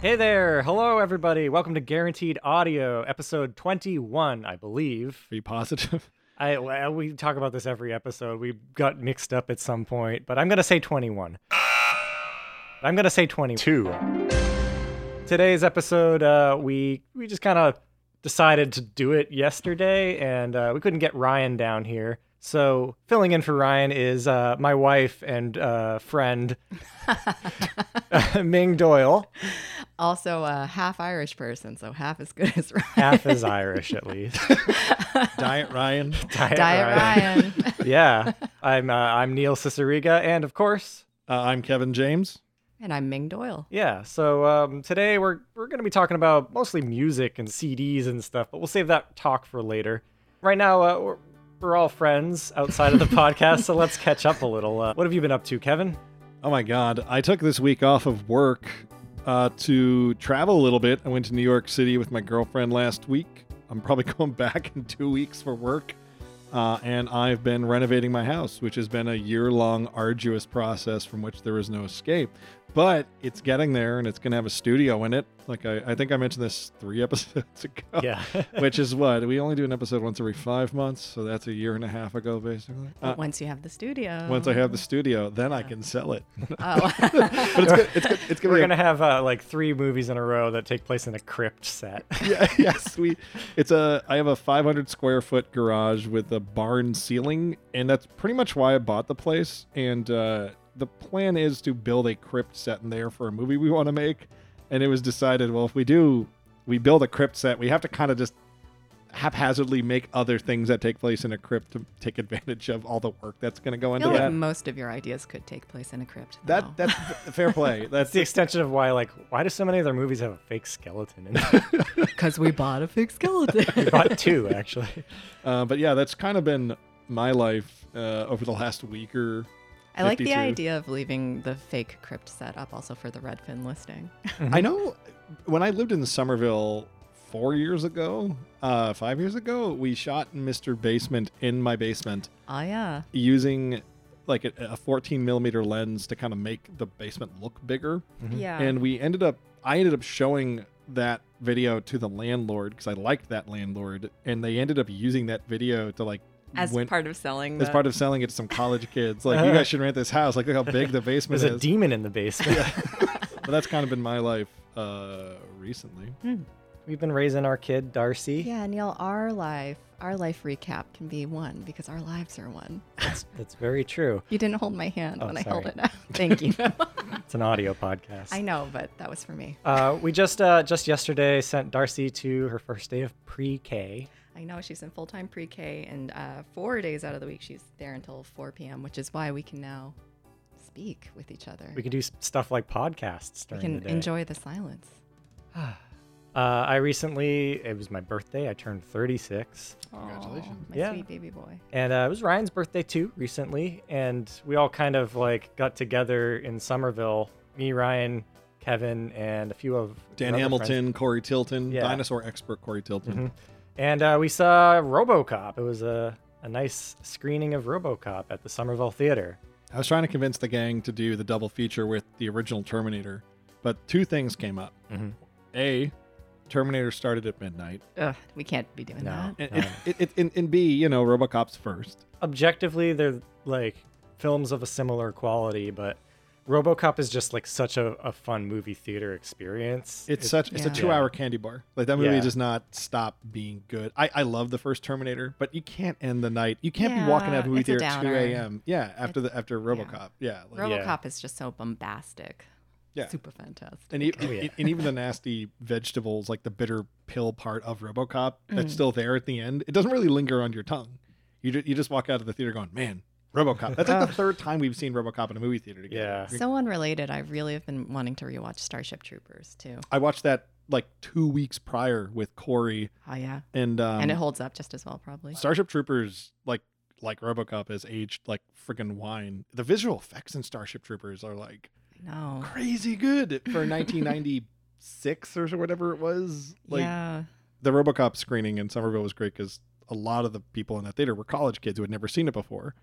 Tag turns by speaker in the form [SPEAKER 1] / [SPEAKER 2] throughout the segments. [SPEAKER 1] Hey there. Hello, everybody. Welcome to Guaranteed Audio, episode 21, I believe.
[SPEAKER 2] Are you positive?
[SPEAKER 1] I well, We talk about this every episode. We got mixed up at some point, but I'm going to say 21. I'm going to say 22.
[SPEAKER 2] Two.
[SPEAKER 1] Today's episode, uh, we, we just kind of decided to do it yesterday, and uh, we couldn't get Ryan down here. So, filling in for Ryan is uh, my wife and uh, friend, Ming Doyle.
[SPEAKER 3] also a half Irish person, so half as good as Ryan.
[SPEAKER 1] half is Irish at least.
[SPEAKER 2] Diet Ryan.
[SPEAKER 1] Diet,
[SPEAKER 3] Diet Ryan.
[SPEAKER 1] yeah, I'm uh, I'm Neil Ciceriga, and of course,
[SPEAKER 2] Uh, I'm Kevin James.
[SPEAKER 3] and I'm Ming Doyle.
[SPEAKER 1] yeah. So um, today we're we're gonna be talking about mostly music and CDs and stuff, but we'll save that talk for later. Right now, uh, we're we're all friends outside of the podcast, so let's catch up a little. Uh, what have you been up to, Kevin?
[SPEAKER 2] Oh my God. I took this week off of work uh, to travel a little bit. I went to New York City with my girlfriend last week. I'm probably going back in two weeks for work. Uh, and I've been renovating my house, which has been a year long, arduous process from which there is no escape. But it's getting there and it's going to have a studio in it. Like I, I think I mentioned this three episodes ago.
[SPEAKER 1] Yeah,
[SPEAKER 2] which is what we only do an episode once every five months, so that's a year and a half ago, basically. Uh,
[SPEAKER 3] But once you have the studio.
[SPEAKER 2] once I have the studio, then I can sell it.
[SPEAKER 3] Oh.
[SPEAKER 2] But it's good, it's good, it's gonna
[SPEAKER 1] we're
[SPEAKER 2] be a-
[SPEAKER 1] gonna have uh, like three movies in a row that take place in a crypt set.
[SPEAKER 2] yeah, yes, we. It's a. I have a 500 square foot garage with a barn ceiling, and that's pretty much why I bought the place. And uh, the plan is to build a crypt set in there for a movie we want to make. And it was decided, well, if we do, we build a crypt set. We have to kind of just haphazardly make other things that take place in a crypt to take advantage of all the work that's going to go
[SPEAKER 3] I
[SPEAKER 2] into
[SPEAKER 3] feel like
[SPEAKER 2] that.
[SPEAKER 3] most of your ideas could take place in a crypt.
[SPEAKER 2] That
[SPEAKER 3] though.
[SPEAKER 2] that's fair play. That's
[SPEAKER 1] It's the extension of why like why do so many of their movies have a fake skeleton in them?
[SPEAKER 3] Because we bought a fake skeleton.
[SPEAKER 1] But two actually.
[SPEAKER 2] Uh, but yeah, that's kind of been my life uh, over the last week or.
[SPEAKER 3] I like the
[SPEAKER 2] 52.
[SPEAKER 3] idea of leaving the fake crypt set up also for the Redfin listing.
[SPEAKER 2] I
[SPEAKER 3] Mm-hmm.
[SPEAKER 2] know when I lived in Somerville four years ago, uh, five years ago, we shot Mr. Basement in my basement
[SPEAKER 3] Oh, yeah.
[SPEAKER 2] using like a, a 14 millimeter lens to kind of make the basement look bigger.
[SPEAKER 3] Yeah.
[SPEAKER 2] Mm-hmm. And we ended up, I ended up showing that video to the landlord because I liked that landlord, and they ended up using that video to like
[SPEAKER 3] as
[SPEAKER 2] win-
[SPEAKER 3] part of selling
[SPEAKER 2] as part of selling it to some college kids. Like, you guys should rent this house. Like, look how big the basement
[SPEAKER 1] There's a
[SPEAKER 2] is.
[SPEAKER 1] demon in the basement.
[SPEAKER 2] but that's kind of been my life uh, recently.
[SPEAKER 1] We've been raising our kid Darcy.
[SPEAKER 3] Yeah, Neil, our life, our life recap can be one because our lives are one.
[SPEAKER 1] That's, that's very true.
[SPEAKER 3] You didn't hold my hand
[SPEAKER 1] Oh,
[SPEAKER 3] when I held
[SPEAKER 1] sorry.
[SPEAKER 3] it out. Thank you.
[SPEAKER 1] It's an audio podcast.
[SPEAKER 3] I know, but that was for me.
[SPEAKER 1] Uh, we just uh, just yesterday sent Darcy to her first day of pre-K.
[SPEAKER 3] I know she's in full time pre K, and uh, four days out of the week she's there until 4 p.m., which is why we can now speak with each other.
[SPEAKER 1] We can do s- stuff like podcasts
[SPEAKER 3] We
[SPEAKER 1] during
[SPEAKER 3] can
[SPEAKER 1] the day.
[SPEAKER 3] enjoy the silence.
[SPEAKER 1] Uh, I recently, it was my birthday. I turned 36,
[SPEAKER 2] Congratulations.
[SPEAKER 3] Aw, my
[SPEAKER 1] Yeah.
[SPEAKER 3] sweet baby boy.
[SPEAKER 1] and uh, it was Ryan's birthday too recently. And we all kind of like got together in Somerville. Me, Ryan, Kevin, and a few of
[SPEAKER 2] Dan
[SPEAKER 1] our other friends.
[SPEAKER 2] Hamilton, Corey Tilton,
[SPEAKER 1] Yeah.
[SPEAKER 2] dinosaur expert Corey Tilton.
[SPEAKER 1] And uh, we saw RoboCop. It was a a nice screening of RoboCop at the Somerville Theater.
[SPEAKER 2] I was trying to convince the gang to do the double feature with the original Terminator, but two things came up.
[SPEAKER 1] Mhm.
[SPEAKER 2] A, Terminator started at midnight,
[SPEAKER 3] Ugh, we can't be doing
[SPEAKER 1] No.
[SPEAKER 3] that.
[SPEAKER 2] and,
[SPEAKER 1] Yeah.
[SPEAKER 2] and, and, and, and B, you know, RoboCop's first.
[SPEAKER 1] objectively they're like films of a similar quality but robocop is just like such a, a fun movie theater experience
[SPEAKER 2] It's such it's a
[SPEAKER 3] yeah.
[SPEAKER 2] two hour candy bar. Like that movie
[SPEAKER 1] Yeah.
[SPEAKER 2] does not stop being good. I, I love the first Terminator, but you can't end the night. You can't be walking out of a
[SPEAKER 3] Yeah,
[SPEAKER 2] movie
[SPEAKER 3] it's a
[SPEAKER 2] theater at two
[SPEAKER 3] downer.
[SPEAKER 2] a.m. Yeah, after the after RoboCop. Yeah, like,
[SPEAKER 3] Robocop is just so bombastic.
[SPEAKER 2] Yeah.
[SPEAKER 3] Super fantastic.
[SPEAKER 2] and, e-
[SPEAKER 1] Oh, yeah.
[SPEAKER 2] e- and even the nasty vegetables, like the bitter pill part of RoboCop,
[SPEAKER 3] Mm.
[SPEAKER 2] that's still there at the end. It doesn't really linger on your tongue. You ju- you just walk out of the theater going, man, RoboCop. That's like the third time we've seen RoBocop in a movie theater together.
[SPEAKER 1] yeah
[SPEAKER 3] So unrelated, I really have been wanting to rewatch Starship Troopers too.
[SPEAKER 2] I watched that like two weeks prior with Corey
[SPEAKER 3] Oh yeah,
[SPEAKER 2] and um,
[SPEAKER 3] and it holds up just as well probably.
[SPEAKER 2] Starship Troopers, like like RoboCop, has aged like freaking wine. The visual effects in Starship Troopers are like
[SPEAKER 3] No,
[SPEAKER 2] crazy good for 1996 or whatever it was. Like
[SPEAKER 3] yeah,
[SPEAKER 2] the RoboCop screening in Somerville was great because a lot of the people in that theater were college kids who had never seen it before.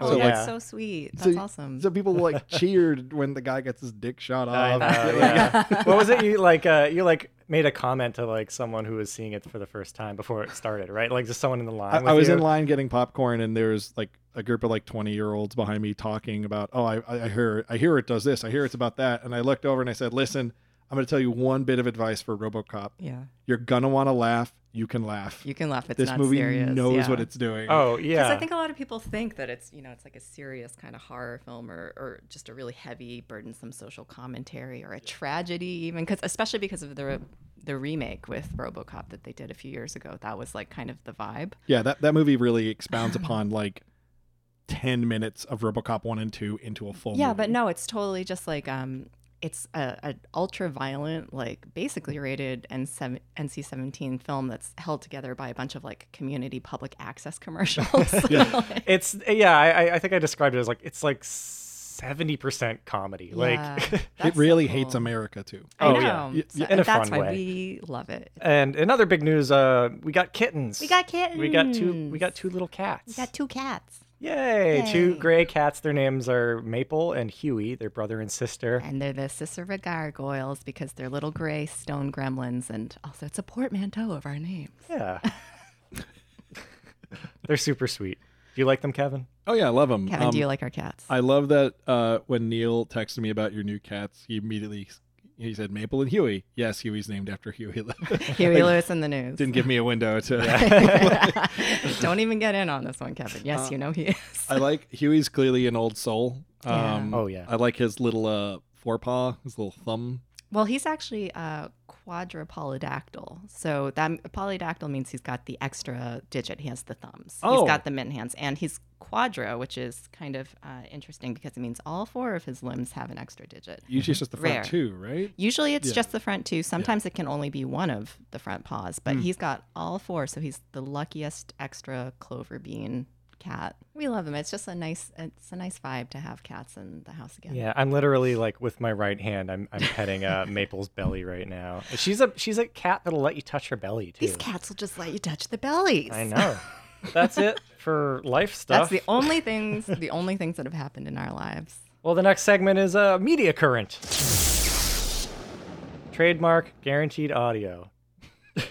[SPEAKER 4] Oh,
[SPEAKER 1] So,
[SPEAKER 2] like,
[SPEAKER 4] that's
[SPEAKER 1] yeah.
[SPEAKER 4] so sweet.
[SPEAKER 2] So
[SPEAKER 4] That's
[SPEAKER 2] y-
[SPEAKER 4] awesome.
[SPEAKER 2] so people like cheered when the guy gets his dick shot
[SPEAKER 1] I
[SPEAKER 2] off.
[SPEAKER 1] know,
[SPEAKER 2] Like,
[SPEAKER 1] yeah. what was it you like uh you like made a comment to like someone who was seeing it for the first time before it started right like just someone in the line
[SPEAKER 2] I,
[SPEAKER 1] with
[SPEAKER 2] I was
[SPEAKER 1] you?
[SPEAKER 2] in line getting popcorn, and there was like a group of like twenty year olds behind me talking about, oh, I, I I hear, I hear it does this, I hear it's about that, and I looked over and I said, listen, I'm going to tell you one bit of advice for RoboCop.
[SPEAKER 4] yeah,
[SPEAKER 2] You're gonna want to laugh. You can laugh.
[SPEAKER 4] you can laugh. It's
[SPEAKER 2] this
[SPEAKER 4] not
[SPEAKER 2] movie
[SPEAKER 4] serious.
[SPEAKER 2] knows
[SPEAKER 4] yeah.
[SPEAKER 2] what it's doing.
[SPEAKER 1] oh
[SPEAKER 4] Because
[SPEAKER 1] yeah
[SPEAKER 4] I think a lot of people think that it's you know it's like a serious kind of horror film or, or just a really heavy burdensome social commentary or a tragedy even because especially because of the re- the remake with RoboCop that they did a few years ago that was like kind of the vibe.
[SPEAKER 2] Yeah, that, that movie really expounds upon like ten minutes of RoboCop one and two into a full.
[SPEAKER 4] Yeah,
[SPEAKER 2] movie.
[SPEAKER 4] but no, it's totally just like um, it's a, a ultra violent, like basically rated and seven, NC seventeen film that's held together by a bunch of like community public access commercials.
[SPEAKER 2] Yeah.
[SPEAKER 1] it's yeah I, I- I think i described it as like it's like 70% comedy like
[SPEAKER 2] it really hates America too.
[SPEAKER 1] Oh,
[SPEAKER 4] Oh
[SPEAKER 1] yeah.
[SPEAKER 4] yeah,
[SPEAKER 2] Y- y-
[SPEAKER 1] in a
[SPEAKER 4] that's
[SPEAKER 1] fun
[SPEAKER 4] why
[SPEAKER 1] way.
[SPEAKER 4] we love it.
[SPEAKER 1] and another big news uh we got kittens
[SPEAKER 4] We got kittens.
[SPEAKER 1] we got two we got two little cats
[SPEAKER 4] We got two cats,
[SPEAKER 1] yay, two
[SPEAKER 4] Yay.
[SPEAKER 1] gray cats their names are maple and huey their brother and sister
[SPEAKER 4] and they're the Cicera gargoyles because they're little gray stone gremlins, and also it's a portmanteau of our names.
[SPEAKER 1] yeah they're super sweet do you like them kevin
[SPEAKER 2] Oh yeah, I love them.
[SPEAKER 1] Um,
[SPEAKER 4] Kevin, do you like our cats?
[SPEAKER 2] I love that uh, when Neil texted me about your new cats, he immediately he said Maple and Huey. Yes, Huey's named after Huey. Lewis.
[SPEAKER 4] Huey Lewis in the news.
[SPEAKER 2] Didn't give me a window to.
[SPEAKER 4] Don't even get in on this one, Kevin. Yes,
[SPEAKER 2] Uh,
[SPEAKER 4] you know he is.
[SPEAKER 2] I like Huey's clearly an old soul.
[SPEAKER 4] Yeah.
[SPEAKER 2] Um,
[SPEAKER 1] Oh, yeah.
[SPEAKER 2] I like his little uh, forepaw, his little thumb.
[SPEAKER 4] well, he's actually uh, quadrupolydactyl. So that polydactyl means he's got the extra digit. He has the thumbs.
[SPEAKER 2] Oh.
[SPEAKER 4] He's got the mitten hands, and he's quadra, which is kind of uh, interesting because it means all four of his limbs have an extra digit.
[SPEAKER 2] Usually it's just the front
[SPEAKER 4] Rare.
[SPEAKER 2] two, right?
[SPEAKER 4] Usually it's
[SPEAKER 2] Yeah. Hmm.
[SPEAKER 4] just the front two. Sometimes it can only be one of the front paws, but he's got all four, so he's the luckiest extra clover bean cat. We love him. It's just a nice it's a nice vibe to have cats in the house again.
[SPEAKER 1] Yeah, I'm literally like with my right hand. I'm I'm petting uh, Maple's belly right now. She's a she's a cat that'll let you touch her belly too.
[SPEAKER 4] These cats will just let you touch the bellies.
[SPEAKER 1] I know. That's it for life stuff.
[SPEAKER 4] That's the only things the only things that have happened in our lives.
[SPEAKER 1] well, the next segment is uh, media current. Trademark guaranteed audio. this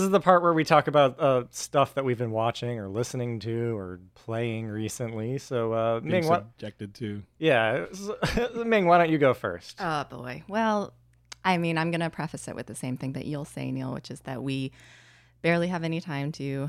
[SPEAKER 1] is the part where we talk about uh, stuff that we've been watching or listening to or playing recently. So, uh,
[SPEAKER 2] Being
[SPEAKER 1] Ming, what?
[SPEAKER 2] subjected to.
[SPEAKER 4] Uh,
[SPEAKER 1] Yeah, Ming, why don't you go first?
[SPEAKER 4] Oh boy. Well, I mean, I'm going to preface it with the same thing that you'll say, Neil, which is that we barely have any time to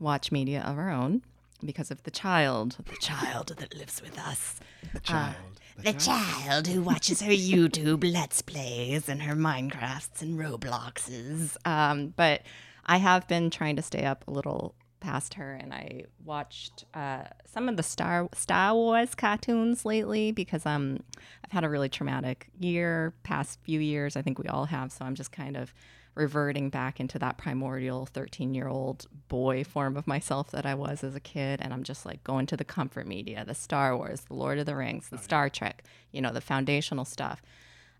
[SPEAKER 4] watch media of our own because of the child, the child that lives with us. The child. the child who watches her YouTube Let's Plays and her Minecrafts and Robloxes. Um, but I have been trying to stay up a little past her, and I watched uh, some of the Star Star Wars cartoons lately because um, I've had a really traumatic year, past few years. I think we all have, so I'm just kind of reverting back into that primordial 13 year old boy form of myself that I was as a kid. And I'm just like going to the comfort media, the Star Wars, the Lord of the Rings, the Star Trek, you know, the foundational stuff.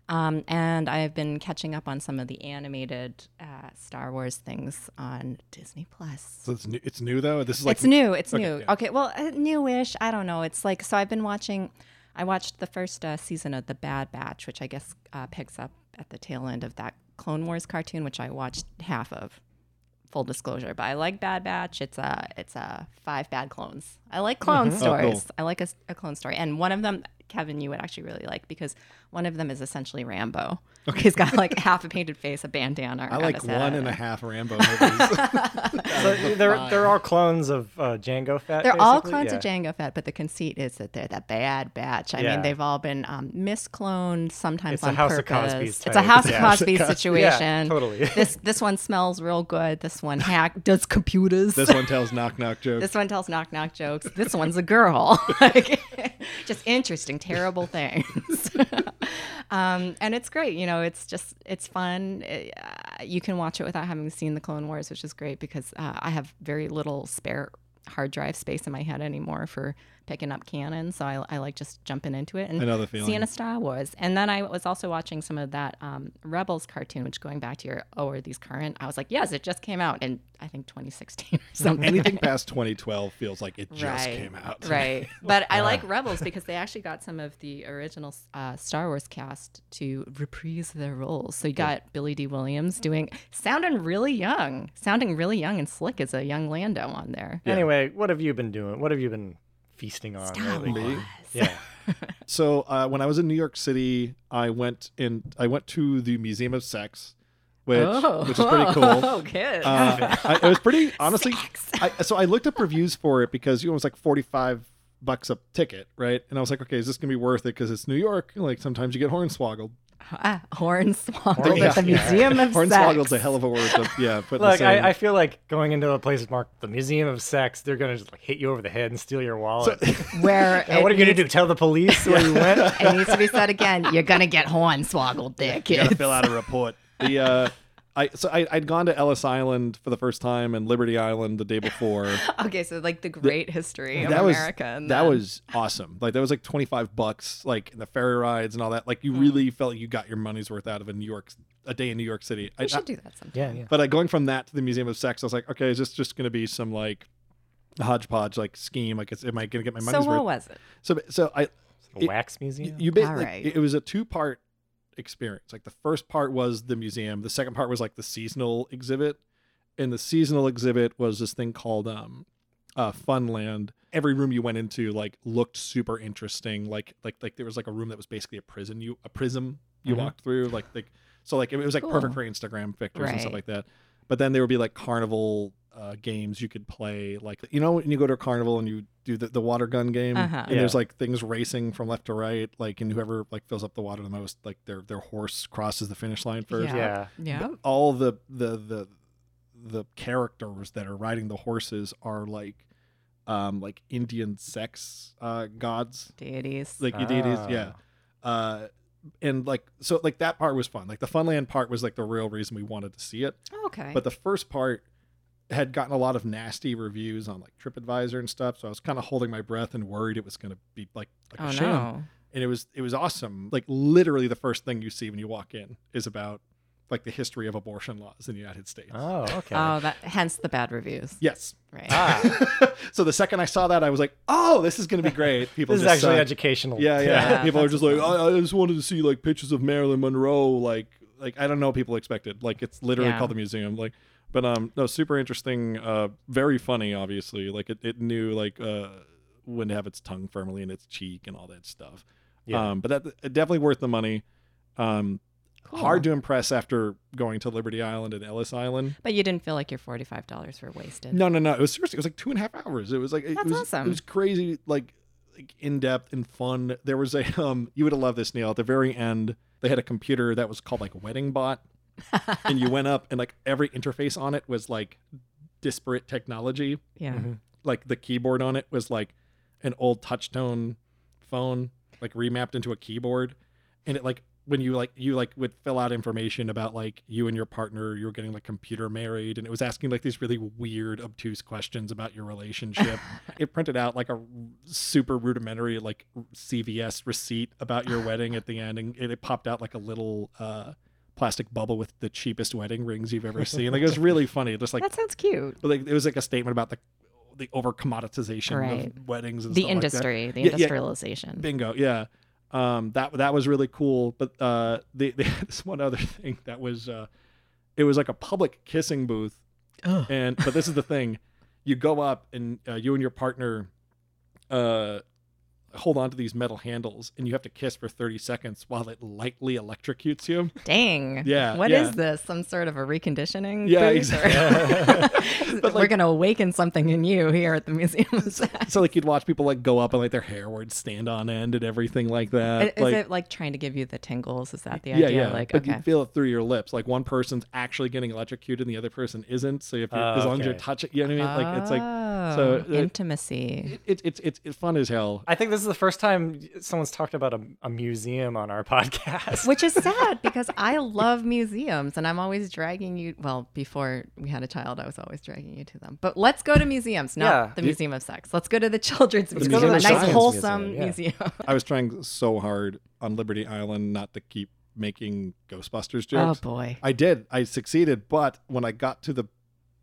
[SPEAKER 4] Um, and I've been catching up on some of the animated uh, Star Wars things on Disney Plus
[SPEAKER 2] So it's new, it's new though. This is like
[SPEAKER 4] it's new. It's
[SPEAKER 2] Okay,
[SPEAKER 4] new.
[SPEAKER 2] yeah.
[SPEAKER 4] Okay. Well, uh, newish. I don't know. It's like so. I've been watching. I watched the first uh, season of The Bad Batch, which I guess uh, picks up at the tail end of that Clone Wars cartoon, which I watched half of. Full disclosure, but I like Bad Batch. It's a it's a five bad clones. I like clone
[SPEAKER 2] Oh, cool.
[SPEAKER 4] stories. I like a, s- a clone story, and one of them, Kevin, you would actually really like because one of them is essentially Rambo. He's got like half a painted face, a bandana.
[SPEAKER 2] I
[SPEAKER 4] around
[SPEAKER 2] like
[SPEAKER 4] his
[SPEAKER 2] one
[SPEAKER 4] head.
[SPEAKER 2] and a half Rambo movies.
[SPEAKER 1] So they're they're all clones of uh, Django Fett.
[SPEAKER 4] They're all
[SPEAKER 1] basically?
[SPEAKER 4] clones
[SPEAKER 1] Yeah.
[SPEAKER 4] of Django Fett, but the conceit is that they're the bad batch. I
[SPEAKER 1] Yeah.
[SPEAKER 4] mean, they've all been um, miscloned, sometimes
[SPEAKER 1] It's a
[SPEAKER 4] on
[SPEAKER 1] House of
[SPEAKER 4] purpose.
[SPEAKER 1] Cosby's
[SPEAKER 4] it's a
[SPEAKER 1] type.
[SPEAKER 4] House
[SPEAKER 1] Yeah.
[SPEAKER 4] of Cosby situation.
[SPEAKER 1] Yeah, totally.
[SPEAKER 4] this this one smells real good. This one hack does computers.
[SPEAKER 2] this one tells knock knock jokes.
[SPEAKER 4] This one tells knock knock jokes. This one's a girl. like, just interesting, terrible things. um, and it's great. You know, it's just it's fun. It, uh, you can watch it without having seen the Clone Wars, which is great because uh, I have very little spare hard drive space in my head anymore for picking up canon, so I, I like just jumping into it and
[SPEAKER 2] Another feeling.
[SPEAKER 4] seeing a Star Wars. And then I was also watching some of that um, Rebels cartoon, which going back to your oh are these current? I was like yes, it just came out in I think 2016 or something.
[SPEAKER 2] Anything past 2012 feels like it just
[SPEAKER 4] Right.
[SPEAKER 2] came out.
[SPEAKER 4] Right. But
[SPEAKER 2] uh,
[SPEAKER 4] I like Rebels because they actually got some of the original uh, Star Wars cast to reprise their roles. So you got Billy D. Williams doing, sounding really young, sounding really young and slick as a young Lando on there.
[SPEAKER 1] Anyway, what have you been doing? What have you been feasting on?
[SPEAKER 4] Star
[SPEAKER 1] lately?
[SPEAKER 2] Me?
[SPEAKER 1] Yeah.
[SPEAKER 2] So uh, when I was in New York City, I went and I went to the Museum of Sex, which which is pretty cool.
[SPEAKER 4] Oh, good.
[SPEAKER 2] Uh, I, it was pretty honestly.
[SPEAKER 4] Sex.
[SPEAKER 2] I, so I looked up reviews for it because you know, it was like forty five bucks a ticket, right? And I was like, okay, is this gonna be worth it? Because it's New York. Like sometimes you get hornswoggled.
[SPEAKER 4] ah, Hornswoggle
[SPEAKER 1] Horn-
[SPEAKER 4] at the
[SPEAKER 1] yeah.
[SPEAKER 4] Museum of
[SPEAKER 2] Hornswoggled's a
[SPEAKER 4] Sex.
[SPEAKER 2] hell of a word. To, yeah, but
[SPEAKER 1] Look, I, I feel like going into a place marked the Museum of Sex, they're gonna just like, hit you over the head and steal your wallet.
[SPEAKER 4] Where
[SPEAKER 1] Now, what are
[SPEAKER 4] it
[SPEAKER 1] you gonna
[SPEAKER 4] needs-
[SPEAKER 1] do? Tell the police where you went?
[SPEAKER 4] It needs to be said again. You're gonna get hornswoggled there,
[SPEAKER 2] you
[SPEAKER 4] kids.
[SPEAKER 2] gotta fill out a report. The uh, I so I, I'd gone to Ellis Island for the first time and Liberty Island the day before.
[SPEAKER 4] Okay, so like the great history of
[SPEAKER 2] that was
[SPEAKER 4] America. and
[SPEAKER 2] that
[SPEAKER 4] then-
[SPEAKER 2] was awesome. Like that was like twenty five bucks, like and the ferry rides and all that. Like
[SPEAKER 4] Hmm.
[SPEAKER 2] you really felt like you got your money's worth out of a New York a day in New York City. I,
[SPEAKER 4] We
[SPEAKER 2] I-
[SPEAKER 4] should do that sometime.
[SPEAKER 1] yeah, yeah.
[SPEAKER 2] but like going from that to the Museum of Sex, I was like, okay, is this just gonna be some like hodgepodge like scheme? Like, is, am I gonna get my
[SPEAKER 4] So
[SPEAKER 2] money's worth?
[SPEAKER 4] what was it?
[SPEAKER 2] So so I
[SPEAKER 1] It's a wax museum.
[SPEAKER 2] you basically
[SPEAKER 4] right.
[SPEAKER 2] it was a two part experience. Like the first part was the museum. The second part was like the seasonal exhibit, and the seasonal exhibit was this thing called um, uh, Funland. Every room you went into like looked super interesting. Like like like there was like a room that was basically a prison. You a prism you
[SPEAKER 1] Mhm.
[SPEAKER 2] walked through. Like like so like it was like perfect for
[SPEAKER 4] Cool.
[SPEAKER 2] Instagram pictures and stuff
[SPEAKER 4] Right.
[SPEAKER 2] like that. But then there would be like carnival uh, games you could play. Like you know when you go to a carnival and you do the, the water gun game
[SPEAKER 4] Uh-huh.
[SPEAKER 2] and there's like things racing from left to right. Like and whoever like fills up the water the most, like their their horse crosses the finish line first.
[SPEAKER 4] Yeah.
[SPEAKER 1] yeah.
[SPEAKER 4] Yeah.
[SPEAKER 2] But all the the the the characters that are riding the horses are like um like Indian sex uh gods.
[SPEAKER 4] Deities.
[SPEAKER 2] Like deities, yeah.
[SPEAKER 1] Ah.
[SPEAKER 2] Uh and like so like that part was fun. Like the Funland part was like the real reason we wanted to see it.
[SPEAKER 4] Oh, okay.
[SPEAKER 2] But the first part had gotten a lot of nasty reviews on like TripAdvisor and stuff, so I was kind of holding my breath and worried it was going to be like, like
[SPEAKER 4] oh
[SPEAKER 2] a sham.
[SPEAKER 4] no.
[SPEAKER 2] And it was it was awesome. Like literally, the first thing you see when you walk in is about like the history of abortion laws in the United States.
[SPEAKER 1] Oh, okay.
[SPEAKER 4] Oh, that hence the bad reviews.
[SPEAKER 2] Yes.
[SPEAKER 4] Right.
[SPEAKER 1] Ah.
[SPEAKER 2] so the second I saw that, I was like, "Oh, this is going to be great." People
[SPEAKER 1] this is
[SPEAKER 2] just
[SPEAKER 1] actually
[SPEAKER 2] suck.
[SPEAKER 1] educational.
[SPEAKER 2] Yeah, yeah.
[SPEAKER 4] Yeah,
[SPEAKER 2] people are
[SPEAKER 4] that's
[SPEAKER 2] just like, I, I just wanted to see like pictures of Marilyn Monroe. Like, like I don't know. What people expected like it's literally
[SPEAKER 4] Yeah.
[SPEAKER 2] called the museum. Like, but um, no, super interesting. Uh, very funny. Obviously, like it, it knew like uh when to have its tongue firmly in its cheek and all that stuff.
[SPEAKER 1] Yeah.
[SPEAKER 2] Um, but that uh, definitely worth the money. Um, hard to impress after going to Liberty Island and Ellis Island.
[SPEAKER 4] But you didn't feel like your forty-five dollars were wasted.
[SPEAKER 2] No, no, no. It was seriously. It was like two and a half hours. It was like it,
[SPEAKER 4] That's
[SPEAKER 2] was
[SPEAKER 4] awesome.
[SPEAKER 2] it was crazy, like, like in depth and fun. There was a um. You would have loved this, Neil. At the very end, they had a computer that was called like Wedding Bot, and you went up and like every interface on it was like disparate technology.
[SPEAKER 4] Yeah.
[SPEAKER 1] Mhm.
[SPEAKER 2] Like the keyboard on it was like an old touchtone phone, like remapped into a keyboard, and it like when you like you like would fill out information about like you and your partner you were getting like computer married and it was asking like these really weird obtuse questions about your relationship it printed out like a r- super rudimentary like r- cvs receipt about your wedding at the end and it, it popped out like a little uh plastic bubble with the cheapest wedding rings you've ever seen like it was really funny just like
[SPEAKER 4] that sounds cute.
[SPEAKER 2] but, like it was like a statement about the the over commoditization
[SPEAKER 4] Right.
[SPEAKER 2] of weddings and
[SPEAKER 4] The
[SPEAKER 2] stuff like that.
[SPEAKER 4] industry, the
[SPEAKER 2] Yeah, yeah.
[SPEAKER 4] industrialization.
[SPEAKER 2] Bingo, yeah. Um, that that was really cool. But uh, they, they had this one other thing that was uh, it was like a public kissing booth,
[SPEAKER 1] Ugh.
[SPEAKER 2] and but this is the thing, you go up and uh, you and your partner, uh, hold on to these metal handles and you have to kiss for thirty seconds while it lightly electrocutes you.
[SPEAKER 4] Dang.
[SPEAKER 2] Yeah,
[SPEAKER 4] What is
[SPEAKER 2] yeah.
[SPEAKER 4] this? Some sort of a reconditioning?
[SPEAKER 2] Yeah,
[SPEAKER 4] booth or-
[SPEAKER 2] exactly. But,
[SPEAKER 4] We're
[SPEAKER 2] like-
[SPEAKER 4] gonna awaken something in you here at the museum. Of Sex.
[SPEAKER 2] So like you'd watch people like go up and like their hair would stand on end and everything like that.
[SPEAKER 4] Is
[SPEAKER 2] like,
[SPEAKER 4] it like trying to give you the tingles? Is that the idea? Like,
[SPEAKER 2] but
[SPEAKER 4] okay.
[SPEAKER 2] you feel it through your lips. Like one person's actually getting electrocuted and the other person isn't. So if you're,
[SPEAKER 1] Oh,
[SPEAKER 2] as long as you're
[SPEAKER 1] okay.
[SPEAKER 2] touching, you know what I mean. Like it's like so uh,
[SPEAKER 4] Oh,
[SPEAKER 2] it-
[SPEAKER 4] intimacy.
[SPEAKER 2] it- it's it's it's fun as hell.
[SPEAKER 1] I think this is is the first time someone's talked about a, a museum on our podcast.
[SPEAKER 4] which is sad because I love museums and I'm always dragging you. Well, before we had a child, I was always dragging you to them. But let's go to museums, not
[SPEAKER 1] Yeah.
[SPEAKER 4] the Museum of Sex. Let's go to the Children's
[SPEAKER 1] Let's
[SPEAKER 4] Museum,
[SPEAKER 1] go to
[SPEAKER 4] a
[SPEAKER 1] the
[SPEAKER 4] nice
[SPEAKER 1] Science
[SPEAKER 4] wholesome
[SPEAKER 1] Museum, yeah.
[SPEAKER 4] museum.
[SPEAKER 2] I was trying so hard on Liberty Island not to keep making Ghostbusters
[SPEAKER 4] Oh
[SPEAKER 2] jokes.
[SPEAKER 4] boy.
[SPEAKER 2] I did. I succeeded, but when I got to the,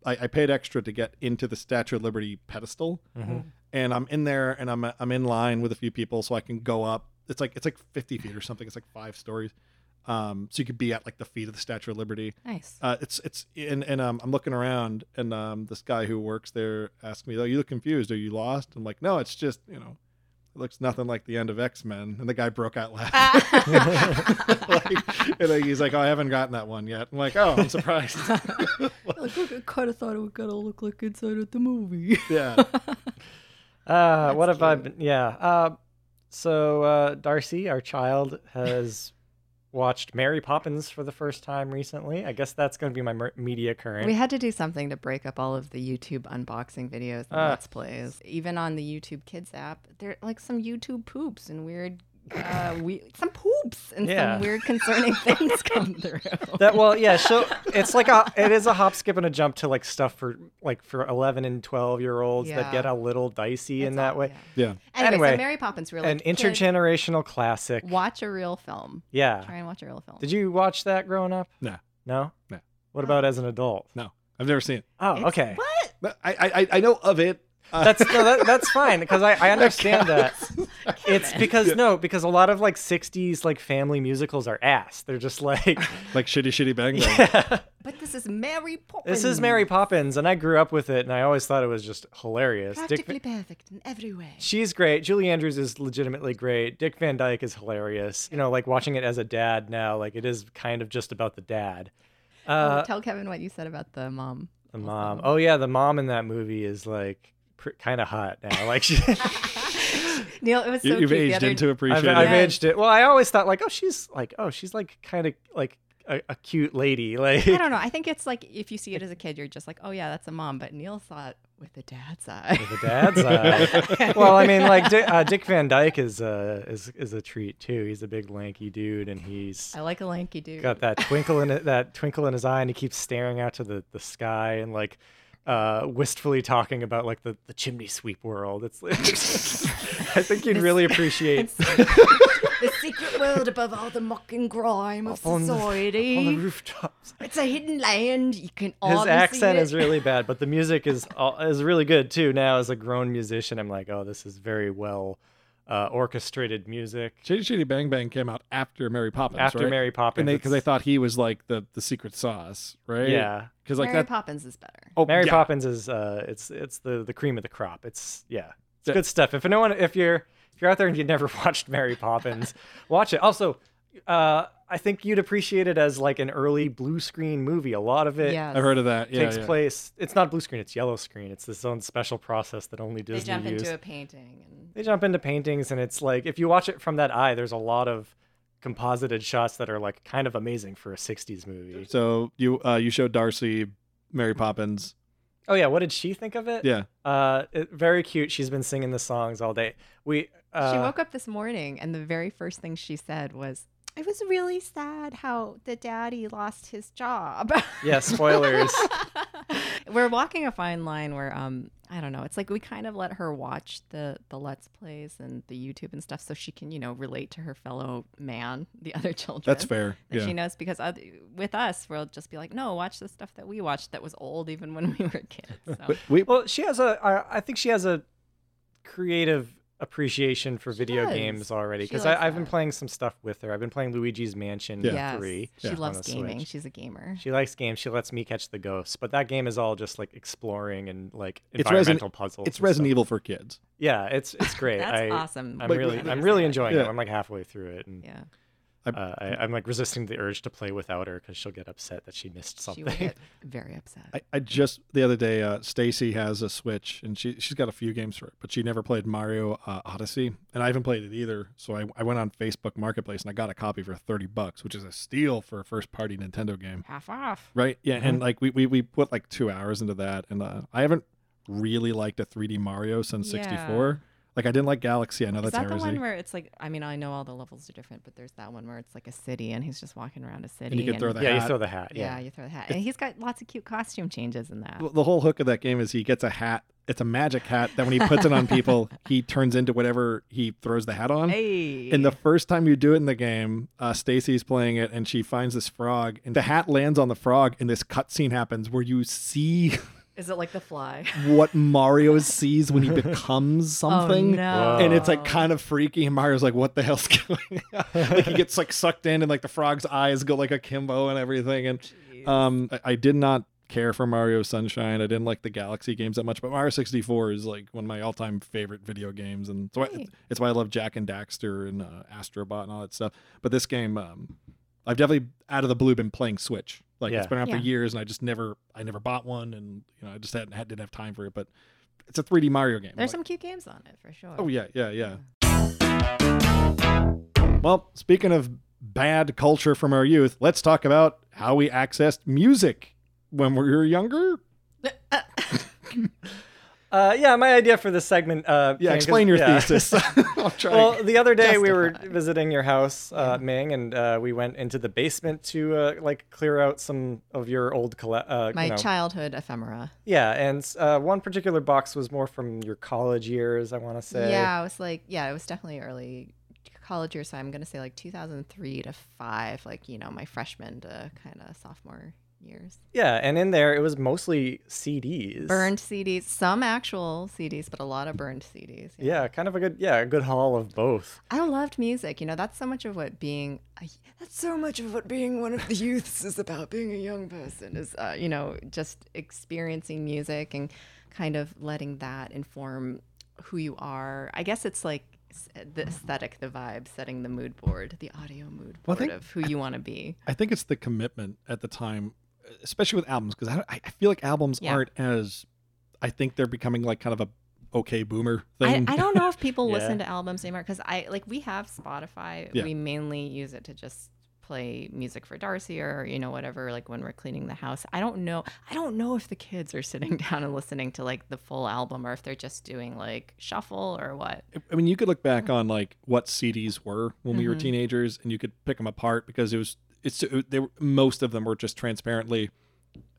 [SPEAKER 2] I, I paid extra to get into the Statue of Liberty pedestal,
[SPEAKER 1] Mhm.
[SPEAKER 2] and I'm in there, and I'm I'm in line with a few people, so I can go up. It's like it's like 50 feet or something. It's like five stories, um, so you could be at like the feet of the Statue of Liberty.
[SPEAKER 4] Nice.
[SPEAKER 2] Uh, it's it's and and um, I'm looking around, and um, this guy who works there asked me, "Oh, you look confused. Are you lost?" I'm like, "No, it's just you know, it looks nothing like the end of X Men." And the guy broke out laughing. like, and like, he's like, "Oh, I haven't gotten that one yet." I'm like, "Oh, I'm surprised."
[SPEAKER 4] I kind of thought it would kind of look like inside of the movie.
[SPEAKER 2] yeah,
[SPEAKER 1] Uh, what
[SPEAKER 4] That's
[SPEAKER 1] have I
[SPEAKER 4] cute.
[SPEAKER 1] been? Yeah. Uh, so uh, Darcy, our child, has watched Mary Poppins for the first time recently. I guess that's going to be my mer- media current.
[SPEAKER 4] We had to do something to break up all of the YouTube unboxing videos and
[SPEAKER 1] Ah.
[SPEAKER 4] let's plays. Even on the YouTube Kids app, there are like some YouTube poops and weird, uh, we some poops and
[SPEAKER 1] Yeah.
[SPEAKER 4] some weird concerning things come through.
[SPEAKER 1] that well, yeah. So it's like a it is a hop, skip, and a jump to like stuff for like for eleven and twelve year olds
[SPEAKER 4] Yeah.
[SPEAKER 1] that get a little dicey in
[SPEAKER 4] It's
[SPEAKER 1] that
[SPEAKER 4] all-
[SPEAKER 1] way.
[SPEAKER 4] yeah.
[SPEAKER 2] yeah.
[SPEAKER 4] Anyway,
[SPEAKER 1] Anyway,
[SPEAKER 4] so Mary Poppins, we were like,
[SPEAKER 1] An
[SPEAKER 4] "Kid,
[SPEAKER 1] intergenerational classic.
[SPEAKER 4] watch a real film.
[SPEAKER 1] Yeah.
[SPEAKER 4] Try and watch a real film.
[SPEAKER 1] Did you watch that growing up?
[SPEAKER 2] No.
[SPEAKER 1] No.
[SPEAKER 2] No.
[SPEAKER 1] What about as an adult?
[SPEAKER 2] No, I've never seen it.
[SPEAKER 1] Oh,
[SPEAKER 4] It's-
[SPEAKER 1] okay.
[SPEAKER 4] What?
[SPEAKER 2] But I I I- I know of it. Uh,
[SPEAKER 1] That's no, that, that's fine because I, I understand that. It's because no, because a lot of like '60s like family musicals are ass. They're just like,
[SPEAKER 2] like shitty shitty bang bang.
[SPEAKER 1] yeah.
[SPEAKER 4] But this is Mary Poppins.
[SPEAKER 1] this is Mary Poppins, and I grew up with it, and I always thought it was just hilarious. Dick,
[SPEAKER 4] Practically
[SPEAKER 1] Van-
[SPEAKER 4] perfect in every way.
[SPEAKER 1] she's great. Julie Andrews is legitimately great. Dick Van Dyke is hilarious. You know, like watching it as a dad now, like it is kind of just about the dad,
[SPEAKER 4] Oh,
[SPEAKER 1] uh,
[SPEAKER 4] Tell Kevin what you said about the mom.
[SPEAKER 1] the mom. Oh yeah, the mom in that movie is like pr- kind of hot now. Like she.
[SPEAKER 4] Neil, it was so
[SPEAKER 2] You, you've
[SPEAKER 4] cute. the
[SPEAKER 2] aged
[SPEAKER 4] other
[SPEAKER 2] into
[SPEAKER 1] I've,
[SPEAKER 2] appreciating.
[SPEAKER 1] I've
[SPEAKER 4] it.
[SPEAKER 1] aged it. Well, I always thought like, oh, she's like, oh, she's like kind of like a, a cute lady. Like,
[SPEAKER 4] I don't know. I think it's like if you see it as a kid, you're just like, oh yeah, that's a mom. But Neil saw it with the dad's eye.
[SPEAKER 1] the dad's eye. well, I mean, like Dick, uh, Dick Van Dyke is uh, is is a treat too. He's a big lanky dude, and he's
[SPEAKER 4] I like a lanky dude.
[SPEAKER 1] got that twinkle in it, that twinkle in his eye, and he keeps staring out to the the sky and like uh wistfully talking about like the the chimney sweep world it's like, i think you'd really appreciate
[SPEAKER 4] the secret world above all the muck and grime of
[SPEAKER 1] Up on the-
[SPEAKER 4] society.
[SPEAKER 1] on the rooftops
[SPEAKER 4] It's a hidden land. You can all
[SPEAKER 1] his accent is really bad, but the music is all, is really good too. Now as a grown musician, I'm like, oh, this is very well uh, orchestrated music.
[SPEAKER 2] Shitty Shitty Bang Bang came out after Mary Poppins.
[SPEAKER 1] After
[SPEAKER 2] right?
[SPEAKER 1] Mary Poppins,
[SPEAKER 2] and they because they
[SPEAKER 1] it's-
[SPEAKER 2] thought he was like the the secret sauce, right?
[SPEAKER 1] yeah,
[SPEAKER 2] because like
[SPEAKER 4] Mary
[SPEAKER 2] that.
[SPEAKER 4] Poppins is better.
[SPEAKER 2] oh,
[SPEAKER 1] Mary
[SPEAKER 2] yeah.
[SPEAKER 1] Poppins is uh, it's it's the the cream of the crop. It's yeah, it's
[SPEAKER 2] Yeah.
[SPEAKER 1] good stuff. If no one, if you're if you're out there and you never watched Mary Poppins, watch it. Also, uh, I think you'd appreciate it as like an early blue screen movie. A lot of it.
[SPEAKER 4] yes.
[SPEAKER 2] I've heard of that. Yeah,
[SPEAKER 1] Takes
[SPEAKER 2] yeah.
[SPEAKER 1] place. It's not blue screen. It's yellow screen. It's this own special process that only
[SPEAKER 4] They
[SPEAKER 1] Disney
[SPEAKER 4] jump
[SPEAKER 1] used.
[SPEAKER 4] into a painting. And...
[SPEAKER 1] they jump into paintings and it's like if you watch it from that eye there's a lot of composited shots that are like kind of amazing for a 60s movie
[SPEAKER 2] So you uh, you showed Darcy Mary Poppins.
[SPEAKER 1] oh yeah what did she think of it
[SPEAKER 2] Yeah.
[SPEAKER 1] uh it, very cute she's been singing the songs all day we uh,
[SPEAKER 4] she woke up this morning, and the very first thing she said was, "It was really sad how the daddy lost his job."
[SPEAKER 1] yeah spoilers
[SPEAKER 4] We're walking a fine line where um I don't know. It's like we kind of let her watch the the let's plays and the YouTube and stuff so she can, you know, relate to her fellow man, the other children.
[SPEAKER 2] That's fair.
[SPEAKER 4] That
[SPEAKER 2] yeah.
[SPEAKER 4] she knows because oth- with us, we'll just be like, "No, watch the stuff that we watched that was old even when we were kids." So.
[SPEAKER 2] But we
[SPEAKER 1] well she has a I, I think she has a creative appreciation for video
[SPEAKER 4] does.
[SPEAKER 1] games already
[SPEAKER 4] She
[SPEAKER 1] because
[SPEAKER 4] likes
[SPEAKER 1] i've been
[SPEAKER 4] that.
[SPEAKER 1] playing some stuff with her i've been playing luigi's mansion
[SPEAKER 4] yes,
[SPEAKER 1] 3
[SPEAKER 4] she
[SPEAKER 2] Yeah.
[SPEAKER 4] loves
[SPEAKER 1] on the Switch.
[SPEAKER 4] gaming. She's a gamer.
[SPEAKER 1] She likes games. She lets me catch the ghosts, but that game is all just like exploring and like
[SPEAKER 2] It's Resident-
[SPEAKER 1] environmental puzzles.
[SPEAKER 2] it's
[SPEAKER 1] and
[SPEAKER 2] Resident
[SPEAKER 1] stuff.
[SPEAKER 2] Evil for kids.
[SPEAKER 1] Yeah, it's it's great.
[SPEAKER 4] That's
[SPEAKER 1] I,
[SPEAKER 4] awesome.
[SPEAKER 1] I'm
[SPEAKER 2] Like,
[SPEAKER 1] really
[SPEAKER 2] we
[SPEAKER 1] I'm really
[SPEAKER 4] Yeah.
[SPEAKER 1] enjoying it.
[SPEAKER 2] Yeah.
[SPEAKER 1] I'm like halfway through it, and
[SPEAKER 4] Yeah.
[SPEAKER 1] uh, I, I'm like resisting the urge to play without her because she'll get upset that she missed
[SPEAKER 4] She
[SPEAKER 1] something.
[SPEAKER 4] would get very upset.
[SPEAKER 2] I, I just the other day uh, Stacy has a Switch and she she's got a few games for it, but she never played Mario uh, Odyssey, and I haven't played it either. So I, I went on Facebook Marketplace and I got a copy for thirty bucks, which is a steal for a first party Nintendo game.
[SPEAKER 4] Half off.
[SPEAKER 2] Right. Yeah.
[SPEAKER 4] Mm-hmm.
[SPEAKER 2] And like we, we we put like two hours into that, and uh, I haven't really liked a 3D Mario since
[SPEAKER 4] Yeah.
[SPEAKER 2] 64. Like I didn't like Galaxy. I know
[SPEAKER 4] Is
[SPEAKER 2] that's
[SPEAKER 4] that the
[SPEAKER 2] heresy.
[SPEAKER 4] one where it's like? I mean, I know all the levels are different, but there's that one where it's like a city, and he's just walking around a city.
[SPEAKER 2] and you can throw the
[SPEAKER 1] yeah,
[SPEAKER 2] hat.
[SPEAKER 1] you throw the hat. Yeah.
[SPEAKER 4] Yeah, you throw the hat, and he's got lots of cute costume changes in that.
[SPEAKER 2] Well, the whole hook of that game is he gets a hat. It's a magic hat that when he puts it on people, he turns into whatever he throws the hat on.
[SPEAKER 4] Hey,
[SPEAKER 2] And the first time you do it in the game, uh, Stacy's playing it and she finds this frog, and the hat lands on the frog, and this cutscene happens where you see
[SPEAKER 4] is it like the fly?
[SPEAKER 2] what Mario sees when he becomes something.
[SPEAKER 4] Oh, no.
[SPEAKER 2] And it's like kind of freaky, and Mario's like, "What the hell's going on?" like he gets like sucked in, and like the frog's eyes go like akimbo and everything. And
[SPEAKER 4] Jeez.
[SPEAKER 2] um, I, I did not care for Mario Sunshine. I didn't like the Galaxy games that much, but Mario 64 is like one of my all-time favorite video games, and so I,
[SPEAKER 4] Hey.
[SPEAKER 2] it's why I love Jack and Daxter and uh, Astrobot and all that stuff. But this game, um, I've definitely out of the blue been playing Switch. Like it's
[SPEAKER 1] Yeah.
[SPEAKER 2] been around
[SPEAKER 4] Yeah.
[SPEAKER 2] for years, and I just never, I never bought one, and you know, I just hadn't had, didn't have time for it. But it's a 3D Mario game.
[SPEAKER 4] There's
[SPEAKER 2] like-
[SPEAKER 4] some cute games on it for sure.
[SPEAKER 2] Oh yeah, yeah, yeah. Well, speaking of bad culture from our youth, let's talk about how we accessed music when we were younger.
[SPEAKER 1] Uh, yeah, my idea for this segment. Uh, came
[SPEAKER 2] Yeah,
[SPEAKER 1] 'cause-
[SPEAKER 2] explain your
[SPEAKER 1] yeah.
[SPEAKER 2] thesis. I'll try.
[SPEAKER 1] Well, the other day we were
[SPEAKER 4] Justify.
[SPEAKER 1] visiting your house, uh, Ming, and uh, we went into the basement to uh, like clear out some of your old colle- uh,
[SPEAKER 4] My
[SPEAKER 1] you know.
[SPEAKER 4] childhood ephemera.
[SPEAKER 1] Yeah, and uh, one particular box was more from your college years, I want to say.
[SPEAKER 4] Yeah, I was like, yeah, it was definitely early college year. So I'm gonna say like 2003 to five, like you know, my freshman to kind of sophomore years.
[SPEAKER 1] Yeah, and in there it was mostly CDs.
[SPEAKER 4] Burned CDs, some actual CDs, but a lot of burned CDs. you know.
[SPEAKER 1] Yeah, kind of a good yeah, a good haul of both.
[SPEAKER 4] I loved music. You know, that's so much of what being a, that's so much of what being one of the youths is about. Being a young person is, uh, you know, just experiencing music and kind of letting that inform who you are. I guess it's like s- the aesthetic, the vibe, setting the mood board, the audio mood board
[SPEAKER 2] Well, I think-
[SPEAKER 4] of who you want to be.
[SPEAKER 2] I think it's the commitment at the time, especially with albums, because I, I feel like albums
[SPEAKER 4] Yeah.
[SPEAKER 2] aren't as. I think they're becoming like kind of a okay boomer
[SPEAKER 4] I,
[SPEAKER 2] thing.
[SPEAKER 4] I don't know if people
[SPEAKER 1] Yeah.
[SPEAKER 4] listen to albums anymore because I like we have Spotify.
[SPEAKER 2] Yeah.
[SPEAKER 4] We mainly use it to just play music for Darcy or you know whatever like when we're cleaning the house. I don't know. I don't know if the kids are sitting down and listening to like the full album or if they're just doing like shuffle or what.
[SPEAKER 2] I mean, you could look
[SPEAKER 4] Mm-hmm.
[SPEAKER 2] back on like what CDs were when we were
[SPEAKER 4] Mhm.
[SPEAKER 2] teenagers, and you could pick them apart because it was it's it, they were, most of them were just transparently.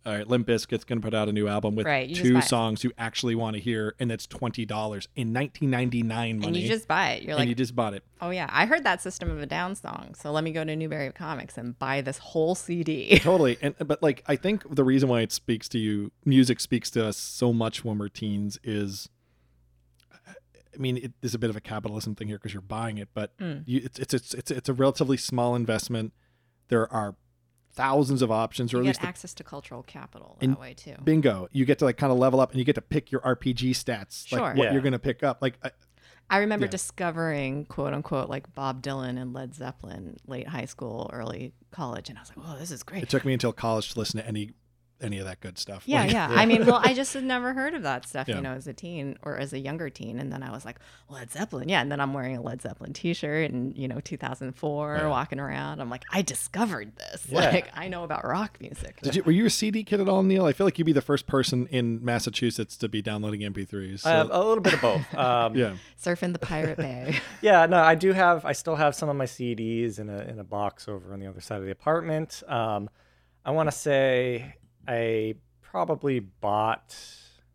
[SPEAKER 2] All right, Limp Bizkit's going to put out a new album with
[SPEAKER 4] Right, you just buy
[SPEAKER 2] two
[SPEAKER 4] it.
[SPEAKER 2] songs you actually want to hear, and that's twenty dollars in nineteen ninety nine money,
[SPEAKER 4] And you just buy it. You're
[SPEAKER 2] and
[SPEAKER 4] like,
[SPEAKER 2] you just bought it.
[SPEAKER 4] oh yeah, I heard that System of a Down song, so let me go to Newberry Comics and buy this whole CD.
[SPEAKER 2] totally and but like i think the reason why it speaks to you music speaks to us so much when we're teens is i mean it, there's a bit of a capitalism thing here because you're buying it but
[SPEAKER 4] Mm.
[SPEAKER 2] you, it's, it's it's it's it's a relatively small investment there are thousands of options or
[SPEAKER 4] you
[SPEAKER 2] at least
[SPEAKER 4] get
[SPEAKER 2] the-
[SPEAKER 4] access to cultural capital that
[SPEAKER 2] And
[SPEAKER 4] way too.
[SPEAKER 2] bingo you get to like kind of level up and you get to pick your rpg stats like
[SPEAKER 4] Sure.
[SPEAKER 2] what
[SPEAKER 1] Yeah.
[SPEAKER 2] you're gonna pick up like I,
[SPEAKER 4] I remember
[SPEAKER 2] Yeah.
[SPEAKER 4] discovering quote unquote like Bob Dylan and Led Zeppelin late high school, early college, and I was like, "Whoa, this is
[SPEAKER 2] it
[SPEAKER 4] great."
[SPEAKER 2] took me until college to listen to any any of that good stuff
[SPEAKER 4] Yeah,
[SPEAKER 2] Like-
[SPEAKER 4] yeah. I mean, well, I just had never heard of that stuff,
[SPEAKER 2] Yeah.
[SPEAKER 4] you know, as a teen or as a younger teen. And then I was like, Led Zeppelin. Yeah. And then I'm wearing a Led Zeppelin t shirt and, you know, 2004,
[SPEAKER 2] Yeah.
[SPEAKER 4] walking around. I'm like, I discovered this.
[SPEAKER 1] Yeah.
[SPEAKER 4] Like, I know about rock music.
[SPEAKER 2] Did you, were you a CD kid at all, Neil? I feel like you'd be the first person in Massachusetts to be downloading MP3s. so-
[SPEAKER 1] I have Uh, a little bit of both. Um,
[SPEAKER 2] yeah.
[SPEAKER 4] Surfing the Pirate Bay.
[SPEAKER 1] yeah, no, I do have. I still have some of my CDs in a in a box over on the other side of the apartment. Um, I want to say I probably bought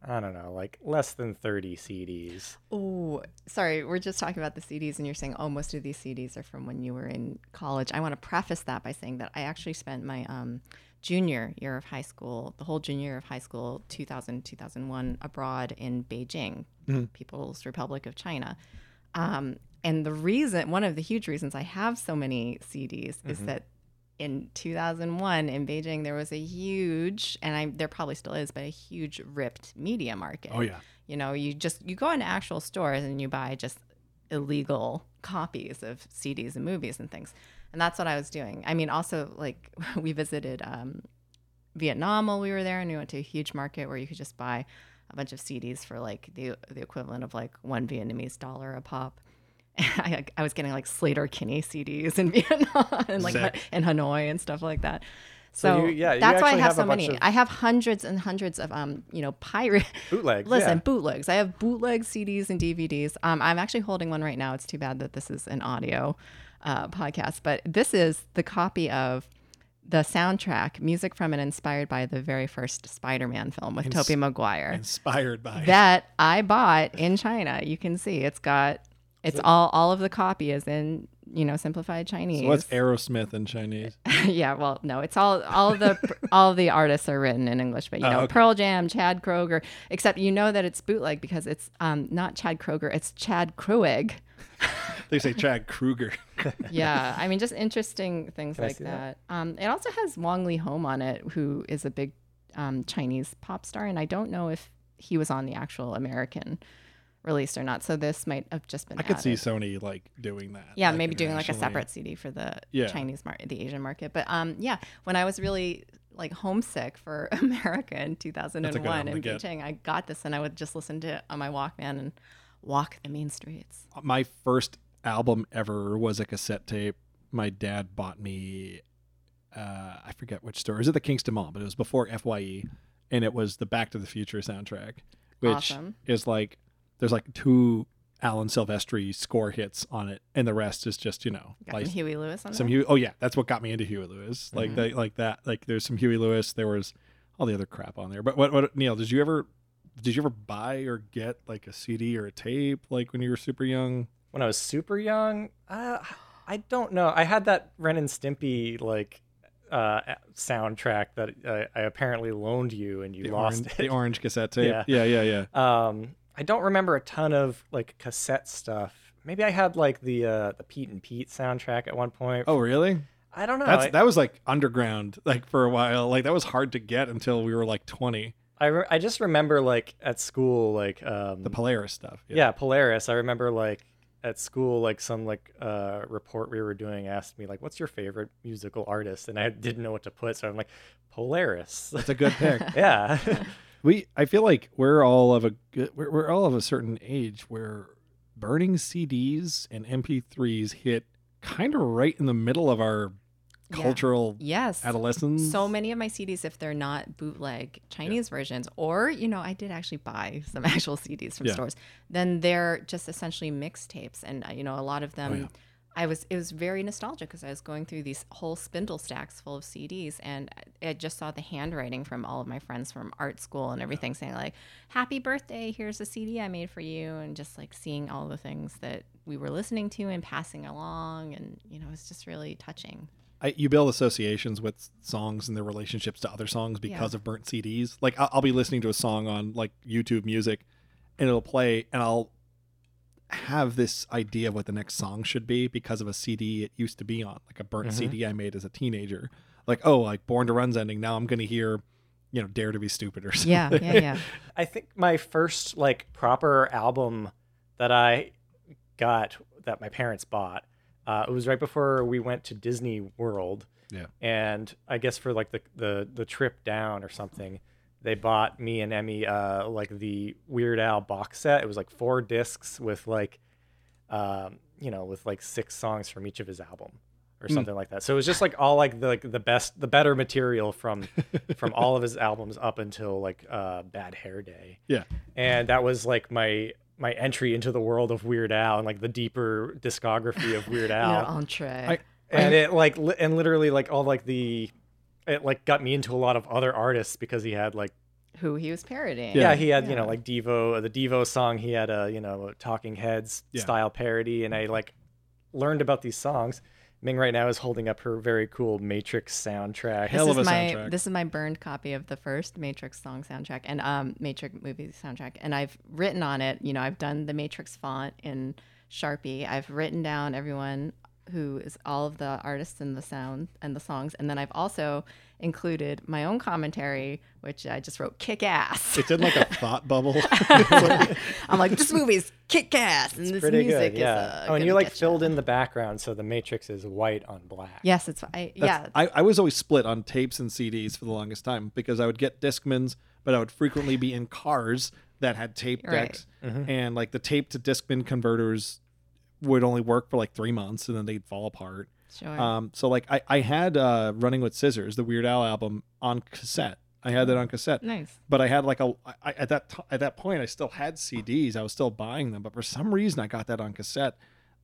[SPEAKER 1] I don't know, like less than thirty CDs.
[SPEAKER 4] Oh, sorry. We're just talking about the CDs, and you're saying, oh, most of these CDs are from when you were in college. I want to preface that by saying that I actually spent my um, junior year of high school, the whole junior year of high school, 2000, 2001, abroad in Beijing,
[SPEAKER 2] Mhm.
[SPEAKER 4] People's Republic of China. Um, and the reason, one of the huge reasons I have so many CDs is
[SPEAKER 2] Mm-hmm.
[SPEAKER 1] Mhm.
[SPEAKER 4] that in 2001 in Beijing, there was a huge, and I, there probably still is, but a huge ripped media market.
[SPEAKER 2] Oh yeah.
[SPEAKER 4] You know, you just you go into actual stores and you buy just illegal copies of CDs and movies and things. And that's what I was doing. I mean, also like we visited um, Vietnam while we were there, and we went to a huge market where you could just buy a bunch of CDs for like the the equivalent of like one Vietnamese dollar a pop. I, I was getting like Slater Kinney CDs in Vietnam and like
[SPEAKER 2] Sick.
[SPEAKER 4] in Hanoi and stuff like that.
[SPEAKER 1] So
[SPEAKER 4] So,
[SPEAKER 1] you- yeah, you
[SPEAKER 4] that's why I
[SPEAKER 1] actually have
[SPEAKER 4] have,
[SPEAKER 1] a
[SPEAKER 4] so
[SPEAKER 1] bunch
[SPEAKER 4] many.
[SPEAKER 1] of-
[SPEAKER 4] I have hundreds and hundreds of um, you know, pirate
[SPEAKER 1] Bootlegs,
[SPEAKER 4] Listen,
[SPEAKER 1] yeah.
[SPEAKER 4] bootlegs. I have bootleg CDs and DVDs. Um, I'm actually holding one right now. It's too bad that this is an audio uh, podcast, but this is the copy of the soundtrack, music from and inspired by the very first Spider-Man film with Tobey Maguire
[SPEAKER 2] Inspired by.
[SPEAKER 4] that I bought in China. You can see it's got it's all all of the copy is in you know simplified Chinese.
[SPEAKER 2] so what's Aerosmith in Chinese?
[SPEAKER 4] yeah, well, no, it's all all of the all of the artists are written in English, but you
[SPEAKER 2] Oh,
[SPEAKER 4] know
[SPEAKER 2] okay.
[SPEAKER 4] Pearl Jam, Chad Kroger. Except you know that it's bootleg because it's um not Chad Kroger, it's Chad Kruig.
[SPEAKER 2] They say Chad Kruger.
[SPEAKER 4] Yeah, I mean just interesting things
[SPEAKER 1] Can I
[SPEAKER 4] like
[SPEAKER 1] see that?
[SPEAKER 4] that. Um, it also has Wong Lee Home on it, who is a big um, Chinese pop star, and I don't know if he was on the actual American release or not. So this might have just been.
[SPEAKER 2] I could see
[SPEAKER 4] added.
[SPEAKER 2] Sony like doing that.
[SPEAKER 4] Yeah,
[SPEAKER 2] like,
[SPEAKER 4] maybe doing like a
[SPEAKER 2] internationally.
[SPEAKER 4] separate CD for the
[SPEAKER 2] Yeah.
[SPEAKER 4] Chinese market, the Asian market. But um, yeah, when I was really like homesick for America in 2001
[SPEAKER 2] one
[SPEAKER 4] in
[SPEAKER 2] to get.
[SPEAKER 4] Beijing, I got this and I would just listen to it on my Walkman and walk the main streets.
[SPEAKER 2] Uh, my first album ever was a cassette tape. My dad bought me, uh, I forget which store. It was at the Kingston Mall, but it was before FYE, and it was the Back to the Future soundtrack, which
[SPEAKER 4] Awesome.
[SPEAKER 2] is like there's like two Alan Silvestri score hits on it, and the rest is just you know
[SPEAKER 4] Got
[SPEAKER 2] like
[SPEAKER 4] some Huey Lewis on
[SPEAKER 2] some
[SPEAKER 4] there?
[SPEAKER 2] Huey. Oh yeah, that's what got me into Huey
[SPEAKER 1] Mm-hmm.
[SPEAKER 2] Lewis. Like that, like that. Like there's some Huey Lewis. There was all the other crap on there. But what, what Neil? Did you ever? Did you ever buy or get like a CD or a tape like when you were super young?
[SPEAKER 1] when I was super young, uh, I don't know. I had that Ren and Stimpy like uh, soundtrack that uh, I apparently loaned you, and you
[SPEAKER 2] the
[SPEAKER 1] lost
[SPEAKER 2] orange,
[SPEAKER 1] it.
[SPEAKER 2] the orange cassette tape.
[SPEAKER 1] Yeah.
[SPEAKER 2] Yeah, yeah, yeah.
[SPEAKER 1] Um, I don't remember a ton of like cassette stuff. Maybe I had like the uh, the Pete and Pete soundtrack at one point.
[SPEAKER 2] Oh, really?
[SPEAKER 1] I don't know.
[SPEAKER 2] That's
[SPEAKER 1] I,
[SPEAKER 2] that was like underground, like for a while. Like that was hard to get until we were like twenty.
[SPEAKER 1] I, re- I just remember like at school like um,
[SPEAKER 2] The Polaris stuff.
[SPEAKER 1] yeah. Polaris. I remember like at school like some like uh, report we were doing asked me like what's your favorite musical artist, and I didn't know what to put, so I'm like Polaris.
[SPEAKER 2] that's a good pick.
[SPEAKER 1] yeah.
[SPEAKER 2] we, I feel like we're all of a good, we're, we're all of a certain age where burning CDs and MP3s hit kind of right in the middle of our
[SPEAKER 4] Yeah.
[SPEAKER 2] cultural
[SPEAKER 4] Yes.
[SPEAKER 2] adolescence.
[SPEAKER 4] So many of my CDs, if they're not bootleg Chinese versions, or you know, I did actually buy some actual CDs from
[SPEAKER 2] Yeah.
[SPEAKER 4] stores. Then they're just essentially mixtapes, and uh, you know, a lot of them.
[SPEAKER 2] Oh, yeah.
[SPEAKER 4] I was it was very nostalgic because I was going through these whole spindle stacks full of CDs, and uh, I- I just saw the handwriting from all of my friends from art school and everything saying like, "Happy birthday! Here's a CD I made for you," and just like seeing all the things that we were listening to and passing along, and you know, it was just really touching.
[SPEAKER 2] I, you build associations with songs and their relationships to other songs because of burnt CDs. Like I'll, I'll be listening to a song on like YouTube Music, and it'll play, and I'll have this idea of what the next song should be because of a CD it used to be on, like a burnt
[SPEAKER 1] Mhm.
[SPEAKER 2] CD
[SPEAKER 4] Mm-hmm.
[SPEAKER 2] I made as a teenager. Like oh, like Born to Run's ending. Now I'm gonna hear, you know, Dare to Be Stupid or something.
[SPEAKER 4] Yeah, yeah, yeah.
[SPEAKER 1] I think my first like proper album that I got that my parents bought. Uh, it was right before we went to Disney World.
[SPEAKER 2] Yeah.
[SPEAKER 1] And I guess for like the the the trip down or something, they bought me and Emmy uh, like the Weird Al box set. It was like four discs with like, um, you know, with like six songs from each of his album or
[SPEAKER 2] Hmm.
[SPEAKER 1] something like that. So it was just like all like the like, the best the better material from from all of his albums up until like uh, Bad Hair Day and that was like my my entry into the world of Weird Al and like the deeper discography of Weird Al.
[SPEAKER 4] Your entree.
[SPEAKER 2] I-
[SPEAKER 1] And it like li- and literally like all like the it like got me into a lot of other artists because he had like
[SPEAKER 4] who he was parodying.
[SPEAKER 1] yeah, he had you know like Devo uh, the Devo song he had a you know a Talking Heads
[SPEAKER 2] Yeah.
[SPEAKER 1] style parody and I like learned about these songs. Ming right now is holding up her very cool Matrix soundtrack.
[SPEAKER 2] Hell
[SPEAKER 4] this
[SPEAKER 2] of
[SPEAKER 4] is
[SPEAKER 2] a
[SPEAKER 4] my
[SPEAKER 2] soundtrack.
[SPEAKER 4] this is my burned copy of the first Matrix song soundtrack and um Matrix movie soundtrack, and I've written on it. You know, I've done the Matrix font in Sharpie. I've written down everyone who is all of the artists and the sound and the songs, and then I've also included my own commentary, which I just wrote "kick ass."
[SPEAKER 2] It's in like a thought bubble.
[SPEAKER 4] I'm like, this movie's kick ass, and this
[SPEAKER 1] Pretty
[SPEAKER 4] music
[SPEAKER 1] good, yeah.
[SPEAKER 4] is. Uh,
[SPEAKER 1] oh, and
[SPEAKER 4] gonna
[SPEAKER 1] you like
[SPEAKER 4] get ya.
[SPEAKER 1] filled in the background, so the Matrix is white on black.
[SPEAKER 4] Yes, it's I yeah.
[SPEAKER 2] That's- I, I was always split on tapes and CDs for the longest time because I would get Discmans, but I would frequently be in cars that had tape
[SPEAKER 4] Right.
[SPEAKER 2] decks, and like the tape to Discman converters would only work for like three months and then they'd fall apart.
[SPEAKER 4] Sure.
[SPEAKER 1] uh,
[SPEAKER 2] Um, so like I, I had uh, Running with Scissors, the Weird Al album, on cassette. I had that on cassette,
[SPEAKER 4] nice.
[SPEAKER 2] but I had like a I, at that t- at that point I still had CDs. I was still buying them, but for some reason I got that on cassette.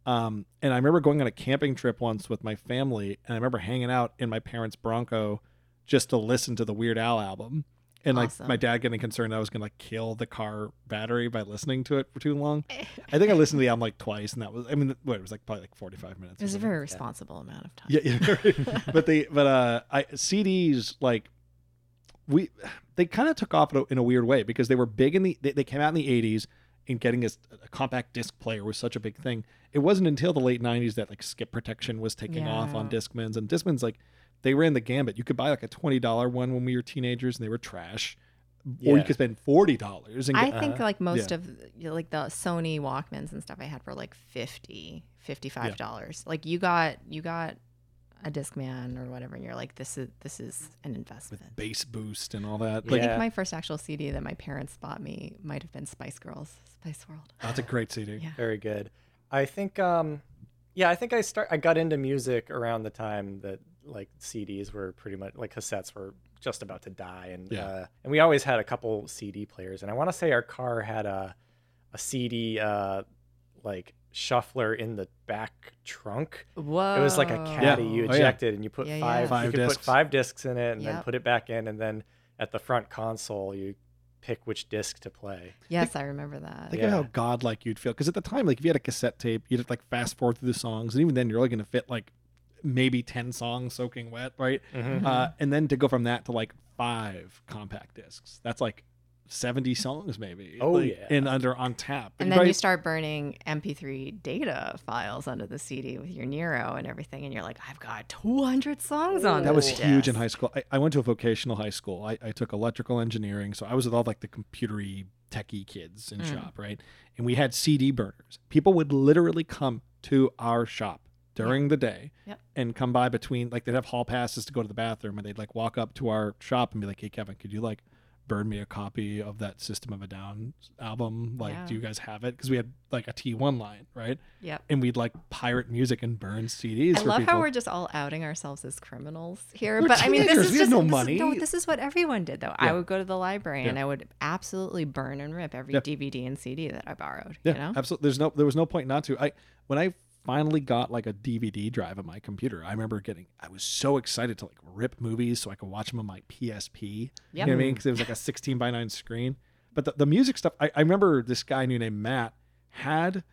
[SPEAKER 2] Um, and I remember going on a camping trip once with my family, and I remember hanging out in my parents' Bronco just to listen to the Weird Al album. And like
[SPEAKER 4] Awesome.
[SPEAKER 2] my dad getting concerned I was gonna like kill the car battery by listening to it for too long. I think I listened to the album like twice, and that was I mean what it was like probably like forty five minutes.
[SPEAKER 4] It
[SPEAKER 2] or
[SPEAKER 4] was a
[SPEAKER 2] something.
[SPEAKER 4] very responsible amount of time.
[SPEAKER 2] Yeah, yeah. but they, but uh, I CDs like we, they kind of took off in a, in a weird way because they were big in the they, they came out in the '80s and getting a, s- a compact disc player was such a big thing. It wasn't until the late '90s that like skip protection was taking off on
[SPEAKER 4] Yeah.
[SPEAKER 2] discmans and discmans like they ran the gambit. You could buy like a twenty dollar one when we were teenagers and they were trash, or
[SPEAKER 1] Yeah.
[SPEAKER 2] you could spend forty dollars and
[SPEAKER 4] I
[SPEAKER 2] get
[SPEAKER 4] think
[SPEAKER 1] Uh-huh.
[SPEAKER 4] like most of you know, like the Sony Walkmans and stuff I had were like 50 55 dollars. Like you got you got a Discman or whatever, and you're like, this is this is an investment.
[SPEAKER 2] with bass boost and all that.
[SPEAKER 1] Yeah.
[SPEAKER 2] Like
[SPEAKER 4] I think my first actual CD that my parents bought me might have been Spice Girls, Spice World.
[SPEAKER 2] that's a great CD.
[SPEAKER 4] Yeah.
[SPEAKER 1] Very good. I think um yeah, I think I start I got into music around the time that like CDs were pretty much like cassettes were just about to die and
[SPEAKER 2] Yeah.
[SPEAKER 1] uh and we always had a couple CD players and I want to say our car had a a CD uh like shuffler in the back trunk.
[SPEAKER 4] Whoa.
[SPEAKER 1] It was like a caddy you
[SPEAKER 2] Oh, yeah.
[SPEAKER 1] ejected and you put
[SPEAKER 4] Yeah,
[SPEAKER 1] five,
[SPEAKER 4] yeah.
[SPEAKER 2] Five
[SPEAKER 1] you could put
[SPEAKER 2] discs.
[SPEAKER 1] five discs in it and then
[SPEAKER 4] Yep.
[SPEAKER 1] put it back in and then at the front console you pick which disc to play.
[SPEAKER 4] Yes, I remember that.
[SPEAKER 2] Think
[SPEAKER 1] Yeah.
[SPEAKER 2] of how godlike you'd feel. Because at the time, like if you had a cassette tape, you'd have to, like fast forward through the songs, and even then, you're only going to fit like maybe ten songs soaking wet, right?
[SPEAKER 1] Mhm.
[SPEAKER 2] Uh, and then to go from that to like five compact discs, that's like seventy songs maybe.
[SPEAKER 1] Oh,
[SPEAKER 2] like,
[SPEAKER 1] yeah.
[SPEAKER 2] and under on tap.
[SPEAKER 4] And then
[SPEAKER 2] Right?
[SPEAKER 4] you start burning MP3 data files onto the CD with your Nero and everything, and you're like, I've got 200 songs on
[SPEAKER 2] That was
[SPEAKER 4] this
[SPEAKER 2] huge in
[SPEAKER 4] disc.
[SPEAKER 2] high school. I, I went to a vocational high school. I, I took electrical engineering, so I was with all like the computery techie kids in
[SPEAKER 4] Mm.
[SPEAKER 2] shop, right? And we had CD burners. People would literally come to our shop during the day
[SPEAKER 4] Yep.
[SPEAKER 2] and come by between like they'd have hall passes to go to the bathroom and they'd like walk up to our shop and be like, Hey Kevin, could you like burn me a copy of that System of a Down album? Like,
[SPEAKER 4] Yeah.
[SPEAKER 2] do you guys have it? Because we had like a T one line, right?
[SPEAKER 4] Yep.
[SPEAKER 2] And we'd like pirate music and burn CDs.
[SPEAKER 4] I
[SPEAKER 2] for
[SPEAKER 4] love
[SPEAKER 2] people.
[SPEAKER 4] how we're just all outing ourselves as criminals here.
[SPEAKER 2] We're
[SPEAKER 4] but I mean, this
[SPEAKER 2] teenagers.
[SPEAKER 4] is
[SPEAKER 2] We had
[SPEAKER 4] just
[SPEAKER 2] no
[SPEAKER 4] this is-
[SPEAKER 2] money.
[SPEAKER 4] no, this is what everyone did, though.
[SPEAKER 2] Yeah.
[SPEAKER 4] I would go to the library and
[SPEAKER 2] Yeah.
[SPEAKER 4] I would absolutely burn and rip every
[SPEAKER 2] Yeah.
[SPEAKER 4] DVD and CD that I borrowed.
[SPEAKER 2] Yeah,
[SPEAKER 4] you know,
[SPEAKER 2] absolutely. There's no there was no point not to. I when I finally got like a DVD drive on my computer, I remember getting I was so excited to like rip movies so I could watch them on my PSP. You
[SPEAKER 4] Yep.
[SPEAKER 2] know what I mean? Because it was like a 16 by 9 screen. But the, the music stuff, I, I remember this guy I knew named Matt had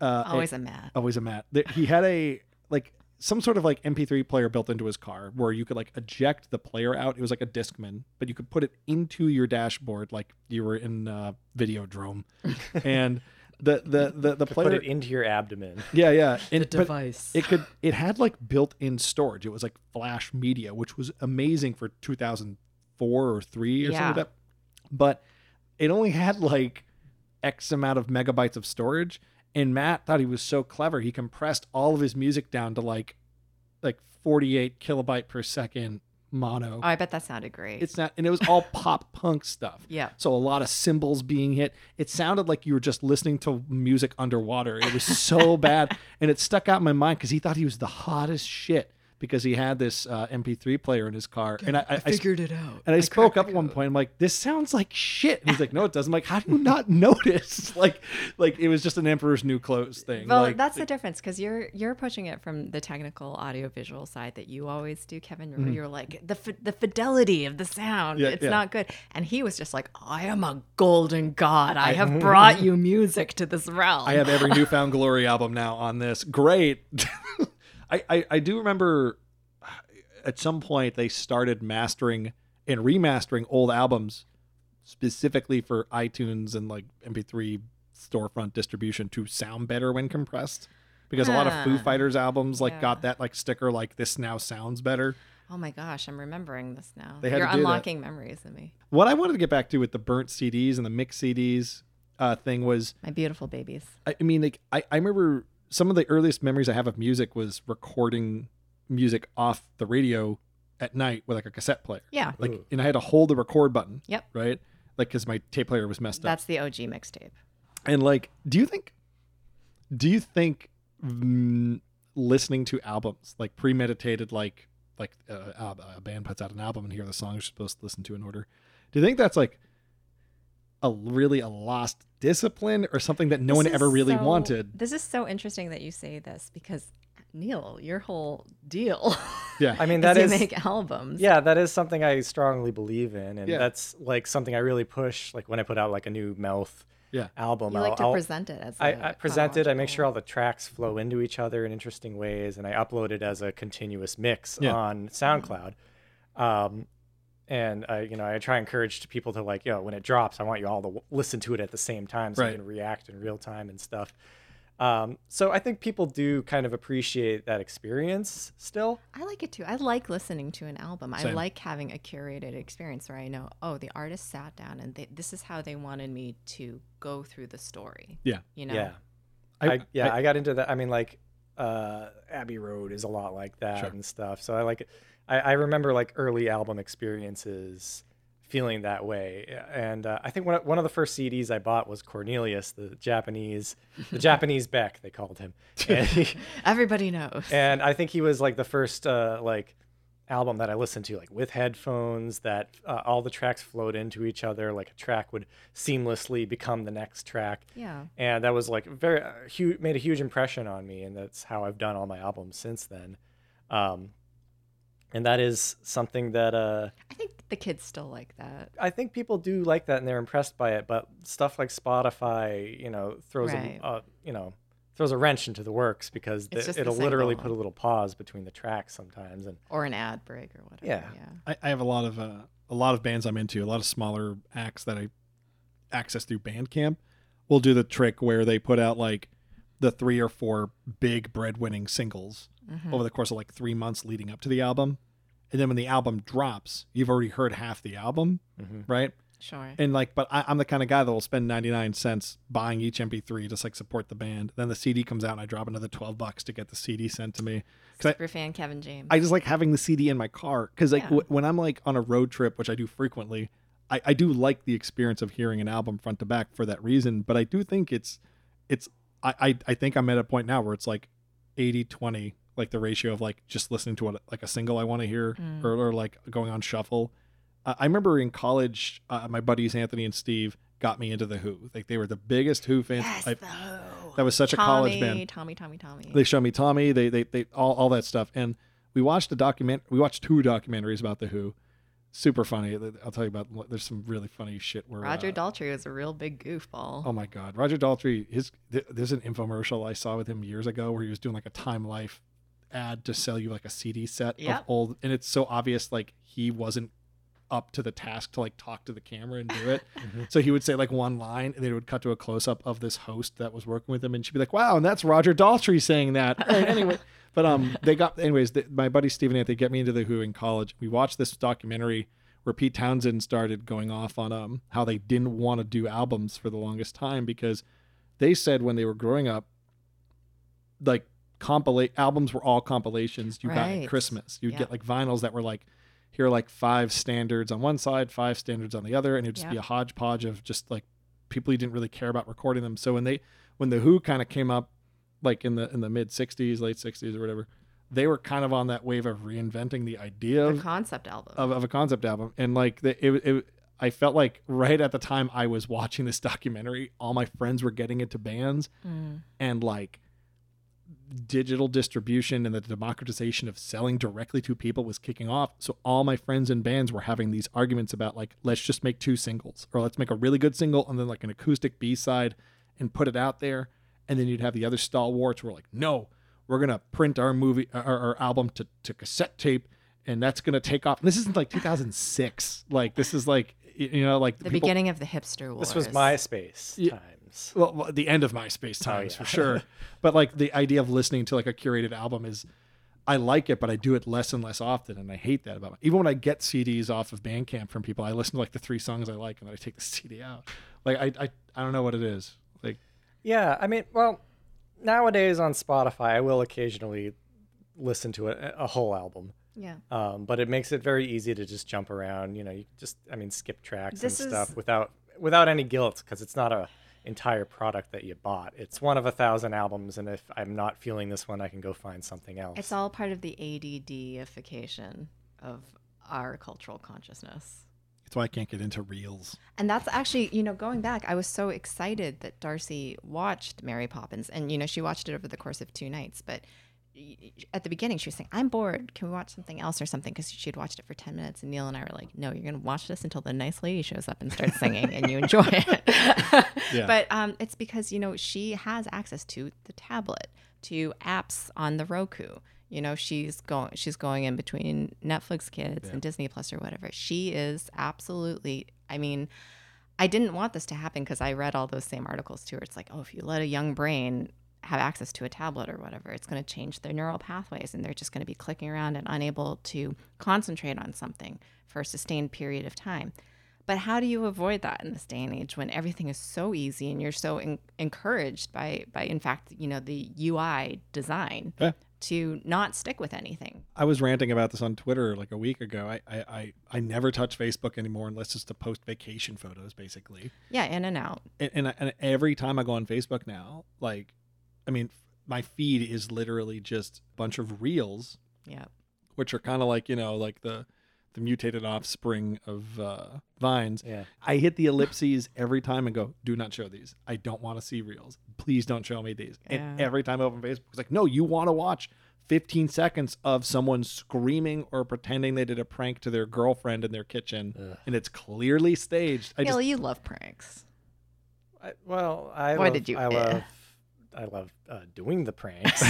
[SPEAKER 2] uh, a-
[SPEAKER 4] always a Matt.
[SPEAKER 2] always a Matt. There- He had a like some sort of like MP3 player built into his car where you could like eject the player out. It was like a Discman, but you could put it into your dashboard like you were in uh, Videodrome, and the the the, the
[SPEAKER 1] Put
[SPEAKER 2] player.
[SPEAKER 1] it into your abdomen.
[SPEAKER 2] yeah, yeah. And, but
[SPEAKER 5] device.
[SPEAKER 2] it could it had like built-in storage. It was like flash media, which was amazing for 2004 or 3 or something
[SPEAKER 4] Yeah.
[SPEAKER 2] like that. But it only had like X amount of megabytes of storage. And Matt thought he was so clever. He compressed all of his music down to like like 48 kilobyte per second mono.
[SPEAKER 4] Oh, I bet that sounded great.
[SPEAKER 2] It's not and it was all pop punk stuff.
[SPEAKER 4] yeah.
[SPEAKER 2] So a lot of cymbals being hit. It sounded like you were just listening to music underwater. It was so bad, and it stuck out in my mind because he thought he was the hottest shit because he had this uh, MP3 player in his car. And I, I, I
[SPEAKER 5] figured it out.
[SPEAKER 2] and I, spoke up
[SPEAKER 4] cracked
[SPEAKER 2] at
[SPEAKER 4] the
[SPEAKER 2] one
[SPEAKER 4] code.
[SPEAKER 2] point. I'm like, "This sounds like shit." And he's like, "No, it doesn't." I'm like, "How do you not notice?" Like, like it was just an Emperor's New Clothes thing.
[SPEAKER 4] Well,
[SPEAKER 2] like,
[SPEAKER 4] that's the difference because you're you're approaching it from the technical audiovisual side that you always do, Kevin. where You're like the fi- the fidelity of the sound.
[SPEAKER 2] Mm-hmm. Yeah,
[SPEAKER 4] it's
[SPEAKER 2] yeah.
[SPEAKER 4] not good. And he was just like, I am a golden god. I have brought you music to this realm.
[SPEAKER 2] I have every newfound glory album now on this. Great. I, I I do remember uh, at some point they started mastering and remastering old albums specifically for iTunes and like MP3 storefront distribution to sound better when compressed. Because a lot of Foo
[SPEAKER 4] Ah.
[SPEAKER 2] Fighters albums like
[SPEAKER 4] Yeah.
[SPEAKER 2] got that like sticker like this now sounds better.
[SPEAKER 4] Oh my gosh, I'm remembering this now.
[SPEAKER 2] They had
[SPEAKER 4] You're
[SPEAKER 2] to do that.
[SPEAKER 4] unlocking memories in me.
[SPEAKER 2] What I wanted to get back to with the burnt CDs and the mixed CDs uh, thing was
[SPEAKER 4] My beautiful babies.
[SPEAKER 2] I, I mean, like I, I remember some of the earliest memories I have of music was recording music off the radio at night with like a cassette player.
[SPEAKER 4] Yeah.
[SPEAKER 2] Like,
[SPEAKER 1] Ooh.
[SPEAKER 2] and I had to hold the record button.
[SPEAKER 4] Yep.
[SPEAKER 2] Right. Like, because my tape player was messed up.
[SPEAKER 4] That's the OG mixtape.
[SPEAKER 2] And like, do you think, do you think mm, listening to albums, like premeditated, like like uh, uh, a band puts out an album and here are the songs you're supposed to listen to in order. Do you think that's like a really a lost discipline or something that no
[SPEAKER 4] This
[SPEAKER 2] one
[SPEAKER 4] is
[SPEAKER 2] ever really
[SPEAKER 4] so-
[SPEAKER 2] wanted?
[SPEAKER 4] This is so interesting that you say this because Neil, your whole deal
[SPEAKER 2] Yeah,
[SPEAKER 1] I mean,
[SPEAKER 4] is
[SPEAKER 1] that
[SPEAKER 4] you
[SPEAKER 1] is
[SPEAKER 4] make albums.
[SPEAKER 1] yeah, that is something I strongly believe in, and
[SPEAKER 2] Yeah.
[SPEAKER 1] that's like something I really push. Like when I put out like a new Mouth
[SPEAKER 2] Yeah.
[SPEAKER 1] album,
[SPEAKER 3] you
[SPEAKER 1] I'll,
[SPEAKER 3] like to
[SPEAKER 1] I'll-
[SPEAKER 3] present it as
[SPEAKER 1] I,
[SPEAKER 3] a
[SPEAKER 1] I present it. I make
[SPEAKER 3] chronological-
[SPEAKER 1] sure all the tracks flow into each other in interesting ways, and I upload it as a continuous mix
[SPEAKER 2] Yeah.
[SPEAKER 1] on SoundCloud. Um, and I, you know, I try and encourage people to like, yo, when it drops, I want you all to w- listen to it at the same time, so
[SPEAKER 2] Right.
[SPEAKER 1] you can react in real time and stuff. Um, so I think people do kind of appreciate that experience still.
[SPEAKER 3] I like it too. I like listening to an album. I
[SPEAKER 2] Same.
[SPEAKER 3] like having a curated experience where I know, oh, the artist sat down and they, this is how they wanted me to go through the story.
[SPEAKER 2] Yeah.
[SPEAKER 3] You know?
[SPEAKER 1] Yeah.
[SPEAKER 2] I-
[SPEAKER 1] I, yeah, I, got into that. I mean, like uh, Abbey Road is a lot like that
[SPEAKER 2] Sure.
[SPEAKER 1] and stuff. So I like, it. I, I remember like early album experiences feeling that way. And uh, I think one of, one of the first CDs I bought was Cornelius, the Japanese, the Japanese Beck they called him, and, he-
[SPEAKER 3] Everybody knows.
[SPEAKER 1] and I think he was like the first uh, like album that I listened to like with headphones that uh, all the tracks flowed into each other. Like a track would seamlessly become the next track
[SPEAKER 3] yeah.
[SPEAKER 1] and that was like very uh, huge made a huge impression on me and that's how i've done all my albums since then um and that is something that uh
[SPEAKER 3] I think the kids still like that.
[SPEAKER 1] i think people do like that and they're impressed by it but stuff like spotify you know throws
[SPEAKER 3] Right.
[SPEAKER 1] a uh, you know throws a wrench into the works because
[SPEAKER 3] It's
[SPEAKER 1] the-
[SPEAKER 3] just the
[SPEAKER 1] it'll literally
[SPEAKER 3] single.
[SPEAKER 1] put a little pause between the tracks sometimes and
[SPEAKER 3] Or an ad break or whatever.
[SPEAKER 1] Yeah.
[SPEAKER 2] I, I have a lot of uh, a lot of bands I'm into, a lot of smaller acts that I access through Bandcamp. Will do the trick where they put out like the three or four big breadwinning singles
[SPEAKER 4] Hmm.
[SPEAKER 3] Mhm.
[SPEAKER 2] over the course of like three months leading up to the album, and then when the album drops, you've already heard half the album,
[SPEAKER 1] mm-hmm.
[SPEAKER 2] right?
[SPEAKER 3] Sure.
[SPEAKER 2] And like, but I, I'm the kind of guy that will spend 99 cents buying each MP3 just like support the band. Then the CD comes out, and I drop another 12 bucks to get the CD sent to me. 'Cause I-
[SPEAKER 3] Super fan Kevin James.
[SPEAKER 2] I just like having the CD in my car because like
[SPEAKER 3] Yeah.
[SPEAKER 2] w- when I'm like on a road trip, which I do frequently, I, I do like the experience of hearing an album front to back for that reason. But I do think it's it's I I, I think I'm at a point now where it's like 80 20 like the ratio of like just listening to what like a single I want to hear
[SPEAKER 3] Mm.
[SPEAKER 2] or, or like going on shuffle. I, I remember in college, uh, my buddies Anthony and Steve got me into the Who. Like they were the biggest Who fans.
[SPEAKER 3] yes,
[SPEAKER 2] I-
[SPEAKER 3] the Who.
[SPEAKER 2] that was such a college band
[SPEAKER 3] Tommy, Tommy, Tommy.
[SPEAKER 2] they show me Tommy, they they they all, all that stuff. And we watched a document we watched two documentaries about the Who. Super funny. I'll tell you about there's some really funny shit where
[SPEAKER 3] Roger
[SPEAKER 2] uh,
[SPEAKER 3] Daltrey was a real big goofball.
[SPEAKER 2] Oh my god. Roger Daltrey his th- there's an infomercial I saw with him years ago where he was doing like a Time Life ad to sell you like a CD set of
[SPEAKER 3] Yep.
[SPEAKER 2] old and it's so obvious like he wasn't up to the task to like talk to the camera and do it. Mm-hmm. So he would say like one line, and then it would cut to a close up of this host that was working with him, and she'd be like, "Wow, and that's Roger Daltrey saying that." All right, anyway, but um, they got anyways. The, my buddy Stephen Anthony get me into the Who in college. We watched this documentary where Pete Townsend started going off on um how they didn't want to do albums for the longest time because they said when they were growing up, like compilate albums were all compilations you got
[SPEAKER 3] Right.
[SPEAKER 2] at Christmas. You'd
[SPEAKER 3] Yeah.
[SPEAKER 2] get like vinyls that were like here are like five standards on one side, five standards on the other, and it'd just be
[SPEAKER 3] Yeah.
[SPEAKER 2] a hodgepodge of just like people who didn't really care about recording them. So when they when the Who kind of came up like in the in the mid sixties, late sixties or whatever, they were kind of on that wave of reinventing the idea
[SPEAKER 3] the
[SPEAKER 2] of,
[SPEAKER 3] concept album.
[SPEAKER 2] of, of a concept album. And like the, it, it I felt like right at the time I was watching this documentary, all my friends were getting into bands
[SPEAKER 3] Mm.
[SPEAKER 2] and like digital distribution and the democratization of selling directly to people was kicking off. So all my friends and bands were having these arguments about like, let's just make two singles or let's make a really good single and then like an acoustic B side and put it out there. And then you'd have the other stalwarts who were like, no, we're going to print our movie, our, our album to, to cassette tape. And that's going to take off. And this isn't like 2006. Like this is like, y- you know, like
[SPEAKER 3] The beginning of the hipster wars.
[SPEAKER 1] this was MySpace
[SPEAKER 2] Yeah.
[SPEAKER 1] times
[SPEAKER 2] well, well, the end of MySpace times
[SPEAKER 1] yeah.
[SPEAKER 2] for sure. But like the idea of listening to like a curated album is, I like it, but I do it less and less often, and I hate that about it. Even when I get CDs off of Bandcamp from people, I listen to like the three songs I like, and then I take the CD out. Like I, I, I don't know what it is. Like
[SPEAKER 1] Yeah, I mean, well, nowadays on Spotify, I will occasionally listen to a, a whole album,
[SPEAKER 3] Yeah.
[SPEAKER 1] um, but it makes it very easy to just jump around. You know, you just, I mean, skip tracks
[SPEAKER 4] This
[SPEAKER 1] and stuff
[SPEAKER 4] is-
[SPEAKER 1] without without any guilt because it's not a entire product that you bought. It's one of a thousand albums, and if I'm not feeling this one, I can go find something else.
[SPEAKER 4] It's all part of the ADDification of our cultural consciousness.
[SPEAKER 2] That's why I can't get into reels.
[SPEAKER 4] And that's actually, you know, going back, I was so excited that Darcy watched Mary Poppins. And, you know, she watched it over the course of two nights. But y- y- at the beginning, she was saying, I'm bored. Can we watch something else or something? Because she'd watched it for 10 minutes. And Neil and I were like, no, you're going to watch this until the nice lady shows up and starts singing and you enjoy it.
[SPEAKER 2] Yeah.
[SPEAKER 4] But um, it's because, you know, she has access to the tablet, to apps on the Roku. You know, she's going she's going in between Netflix kids and Disney Plus or whatever. She is absolutely I mean, I didn't want this to happen because I read all those same articles too. where It's like, oh, if you let a young brain have access to a tablet or whatever, it's going to change their neural pathways and they're just going to be clicking around and unable to concentrate on something for a sustained period of time. But how do you avoid that in this day and age when everything is so easy and you're so en- encouraged by, by, in fact, you know, the UI design
[SPEAKER 2] Yeah.
[SPEAKER 4] to not stick with anything?
[SPEAKER 2] Eh. I was ranting about this on Twitter like a week ago. I, I, I, I never touch Facebook anymore unless it's to post vacation photos, basically.
[SPEAKER 4] Yeah, in and out.
[SPEAKER 2] and, and, I- and every time I go on Facebook now, like, I mean, my feed is literally just a bunch of reels,
[SPEAKER 4] Yeah.
[SPEAKER 2] which are kind of like you know, like the the mutated offspring of uh, vines.
[SPEAKER 1] yeah.
[SPEAKER 2] I hit the ellipses every time and go, "Do not show these. I don't want to see reels. Please don't show me these." And
[SPEAKER 4] Yeah.
[SPEAKER 2] every time I open Facebook, it's like, "No, you want to watch." 15 seconds of someone screaming or pretending they did a prank to their girlfriend in their kitchen and it's clearly staged. I
[SPEAKER 4] Neil,
[SPEAKER 2] just
[SPEAKER 4] you love pranks.
[SPEAKER 1] I, well, I
[SPEAKER 4] Why
[SPEAKER 1] love,
[SPEAKER 4] did you-
[SPEAKER 1] I
[SPEAKER 4] eh.
[SPEAKER 1] love, I love uh, doing the pranks.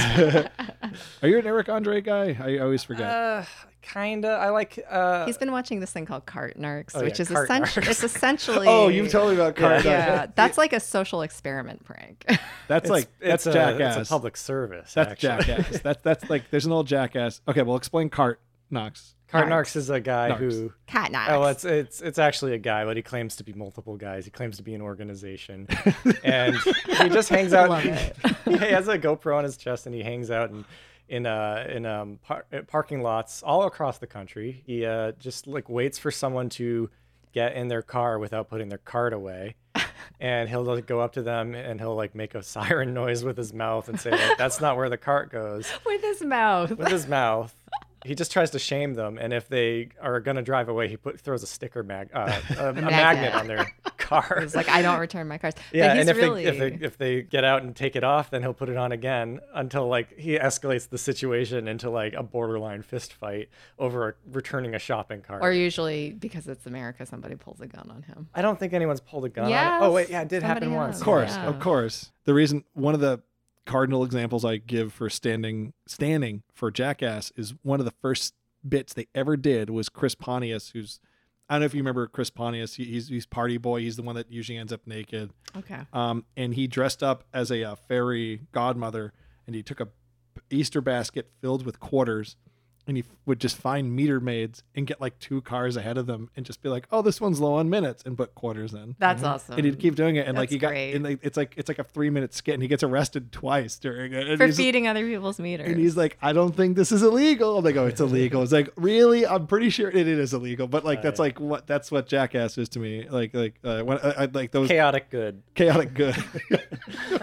[SPEAKER 2] Are you an Eric Andre guy? I always forget.
[SPEAKER 1] uh, kinda. I like. Uh,
[SPEAKER 4] He's been watching this thing called cart narcs,
[SPEAKER 1] Oh, yeah,
[SPEAKER 4] which is
[SPEAKER 1] cart
[SPEAKER 4] essentially
[SPEAKER 1] narcs.
[SPEAKER 4] it's essentially
[SPEAKER 2] Oh, you've told me about Card.
[SPEAKER 4] yeah, that's like a social experiment prank.
[SPEAKER 2] That's like
[SPEAKER 1] it's
[SPEAKER 2] that's
[SPEAKER 1] a,
[SPEAKER 2] jackass.
[SPEAKER 1] It's a public service.
[SPEAKER 2] that's
[SPEAKER 1] actually.
[SPEAKER 2] jackass. that's that's like there's an old jackass. Okay, well explain cart Knox.
[SPEAKER 1] Card Narcs is a guy
[SPEAKER 2] Narcs.
[SPEAKER 1] who.
[SPEAKER 4] Cat narcs.
[SPEAKER 1] Oh, it's it's it's actually a guy, but he claims to be multiple guys. He claims to be an organization, and he just hangs out.
[SPEAKER 4] Love
[SPEAKER 1] he has a GoPro on his chest, and he hangs out in in uh, in um par- uh, parking lots all across the country. He uh, just like waits for someone to get in their car without putting their card away. And he'll like, go up to them and he'll like make a siren noise with his mouth and say, like, "That's not where the cart goes."
[SPEAKER 4] with his mouth.
[SPEAKER 1] with his mouth. He just tries to shame them, and if they are gonna drive away, he put throws a sticker mag, uh, a, a magnet.
[SPEAKER 4] magnet.
[SPEAKER 1] on their car.
[SPEAKER 4] It's like I don't return my cards.
[SPEAKER 1] yeah,
[SPEAKER 4] but he's
[SPEAKER 1] and if
[SPEAKER 4] really
[SPEAKER 1] they if they if they get out and take it off, then he'll put it on again until like he escalates the situation into like a borderline fist fight over a, returning a shopping cart.
[SPEAKER 4] or usually because it's America, somebody pulls a gun on him.
[SPEAKER 1] I don't think anyone's pulled a gun. on it. Oh wait, yeah, it did
[SPEAKER 4] Yes,
[SPEAKER 1] happen
[SPEAKER 4] somebody
[SPEAKER 1] once.
[SPEAKER 4] has.
[SPEAKER 2] Of course,
[SPEAKER 4] Yeah.
[SPEAKER 2] of course. The reason one of the cardinal examples I give for standing standing for jackass is one of the first bits they ever did was Chris Pontius, who's I don't know if you remember Chris Pontius. He, he's he's party boy. He's the one that usually ends up naked.
[SPEAKER 4] Okay.
[SPEAKER 2] um, and he dressed up as a uh, fairy godmother, and he took a Easter basket filled with quarters, and he f- would just find meter maids and get like two cars ahead of them, and just be like, "Oh, this one's low on minutes," and put quarters in.
[SPEAKER 4] That's
[SPEAKER 1] Mm-hmm.
[SPEAKER 4] awesome.
[SPEAKER 2] and he'd keep doing it, and like
[SPEAKER 4] That's
[SPEAKER 2] he got,
[SPEAKER 4] great.
[SPEAKER 2] and like, it's like it's like a three minute skit, and he gets arrested twice during it. And
[SPEAKER 4] for
[SPEAKER 2] he's,
[SPEAKER 4] feeding other people's meters.
[SPEAKER 2] and he's like, I don't think this is illegal. I'm like, oh, it's illegal. It's like, really? I'm pretty sure it is illegal. But like, that's like what that's what jackass is to me. Like, like uh, when I, I like those
[SPEAKER 1] Chaotic good.
[SPEAKER 2] chaotic good.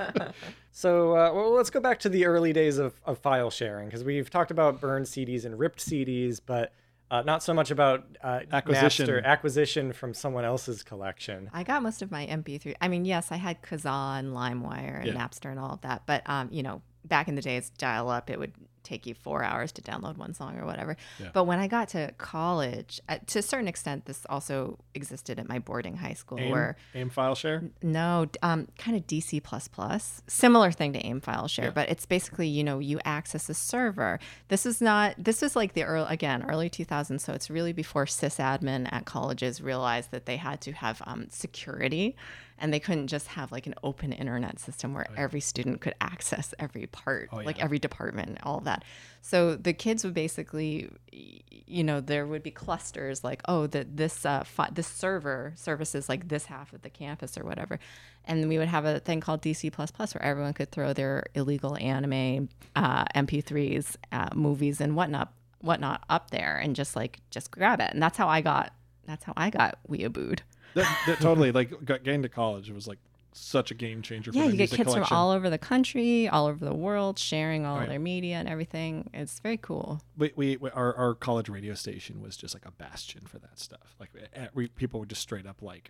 [SPEAKER 1] So, uh, well, let's go back to the early days of, of file sharing because we've talked about burned CDs and ripped CDs, but uh, not so much about uh,
[SPEAKER 2] Acquisition.
[SPEAKER 1] Napster acquisition from someone else's collection.
[SPEAKER 4] I got most of my MP3. I mean, yes, I had Kazaa and LimeWire and
[SPEAKER 2] Yeah.
[SPEAKER 4] Napster and all of that, but um, you know, back in the days, dial up, it would take you four hours to download one song or whatever.
[SPEAKER 2] Yeah.
[SPEAKER 4] But when I got to college, uh, to a certain extent, this also existed at my boarding high school, where
[SPEAKER 2] aim file share.
[SPEAKER 4] no, d- um, kind of DC plus plus, similar thing to AIM file share, but it's basically you know you access a server. This is not this is like the early again early 2000s, so it's really before sysadmin at colleges realized that they had to have um, security, and they couldn't just have like an open internet system where every student could access every part, like every department, all of that. So the kids would basically, y- you know, there would be clusters like, oh, that this uh, fi- this server services like this half of the campus or whatever, and we would have a thing called DC where everyone could throw their illegal anime, uh, MP3s, uh, movies, and whatnot whatnot up there and just like just grab it, and that's how I got that's how I got weeabooed.
[SPEAKER 2] That, that totally like got getting to college. It was like such a game changer.
[SPEAKER 4] Yeah,
[SPEAKER 2] for
[SPEAKER 4] you get kids
[SPEAKER 2] collection.
[SPEAKER 4] from all over the country, all over the world, sharing all
[SPEAKER 2] Right.
[SPEAKER 4] their media and everything. It's very cool.
[SPEAKER 2] we, we, we our, our college radio station was just like a bastion for that stuff. Like eh, we, people would just straight up like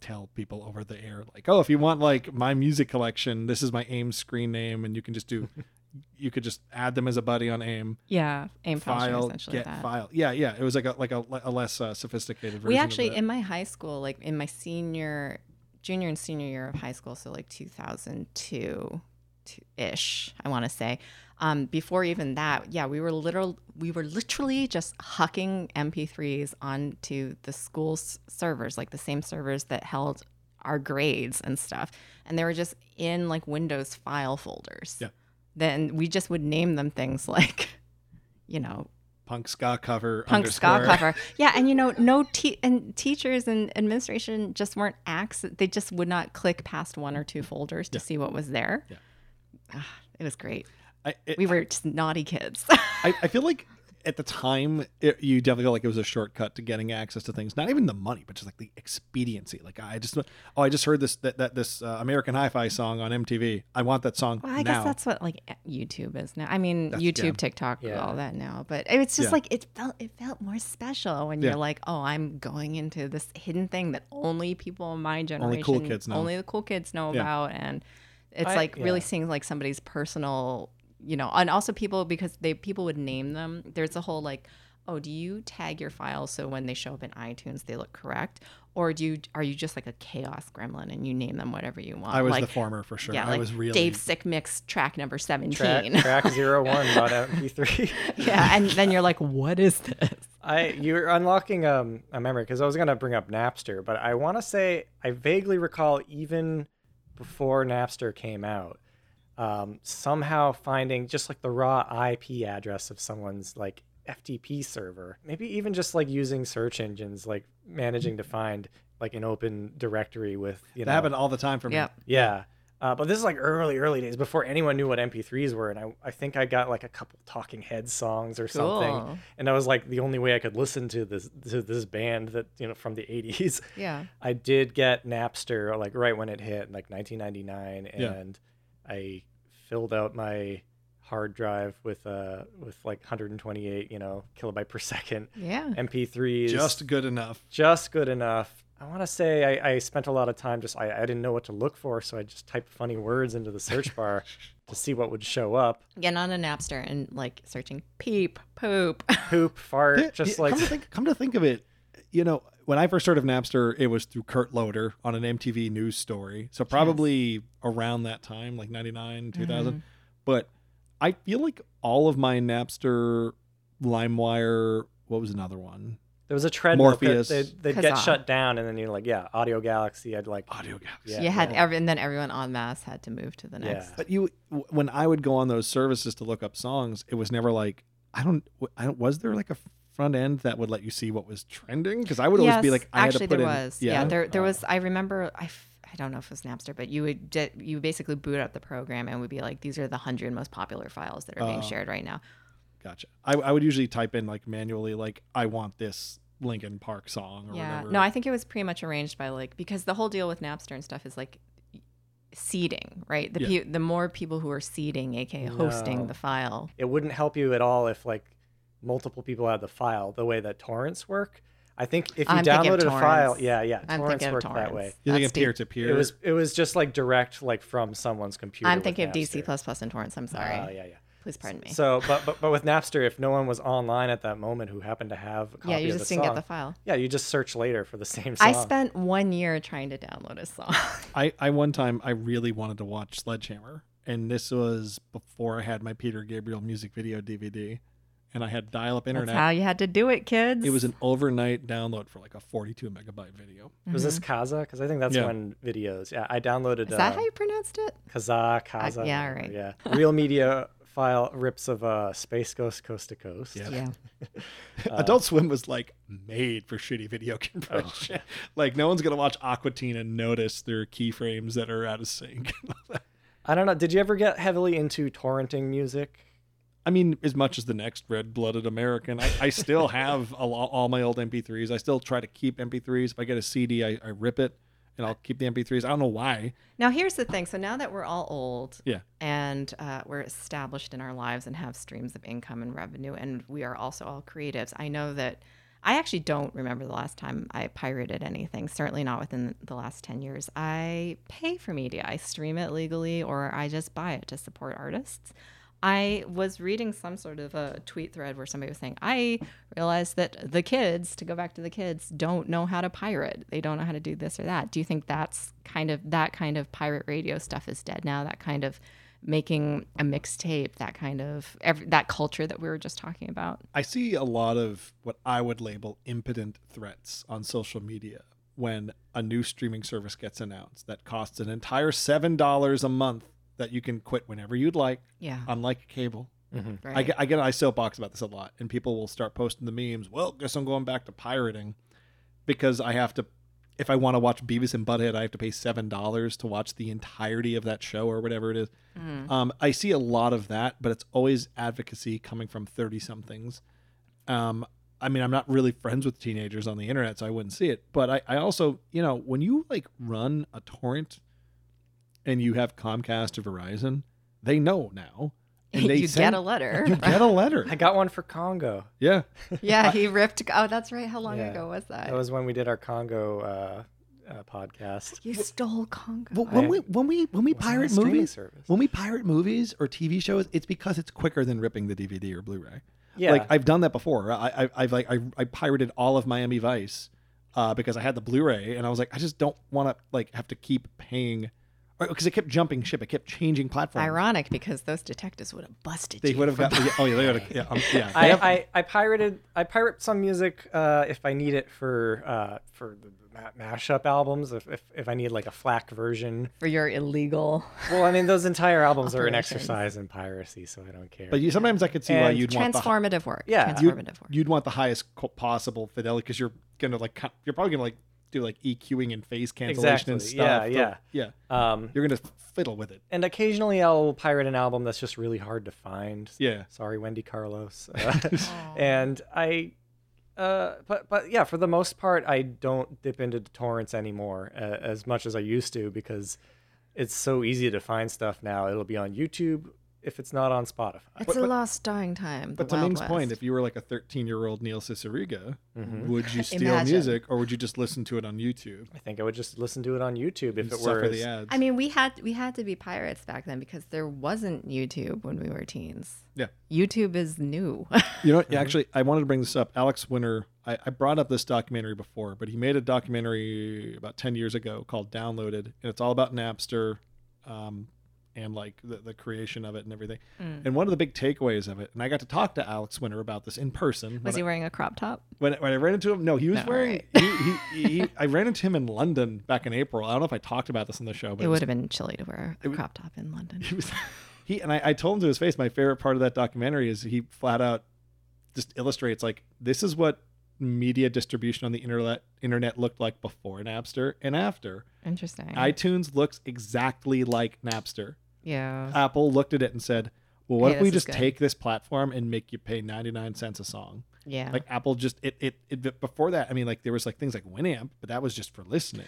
[SPEAKER 2] tell people over the air like, "Oh, if you want like my music collection, this is my AIM screen name and you can just do you could just add them as a buddy on AIM."
[SPEAKER 4] Yeah, aim
[SPEAKER 2] File,
[SPEAKER 4] essentially
[SPEAKER 2] get
[SPEAKER 4] that.
[SPEAKER 2] file. Yeah, yeah. It was like a like a, le- a less uh, sophisticated version.
[SPEAKER 4] we
[SPEAKER 2] of
[SPEAKER 4] actually
[SPEAKER 2] that.
[SPEAKER 4] in my high school like in my senior junior and senior year of high school so like 2002 ish i want to say um, before even that yeah we were literal we were literally just hucking mp3s onto the school's servers like the same servers that held our grades and stuff and they were just in like windows file folders
[SPEAKER 2] Yeah.
[SPEAKER 4] then we just would name them things like you know
[SPEAKER 2] punk ska cover
[SPEAKER 4] punk ska
[SPEAKER 2] underscore.
[SPEAKER 4] cover. Yeah, and you know, no te- and teachers and administration just weren't acts. They just would not click past one or two folders to see what was there.
[SPEAKER 2] Yeah.
[SPEAKER 4] Ah, it was great.
[SPEAKER 2] I, it,
[SPEAKER 4] We were just naughty kids.
[SPEAKER 2] I, I feel like at the time it, you definitely felt like it was a shortcut to getting access to things not even the money but just like the expediency like i just oh i just heard this that, that this uh, american hi-fi song on mtv i want that song
[SPEAKER 4] well, I
[SPEAKER 2] now
[SPEAKER 4] guess that's what like e, YouTube is now. I mean,
[SPEAKER 2] That's-
[SPEAKER 4] YouTube,
[SPEAKER 2] yeah.
[SPEAKER 4] TikTok,
[SPEAKER 1] Yeah.
[SPEAKER 4] all that now. But it's just
[SPEAKER 2] Yeah.
[SPEAKER 4] like it felt it felt more special when
[SPEAKER 2] Yeah.
[SPEAKER 4] you're like, oh, I'm going into this hidden thing that only people in my generation,
[SPEAKER 2] Only cool kids know.
[SPEAKER 4] only the cool kids know
[SPEAKER 2] Yeah.
[SPEAKER 4] about, and it's
[SPEAKER 1] I-
[SPEAKER 4] like really
[SPEAKER 1] yeah.
[SPEAKER 4] seeing like somebody's personal, you know, and also people because they people would name them. There's a whole like. Oh, do you tag your files so when they show up in iTunes they look correct, or do you are you just like a chaos gremlin and you name them whatever you want?
[SPEAKER 2] i was
[SPEAKER 4] like,
[SPEAKER 2] the former for sure
[SPEAKER 4] yeah,
[SPEAKER 2] i
[SPEAKER 4] like
[SPEAKER 2] was really
[SPEAKER 4] Dave Sick Mix track number 17.
[SPEAKER 1] Track, track zero one bought out in P3.
[SPEAKER 4] yeah, and then you're like, what is this?
[SPEAKER 1] I you're unlocking um a memory because I was gonna bring up Napster, but I want to say I vaguely recall even before Napster came out, um, somehow finding just like the raw IP address of someone's like FTP server, maybe even just like using search engines, like managing to find like an open directory with you
[SPEAKER 2] that
[SPEAKER 1] know
[SPEAKER 2] happened all the time for me
[SPEAKER 4] Yep.
[SPEAKER 1] yeah. Uh, but this is like early, early days before anyone knew what MP3s were. And I, I think I got like a couple Talking Heads songs or
[SPEAKER 4] Cool.
[SPEAKER 1] something. And I was like, the only way I could listen to this to this band that, you know, from the 80s.
[SPEAKER 4] Yeah.
[SPEAKER 1] I did get Napster like right when it hit, like 1999.
[SPEAKER 2] Yeah.
[SPEAKER 1] And I filled out my hard drive with uh with like 128 you know kilobyte per second
[SPEAKER 4] Yeah.
[SPEAKER 1] mp3s
[SPEAKER 2] just good enough
[SPEAKER 1] just good enough. I want to say I, I spent a lot of time just I, I didn't know what to look for, so I just typed funny words into the search bar to see what would show up.
[SPEAKER 4] Getting on a Napster and like searching peep, poop.
[SPEAKER 1] Poop, fart,
[SPEAKER 2] Yeah,
[SPEAKER 1] just
[SPEAKER 2] yeah,
[SPEAKER 1] like
[SPEAKER 2] come to, think, come to think of it you know when i first heard of napster it was through kurt loder on an mtv news story so probably around that time like 99 2000
[SPEAKER 4] Mm-hmm.
[SPEAKER 2] but i feel like all of my napster limewire what was another one
[SPEAKER 1] there was a treadmill.
[SPEAKER 2] Morpheus.
[SPEAKER 1] They, would
[SPEAKER 4] Kazaa.
[SPEAKER 1] get shut down, and then you're like, yeah, Audio Galaxy. I'd like
[SPEAKER 2] audio gaps
[SPEAKER 1] Yeah.
[SPEAKER 4] you had every, and then everyone en masse had to move to the
[SPEAKER 1] Yeah.
[SPEAKER 4] next.
[SPEAKER 2] but you w- when i would go on those services to look up songs it was never like i don't w- I don't- was there like a front end that would let you see what was trending because i would always be
[SPEAKER 4] Yes,
[SPEAKER 2] like i
[SPEAKER 4] actually
[SPEAKER 2] had to put
[SPEAKER 4] there
[SPEAKER 2] in-
[SPEAKER 4] was. Yeah, there there
[SPEAKER 1] Oh.
[SPEAKER 4] was. I remember. I, f- I don't know if it was Napster, but you would di- you basically boot up the program and would be like, these are the hundred most popular files that are being
[SPEAKER 2] Oh.
[SPEAKER 4] shared right now.
[SPEAKER 2] Gotcha. I, I would usually type in like manually, like I want this Lincoln Park song or
[SPEAKER 4] yeah
[SPEAKER 2] whatever.
[SPEAKER 4] no i think it was pretty much arranged by like because the whole deal with napster and stuff is like seeding right the
[SPEAKER 2] Yeah.
[SPEAKER 4] pe- the more people who are seeding aka hosting
[SPEAKER 1] No.
[SPEAKER 4] the file
[SPEAKER 1] it wouldn't help you at all if like multiple people had the file the way that torrents work. I think if you
[SPEAKER 4] I'm thinking of
[SPEAKER 1] downloaded a file,
[SPEAKER 4] torrents.
[SPEAKER 1] yeah, yeah,
[SPEAKER 4] i'm
[SPEAKER 1] torrents
[SPEAKER 4] thinking of
[SPEAKER 1] worked
[SPEAKER 4] torrents
[SPEAKER 1] that way.
[SPEAKER 2] you think
[SPEAKER 4] That's
[SPEAKER 2] of peer to peer?
[SPEAKER 1] It was it was just like direct like from someone's
[SPEAKER 4] deep.
[SPEAKER 1] computer.
[SPEAKER 4] i'm
[SPEAKER 1] with
[SPEAKER 4] thinking of dc
[SPEAKER 1] Napster.
[SPEAKER 4] plus plus and torrents
[SPEAKER 2] Uh,
[SPEAKER 4] i'm
[SPEAKER 1] Oh
[SPEAKER 4] sorry
[SPEAKER 1] yeah, yeah.
[SPEAKER 4] please pardon me
[SPEAKER 1] So, but, but but with Napster, if no one was online at that moment who happened to have a copy
[SPEAKER 4] yeah you
[SPEAKER 1] of
[SPEAKER 4] just
[SPEAKER 1] the
[SPEAKER 4] didn't
[SPEAKER 1] song,
[SPEAKER 4] get the file
[SPEAKER 1] yeah, you just search later for the same song.
[SPEAKER 4] i spent one year trying to download a song
[SPEAKER 2] I, I one time I really wanted to watch Sledgehammer, and this was before I had my Peter Gabriel music video DVD, and I had dial up
[SPEAKER 4] that's
[SPEAKER 2] internet.
[SPEAKER 4] how you had to do it kids
[SPEAKER 2] it was an overnight download for like a 42 megabyte video.
[SPEAKER 1] was this Kaza? Because I think that's
[SPEAKER 2] Yeah.
[SPEAKER 1] when videos. Yeah, I downloaded.
[SPEAKER 4] Mm-hmm. is that
[SPEAKER 1] uh,
[SPEAKER 4] how you pronounced it
[SPEAKER 1] Kaza, Kaza.
[SPEAKER 4] yeah,
[SPEAKER 1] whatever,
[SPEAKER 4] right.
[SPEAKER 1] Yeah, real media file rips of uh, Space Ghost Coast to Coast.
[SPEAKER 2] Yeah.
[SPEAKER 4] yeah
[SPEAKER 1] Uh.
[SPEAKER 2] Adult Swim was like made for shitty
[SPEAKER 1] Oh.
[SPEAKER 2] video compression. like no one's gonna watch Aquatine and notice their keyframes that are out of sync.
[SPEAKER 1] I don't know. Did you ever get heavily into torrenting music?
[SPEAKER 2] I mean, as much as the next red-blooded American, I, I still have a lo- all my old MP3s. I still try to keep MP3s. If I get a CD, I, I rip it and I'll keep the MP3s. I don't know why.
[SPEAKER 4] Now, here's the thing. So now that we're all old
[SPEAKER 2] Yeah.
[SPEAKER 4] and uh, we're established in our lives and have streams of income and revenue, and we are also all creatives, I know that I actually don't remember the last time I pirated anything, certainly not within the last 10 years. I pay for media, I stream it legally, or I just buy it to support artists. I was reading some sort of a tweet thread where somebody was saying, I realized that the kids, to go back to the kids, don't know how to pirate. They don't know how to do this or that. Do you think that's kind of that kind of pirate radio stuff is dead now? That kind of making a mixtape, that kind of every, that culture that we were just talking about?
[SPEAKER 2] I see a lot of what I would label impotent threats on social media when a new streaming service gets announced that costs an entire $7 a month that you can quit whenever you'd like,
[SPEAKER 4] Yeah.
[SPEAKER 2] unlike cable. I
[SPEAKER 4] Right.
[SPEAKER 2] get, I get I soapbox about this a lot, and people will start posting the memes. Well, guess I'm going back to pirating because I have to. If I want to watch Beavis and Butthead, I have to pay seven dollars to watch the entirety of that show or whatever it is.
[SPEAKER 4] Mm-hmm. Hmm.
[SPEAKER 2] Um, I see a lot of that, but it's always advocacy coming from thirty somethings. Um, I mean, I'm not really friends with teenagers on the internet, so I wouldn't see it. But I, I also, you know, when you like run a torrent and you have Comcast or Verizon, they know now. And they
[SPEAKER 4] you
[SPEAKER 2] send-
[SPEAKER 4] get a letter.
[SPEAKER 2] you get a letter.
[SPEAKER 1] I got one for Congo.
[SPEAKER 2] Yeah.
[SPEAKER 3] Yeah, he ripped. Oh, that's right. How long
[SPEAKER 1] Yeah.
[SPEAKER 3] ago was that?
[SPEAKER 1] That
[SPEAKER 2] Oh,
[SPEAKER 1] was when we did our Congo uh, uh, podcast.
[SPEAKER 3] you stole Congo.
[SPEAKER 2] Well, when
[SPEAKER 1] I-
[SPEAKER 2] we when we when we
[SPEAKER 1] Wasn't on a
[SPEAKER 2] pirate
[SPEAKER 1] streaming
[SPEAKER 2] movies,
[SPEAKER 1] service.
[SPEAKER 2] when we pirate movies or TV shows, it's because it's quicker than ripping the DVD or Blu-ray.
[SPEAKER 1] Yeah.
[SPEAKER 2] Like I've done that before. I, I I've like I, I pirated all of Miami Vice uh, because I had the Blu-ray and I was like I just don't want to like have to keep paying because it kept jumping ship. It kept changing platforms.
[SPEAKER 4] Ironic because those detectives would have busted
[SPEAKER 2] They
[SPEAKER 4] you.
[SPEAKER 2] would have
[SPEAKER 4] for
[SPEAKER 2] got yeah, oh yeah they would have yeah, um, yeah. They
[SPEAKER 1] I,
[SPEAKER 2] have-
[SPEAKER 1] I, I pirated I pirate some music uh, if I need it for uh, for the ma- mashup albums if, if if I need like a flack version.
[SPEAKER 4] for your illegal.
[SPEAKER 1] Well, I mean those entire albums are an
[SPEAKER 4] Operations.
[SPEAKER 1] exercise in piracy, so I don't care.
[SPEAKER 2] but you sometimes I could see why
[SPEAKER 1] And
[SPEAKER 2] you'd want the hi-
[SPEAKER 4] Transformative work.
[SPEAKER 1] Yeah.
[SPEAKER 4] Transformative
[SPEAKER 1] You-
[SPEAKER 4] work.
[SPEAKER 2] you'd want the highest co- possible fidelity because you're gonna like co- you're probably gonna like do like EQing and phase cancellation and
[SPEAKER 1] Exactly. Yeah,
[SPEAKER 2] stuff. So,
[SPEAKER 1] yeah.
[SPEAKER 2] yeah.
[SPEAKER 1] um,
[SPEAKER 2] You're gonna fiddle with it.
[SPEAKER 1] and occasionally I'll pirate an album that's just really hard to find.
[SPEAKER 2] Yeah.
[SPEAKER 1] Sorry, Wendy Carlos. Uh,
[SPEAKER 4] Oh.
[SPEAKER 2] eh,
[SPEAKER 1] and I, uh, but but yeah, for the most part, I don't dip into the torrents anymore uh, as much as I used to because it's so easy to find stuff now. It'll be on YouTube if it's not on Spotify.
[SPEAKER 4] It's
[SPEAKER 2] But-
[SPEAKER 4] a
[SPEAKER 2] but-
[SPEAKER 4] lost dying time.
[SPEAKER 2] But to
[SPEAKER 4] the Wild
[SPEAKER 2] Ming's point,
[SPEAKER 4] West.
[SPEAKER 2] if you were like a 13 year old Neil Cicerega,
[SPEAKER 1] Mhm.
[SPEAKER 2] would you steal
[SPEAKER 3] Imagine.
[SPEAKER 2] music or would you just listen to it on YouTube?
[SPEAKER 1] I think I would just listen to it on YouTube if
[SPEAKER 2] and
[SPEAKER 1] it
[SPEAKER 2] suffer
[SPEAKER 1] were.
[SPEAKER 2] the
[SPEAKER 1] as-
[SPEAKER 2] ads.
[SPEAKER 4] I mean, we had we had to be pirates back then because there wasn't YouTube when we were teens.
[SPEAKER 2] Yeah.
[SPEAKER 4] YouTube is new.
[SPEAKER 2] you know, what? Yeah, actually, I wanted to bring this up. Alex Winter, I, I brought up this documentary before, but he made a documentary about 10 years ago called Downloaded, and it's all about Napster um, and like the, the creation of it and everything. And one of the big takeaways of it, and I got to talk to Alex Winter about this in person. when
[SPEAKER 4] Was he wearing a crop top?
[SPEAKER 2] when, when I ran into him, no, he was
[SPEAKER 4] No,
[SPEAKER 2] wearing. He, he, he, I ran into him in London back in April. I don't know if I talked about this on the show, but
[SPEAKER 4] It
[SPEAKER 2] it was,
[SPEAKER 4] would have been chilly to wear a
[SPEAKER 2] was-
[SPEAKER 4] crop top in London.
[SPEAKER 2] he was. He and I, I told him to his face. My favorite part of that documentary is he flat out just illustrates like this is what media distribution on the internet internet looked like before Napster and after.
[SPEAKER 4] Interesting.
[SPEAKER 2] iTunes looks exactly like Napster.
[SPEAKER 4] yeah.
[SPEAKER 2] Apple looked at it and said, "Well, what
[SPEAKER 4] Hey,
[SPEAKER 2] if we
[SPEAKER 4] this is
[SPEAKER 2] just
[SPEAKER 4] good.
[SPEAKER 2] take this platform and make you pay ninety nine cents a song?"
[SPEAKER 4] yeah.
[SPEAKER 2] like apple just it, it it before that i mean like there was like things like winamp but that was just for listening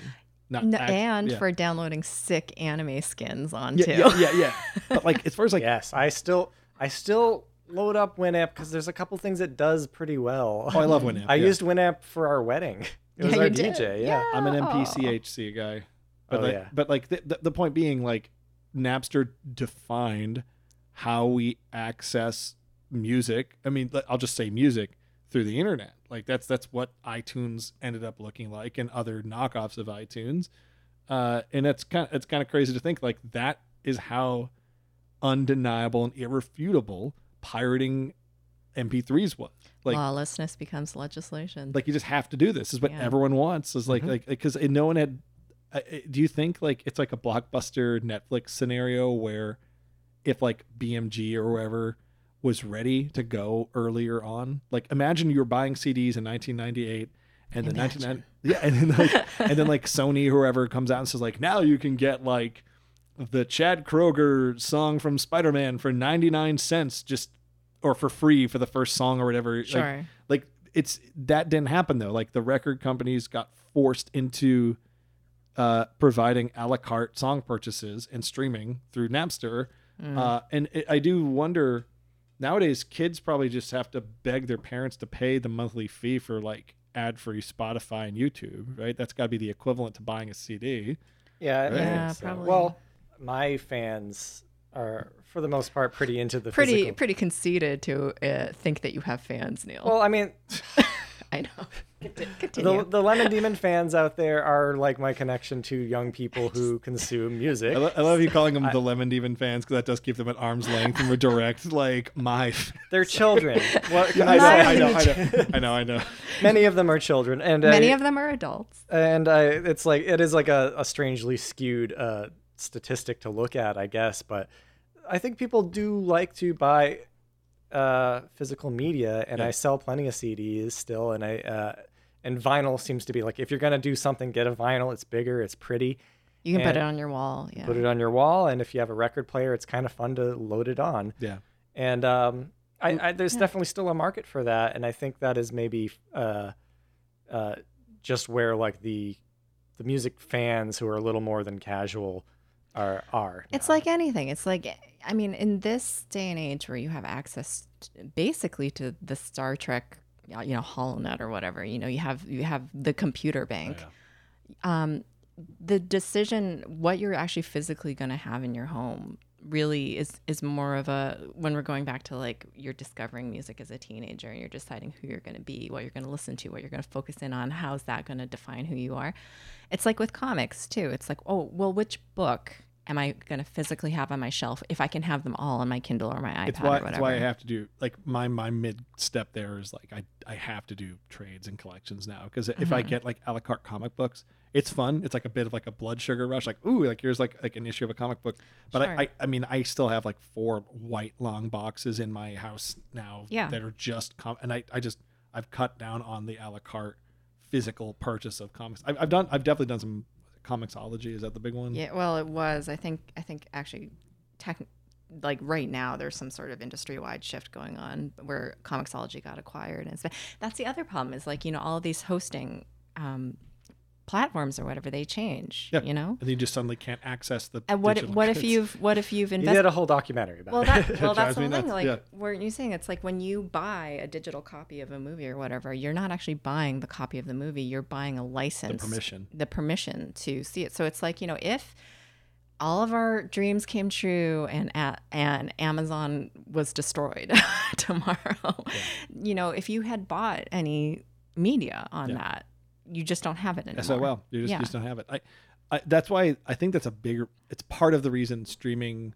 [SPEAKER 2] not
[SPEAKER 4] No,
[SPEAKER 2] act-
[SPEAKER 4] and
[SPEAKER 2] yeah.
[SPEAKER 4] for downloading sick anime skins onto.
[SPEAKER 2] yeah, yeah yeah yeah but like as far as like
[SPEAKER 1] yes, I still I still load up Winamp because there's a couple things it does pretty well.
[SPEAKER 2] oh i love winamp
[SPEAKER 1] I
[SPEAKER 2] yeah.
[SPEAKER 1] used Winamp for our wedding. It was
[SPEAKER 4] Yeah,
[SPEAKER 1] our
[SPEAKER 4] you did.
[SPEAKER 1] DJ. yeah.
[SPEAKER 2] i'm an mpchc guy but
[SPEAKER 1] Oh,
[SPEAKER 2] like
[SPEAKER 1] yeah.
[SPEAKER 2] but like the, the, the point being like napster defined how we access music i mean like, i'll just say music through the internet like that's that's what itunes ended up looking like and other knockoffs of itunes uh, and it's kind of, it's kind of crazy to think like that is how undeniable and irrefutable pirating MP3s was. Like
[SPEAKER 4] Lawlessness becomes legislation.
[SPEAKER 2] like you just have to do this is what
[SPEAKER 4] Yeah.
[SPEAKER 2] everyone wants is like like because no one had. I- I- Do you think like it's like a blockbuster Netflix scenario where if like BMG or whoever was ready to go earlier on, like imagine you were buying CDs in 1998 and then 1990 yeah and then like and then like Sony or whoever comes out and says like now you can get like the Chad Kroger song from Spider Man for 99 cents just or for free for the first song or whatever. Like,
[SPEAKER 4] Sure.
[SPEAKER 2] like it's that didn't happen though. Like the record companies got forced into uh, providing a la carte song purchases and streaming through Napster. Uh, and it, I do wonder nowadays, kids probably just have to beg their parents to pay the monthly fee for like ad free Spotify and YouTube, right? That's got to be the equivalent to buying a CD.
[SPEAKER 1] Yeah.
[SPEAKER 2] Right.
[SPEAKER 1] and-
[SPEAKER 4] Yeah,
[SPEAKER 2] so-
[SPEAKER 4] probably.
[SPEAKER 1] Well, my fans are, for the most part, pretty into the
[SPEAKER 4] pretty
[SPEAKER 1] physical-
[SPEAKER 4] pretty conceited to uh, think that you have fans, Neil.
[SPEAKER 1] Well, I mean,
[SPEAKER 4] I know. Conti-
[SPEAKER 1] the,
[SPEAKER 4] Continue.
[SPEAKER 1] the Lemon Demon fans out there are like my connection to young people who consume music.
[SPEAKER 2] I, lo- I love you calling them the Lemon Demon fans because that does keep them at arm's length and redirect like my. f-
[SPEAKER 1] They're children. What can
[SPEAKER 2] I know,
[SPEAKER 1] I
[SPEAKER 2] I
[SPEAKER 1] say?
[SPEAKER 2] know, I know, I know, I know.
[SPEAKER 1] Many of them are children, and
[SPEAKER 4] Many
[SPEAKER 1] I,
[SPEAKER 4] of them are adults.
[SPEAKER 1] and I, it's like it is like a, a strangely skewed uh, statistic to look at, I guess. But I think people do like to buy uh, physical media, and
[SPEAKER 2] Yeah.
[SPEAKER 1] I sell plenty of CDs still, and I uh, and vinyl seems to be like if you're gonna do something, get a vinyl. It's bigger, it's pretty.
[SPEAKER 4] You can put
[SPEAKER 1] And-
[SPEAKER 4] it on your wall. Yeah.
[SPEAKER 1] Put it on your wall, and if you have a record player, it's kind of fun to load it on.
[SPEAKER 2] Yeah.
[SPEAKER 1] and um, I, I, there's definitely still a market for that, and I think that is maybe uh, uh, just where like the the music fans who are a little more than casual are are.
[SPEAKER 4] It's
[SPEAKER 1] now.
[SPEAKER 4] like anything. It's like I mean, in this day and age where you have access t basically to the Star Trek, uh, you know, HoloNet or whatever, you know, you have you have the computer bank. Um, the decision what you're actually physically going to have in your home really is is more of a when we're going back to like you're discovering music as a teenager and you're deciding who you're going to be, what you're going to listen to, what you're going to focus in on, how's that going to define who you are. It's like with comics too. It's like, oh, well, which book am I going to physically have on my shelf if I can have them all on my Kindle or my iPad
[SPEAKER 2] It's why,
[SPEAKER 4] or
[SPEAKER 2] it's
[SPEAKER 4] whatever?
[SPEAKER 2] why I have to do like my my mid step there is like I I have to do trades and collections now because if
[SPEAKER 4] Mm-hmm.
[SPEAKER 2] I get like a la carte comic books, it's fun. It's like a bit of like a blood sugar rush. Like ooh, like here's like like an issue of a comic book. But
[SPEAKER 4] Sure.
[SPEAKER 2] I, I I mean I still have like four white long boxes in my house now
[SPEAKER 4] Yeah.
[SPEAKER 2] that are just com and I I just I've cut down on the a la carte physical purchase of comics. I've, I've done I've definitely done some comicsology. Is that the big one?
[SPEAKER 4] Yeah, well, it was. I think. I think actually, tech, like right now, there's some sort of industry-wide shift going on where Comixology got acquired, and it's been, that's the other problem is like you know all these hosting um, platforms or whatever they change.
[SPEAKER 2] Yeah.
[SPEAKER 4] You know,
[SPEAKER 2] And you just suddenly can't access the.
[SPEAKER 4] and what if,
[SPEAKER 2] digital
[SPEAKER 4] what if
[SPEAKER 2] goods.
[SPEAKER 4] you've what if you've
[SPEAKER 1] you
[SPEAKER 4] invested?
[SPEAKER 1] did a whole documentary about
[SPEAKER 4] Well,
[SPEAKER 1] it.
[SPEAKER 4] that, well,
[SPEAKER 2] drives
[SPEAKER 4] that's the
[SPEAKER 2] me
[SPEAKER 4] thing.
[SPEAKER 2] nuts,
[SPEAKER 4] Like,
[SPEAKER 2] yeah.
[SPEAKER 4] weren't you saying it's like when you buy a digital copy of a movie or whatever, you're not actually buying the copy of the movie. You're buying a license,
[SPEAKER 2] permission.
[SPEAKER 4] the permission to see it. So it's like you know, if all of our dreams came true and a and Amazon was destroyed tomorrow, you know, if you had bought any media on
[SPEAKER 2] Yeah.
[SPEAKER 4] that, you just don't have it anymore.
[SPEAKER 2] SOL. You just, you
[SPEAKER 4] Yeah.
[SPEAKER 2] just don't have it. I, I, that's why I think that's a bigger. It's part of the reason streaming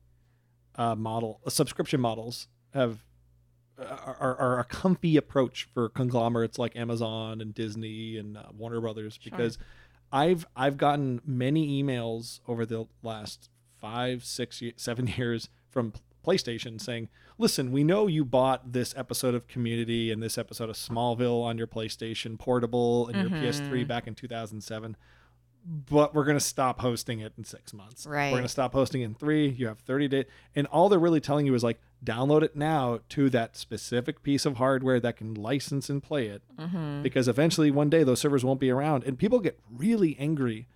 [SPEAKER 2] uh, model subscription models have uh, are, are, are a comfy approach for conglomerates like Amazon and Disney and uh, Warner Brothers because I've I've gotten many emails over the last five, six, ye- seven years from PlayStation saying, "Listen, we know you bought this episode of Community and this episode of Smallville on your PlayStation Portable and your
[SPEAKER 4] Mm-hmm.
[SPEAKER 2] PS3 back in 2007." But we're gonna stop hosting it in six months. We're gonna
[SPEAKER 4] Right.
[SPEAKER 2] stop hosting in three. You have 30 days. And all they're really telling you is like, download it now to that specific piece of hardware that can license and play it.
[SPEAKER 4] Mm-hmm.
[SPEAKER 2] Because eventually one day those servers won't be around. And people get really angry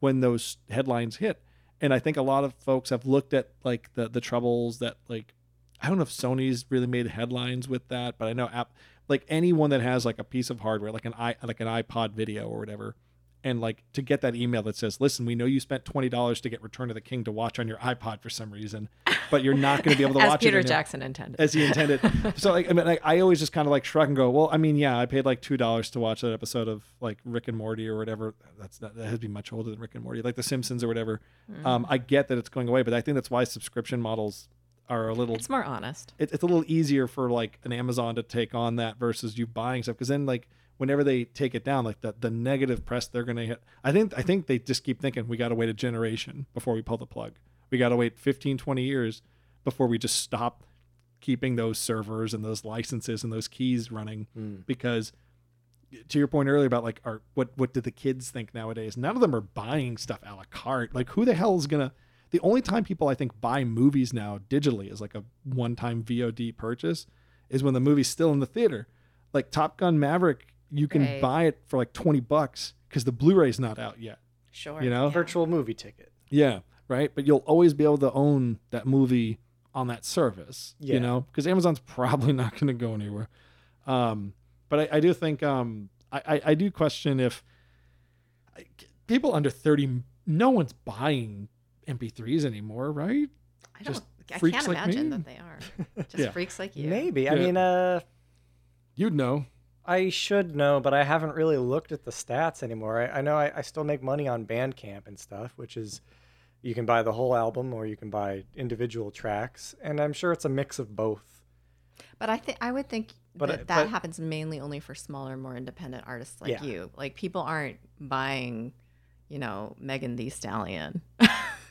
[SPEAKER 2] when those headlines hit. And I think a lot of folks have looked at like the the troubles that like I don't know if Sony's really made headlines with that, but I know app like anyone that has like a piece of hardware, like an i like an iPod video or whatever, and like to get that email that says, "Listen, we know you spent twenty dollars to get Return of the King to watch on your iPod for some reason, but you're not going to be able to
[SPEAKER 4] As
[SPEAKER 2] watch
[SPEAKER 4] Peter
[SPEAKER 2] it." in your-
[SPEAKER 4] Jackson intended.
[SPEAKER 2] as he intended. so like I mean, like, I always just kind of like shrug and go, well, I mean, yeah, I paid like two dollars to watch that episode of like Rick and Morty or whatever. That's not, that has been much older than Rick and Morty, like The Simpsons or whatever. Um, I get that it's going away, but I think that's why subscription models are a little.
[SPEAKER 4] it's more honest.
[SPEAKER 2] it- it's a little easier for like an Amazon to take on that versus you buying stuff because then like whenever they take it down like the, the negative press they're gonna hit I think I think they just keep thinking we gotta wait a generation before we pull the plug we gotta wait 15 20 years before we just stop keeping those servers and those licenses and those keys running because to your point earlier about like are what what do the kids think nowadays none of them are buying stuff a la carte like who the hell is gonna the only time people i think buy movies now digitally is like a one-time vod purchase is when the movie's still in the theater like top gun maverick you can
[SPEAKER 4] Right.
[SPEAKER 2] buy it for like 20 bucks because the blu-ray's not out yet
[SPEAKER 4] Sure.
[SPEAKER 2] you know?
[SPEAKER 1] Virtual movie ticket.
[SPEAKER 2] Yeah, right. But you'll always be able to own that movie on that service,
[SPEAKER 1] Yeah.
[SPEAKER 2] you know, because Amazon's probably not going to go anywhere. Um, but I, I do think um, I, I, I do question if I- people under thirty, no one's buying MP3s anymore, right?
[SPEAKER 4] I don't.
[SPEAKER 2] Just
[SPEAKER 4] I
[SPEAKER 2] freaks
[SPEAKER 4] can't
[SPEAKER 2] like
[SPEAKER 4] imagine
[SPEAKER 2] me.
[SPEAKER 4] that they are. Just
[SPEAKER 2] Yeah.
[SPEAKER 4] freaks like you.
[SPEAKER 1] Maybe. I
[SPEAKER 2] Yeah.
[SPEAKER 1] mean, uh,
[SPEAKER 2] You'd know.
[SPEAKER 1] I should know, but I haven't really looked at the stats anymore. I, I know I, I still make money on Bandcamp and stuff, which is you can buy the whole album or you can buy individual tracks, and I'm sure it's a mix of both.
[SPEAKER 4] But I think I would think
[SPEAKER 1] But, uh,
[SPEAKER 4] that that
[SPEAKER 1] but-
[SPEAKER 4] happens mainly only for smaller, more independent artists like
[SPEAKER 1] Yeah.
[SPEAKER 4] you. Like people aren't buying, you know, Megan the Stallion.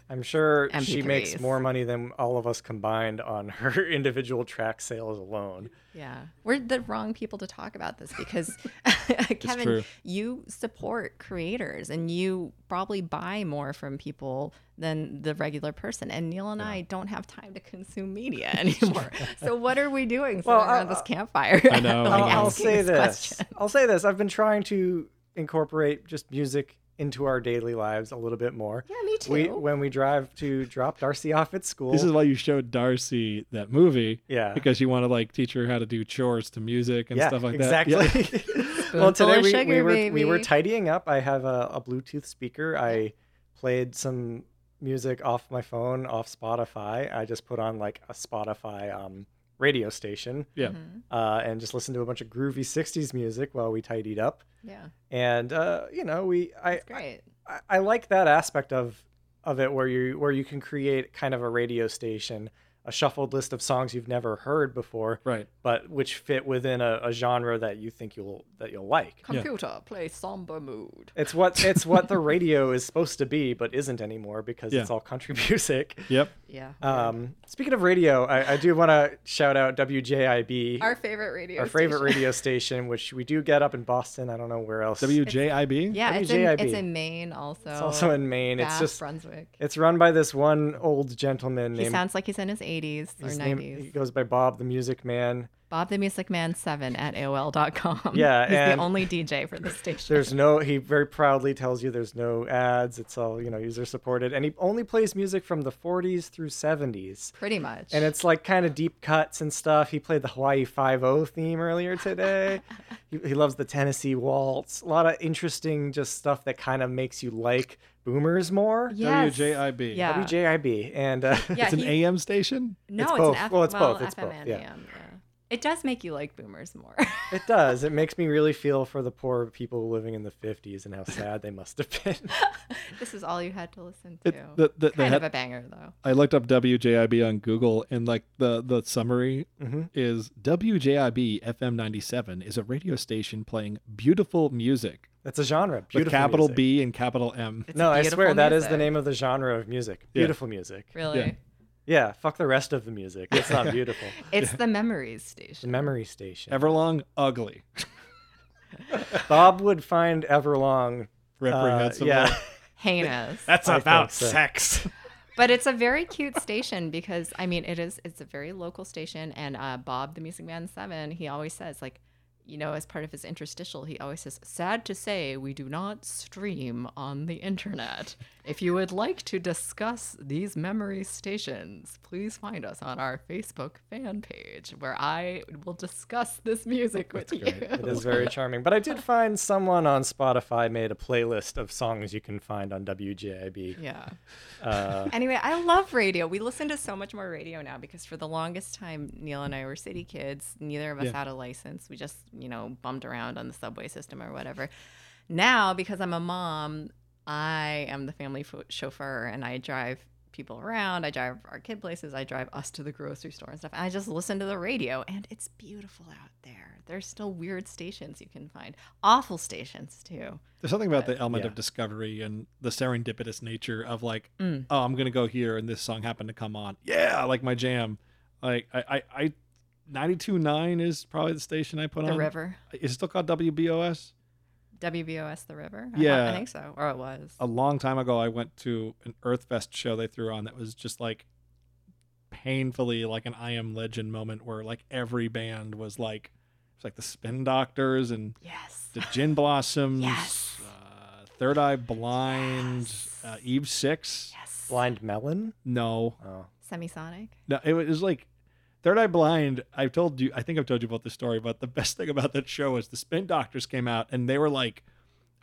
[SPEAKER 1] I'm sure she makes
[SPEAKER 4] MP3s.
[SPEAKER 1] more money than all of us combined on her individual track sales alone.
[SPEAKER 4] Yeah, we're the wrong people to talk about this because
[SPEAKER 2] true.
[SPEAKER 4] Kevin, you support creators and you probably buy more from people than the regular person. And Neil and I don't have time to consume media anymore. so what are we doing sitting
[SPEAKER 1] Well, I'll-
[SPEAKER 4] around this campfire?
[SPEAKER 2] I know,
[SPEAKER 4] like
[SPEAKER 1] I'll, I'll
[SPEAKER 4] asking
[SPEAKER 1] say this.
[SPEAKER 4] question.
[SPEAKER 1] I'll say this. I've been trying to incorporate just music into our daily lives a little bit more.
[SPEAKER 4] Yeah, me too.
[SPEAKER 1] We when we drive to drop Darcy off at school.
[SPEAKER 2] This is why you showed Darcy that movie
[SPEAKER 1] yeah.
[SPEAKER 2] because you want to like teach her how to do chores to music and
[SPEAKER 1] yeah,
[SPEAKER 2] stuff like
[SPEAKER 1] exactly.
[SPEAKER 2] that. Yeah.
[SPEAKER 1] well, today
[SPEAKER 4] of
[SPEAKER 1] we, we
[SPEAKER 4] sugar,
[SPEAKER 1] were we were
[SPEAKER 4] baby.
[SPEAKER 1] tidying up. I have a, a Bluetooth speaker. I played some music off my phone, off Spotify. I just put on like a Spotify um, radio station
[SPEAKER 2] Yeah.
[SPEAKER 4] Mhm.
[SPEAKER 1] uh, and just listened to a bunch of groovy '60s music while we tidied up.
[SPEAKER 4] Yeah,
[SPEAKER 1] And uh, you know, we I,
[SPEAKER 4] it's great.
[SPEAKER 1] I I like that aspect of of it where you where you can create kind of a radio station, a shuffled list of songs you've never heard before,
[SPEAKER 2] Right.
[SPEAKER 1] but which fit within a, a genre that you think you'll that you'll like.
[SPEAKER 4] Computer, play somber mood.
[SPEAKER 1] It's what it's what the radio is supposed to be, but isn't anymore because it's
[SPEAKER 2] Yeah.
[SPEAKER 1] all country music.
[SPEAKER 2] Yep.
[SPEAKER 4] Yeah.
[SPEAKER 1] Um, speaking of radio, I, I do want to shout out WJIB,
[SPEAKER 4] our favorite radio.
[SPEAKER 1] our favorite
[SPEAKER 4] station.
[SPEAKER 1] radio station, which we do get up in Boston. I don't know where else.
[SPEAKER 2] WJIB.
[SPEAKER 4] Yeah, it's in, it's
[SPEAKER 1] WJIB.
[SPEAKER 4] in Maine also.
[SPEAKER 1] it's also in Maine.
[SPEAKER 4] Bath,
[SPEAKER 1] It's just
[SPEAKER 4] Brunswick.
[SPEAKER 1] it's run by this one old gentleman
[SPEAKER 4] He
[SPEAKER 1] named
[SPEAKER 4] sounds like he's in his 80s or
[SPEAKER 1] His
[SPEAKER 4] 90s.
[SPEAKER 1] name- he goes by Bob the Music Man.
[SPEAKER 4] Bob the Music Man 7 at AOL.com.
[SPEAKER 1] Yeah,
[SPEAKER 4] He's
[SPEAKER 1] and-
[SPEAKER 4] the only DJ for the station.
[SPEAKER 1] There's no he very proudly tells you there's no ads. It's all, you know, user supported and he only plays music from the 40s through 70s.
[SPEAKER 4] Pretty much.
[SPEAKER 1] And it's like kind of deep cuts and stuff. He played the Hawaii 50 theme earlier today. he, he loves the Tennessee waltz. A lot of interesting just stuff that kind of makes you like boomers more.
[SPEAKER 4] Yes.
[SPEAKER 2] WJIB.
[SPEAKER 4] Yeah.
[SPEAKER 1] WJIB and uh,
[SPEAKER 4] Yeah,
[SPEAKER 2] It's an
[SPEAKER 4] he-
[SPEAKER 2] AM station.
[SPEAKER 4] No,
[SPEAKER 1] it's
[SPEAKER 4] it's,
[SPEAKER 1] both.
[SPEAKER 4] an F-
[SPEAKER 1] Well, it's both. It's
[SPEAKER 4] FM
[SPEAKER 1] both,
[SPEAKER 4] and
[SPEAKER 1] yeah.
[SPEAKER 4] AM, yeah. It does make you like boomers more.
[SPEAKER 1] it does. It makes me really feel for the poor people living in the 50s and how sad they must have been.
[SPEAKER 4] this is all you had to listen to.
[SPEAKER 2] It, the, the, the
[SPEAKER 4] kind
[SPEAKER 2] head-
[SPEAKER 4] of a banger, though.
[SPEAKER 2] I looked up WJIB on Google, and like the the summary
[SPEAKER 1] Mhm.
[SPEAKER 2] is WJIB FM ninety seven is a radio station playing beautiful music
[SPEAKER 1] That's a genre.
[SPEAKER 2] with
[SPEAKER 1] Beautiful
[SPEAKER 2] capital
[SPEAKER 1] music.
[SPEAKER 2] B and capital M.
[SPEAKER 4] It's
[SPEAKER 1] No, I
[SPEAKER 4] beautiful
[SPEAKER 1] swear that is the
[SPEAKER 4] music.
[SPEAKER 1] name of the genre of music.
[SPEAKER 2] Yeah.
[SPEAKER 1] Beautiful music.
[SPEAKER 4] Really?
[SPEAKER 2] Yeah.
[SPEAKER 1] Yeah, fuck the rest of the music. It's not beautiful.
[SPEAKER 4] It's the memories
[SPEAKER 1] The
[SPEAKER 4] station.
[SPEAKER 1] memory station.
[SPEAKER 2] Everlong, ugly,
[SPEAKER 1] Bob would find Everlong. Uh,
[SPEAKER 2] reprehensible.
[SPEAKER 1] yeah,
[SPEAKER 4] Heinous.
[SPEAKER 2] that's
[SPEAKER 1] I think about so.
[SPEAKER 2] sex.
[SPEAKER 4] But it's a very cute station because I mean it is it's a very local station and uh, Bob the Music Man Seven he always says like you know as part of his interstitial he always says sad to say we do not stream on the internet. If you would like to discuss these memory stations, please find us on our Facebook fan page where I will discuss this music with you.
[SPEAKER 1] it is very charming. But I did find someone on Spotify made a playlist of songs you can find on WJIB.
[SPEAKER 4] Yeah.
[SPEAKER 1] Uh,
[SPEAKER 4] Anyway, I love radio. We listen to so much more radio now because for the longest time, Neil and I were city kids. Neither of us
[SPEAKER 2] Yeah.
[SPEAKER 4] had a license. We just, you know, bummed around on the subway system or whatever. Now, because I'm a mom, I am the family fo- chauffeur and I drive people around. I drive our kid places. I drive us to the grocery store and stuff. And I just listen to the radio and it's beautiful out there. There's still weird stations you can find, awful stations too.
[SPEAKER 2] There's something about the element
[SPEAKER 1] Yeah.
[SPEAKER 2] of discovery and the serendipitous nature of like,
[SPEAKER 4] Mm.
[SPEAKER 2] oh, I'm gonna go here, and this song happened to come on. Yeah, like my jam. Like I, I, I 92.9 is probably the station I put
[SPEAKER 4] The
[SPEAKER 2] on.
[SPEAKER 4] river,
[SPEAKER 2] Is it still called WBOS?
[SPEAKER 4] WBOS, the river. I- I,
[SPEAKER 2] Yeah.
[SPEAKER 4] think so. Or it was.
[SPEAKER 2] A long time ago, I went to an Earthfest show they threw on that was just like painfully like an I Am Legend moment where like every band was like, it's like the Spin Doctors and
[SPEAKER 4] Yes.
[SPEAKER 2] the Gin Blossoms,
[SPEAKER 4] Yes.
[SPEAKER 2] uh, Third Eye Blind, uh, Eve Six.
[SPEAKER 4] Yes.
[SPEAKER 1] Blind Melon?
[SPEAKER 2] No,
[SPEAKER 1] Oh.
[SPEAKER 4] Semisonic.
[SPEAKER 2] no, it was like Third Eye Blind. I've told you, I think I've told you about this story, but the best thing about that show is the Spin Doctors came out and they were like,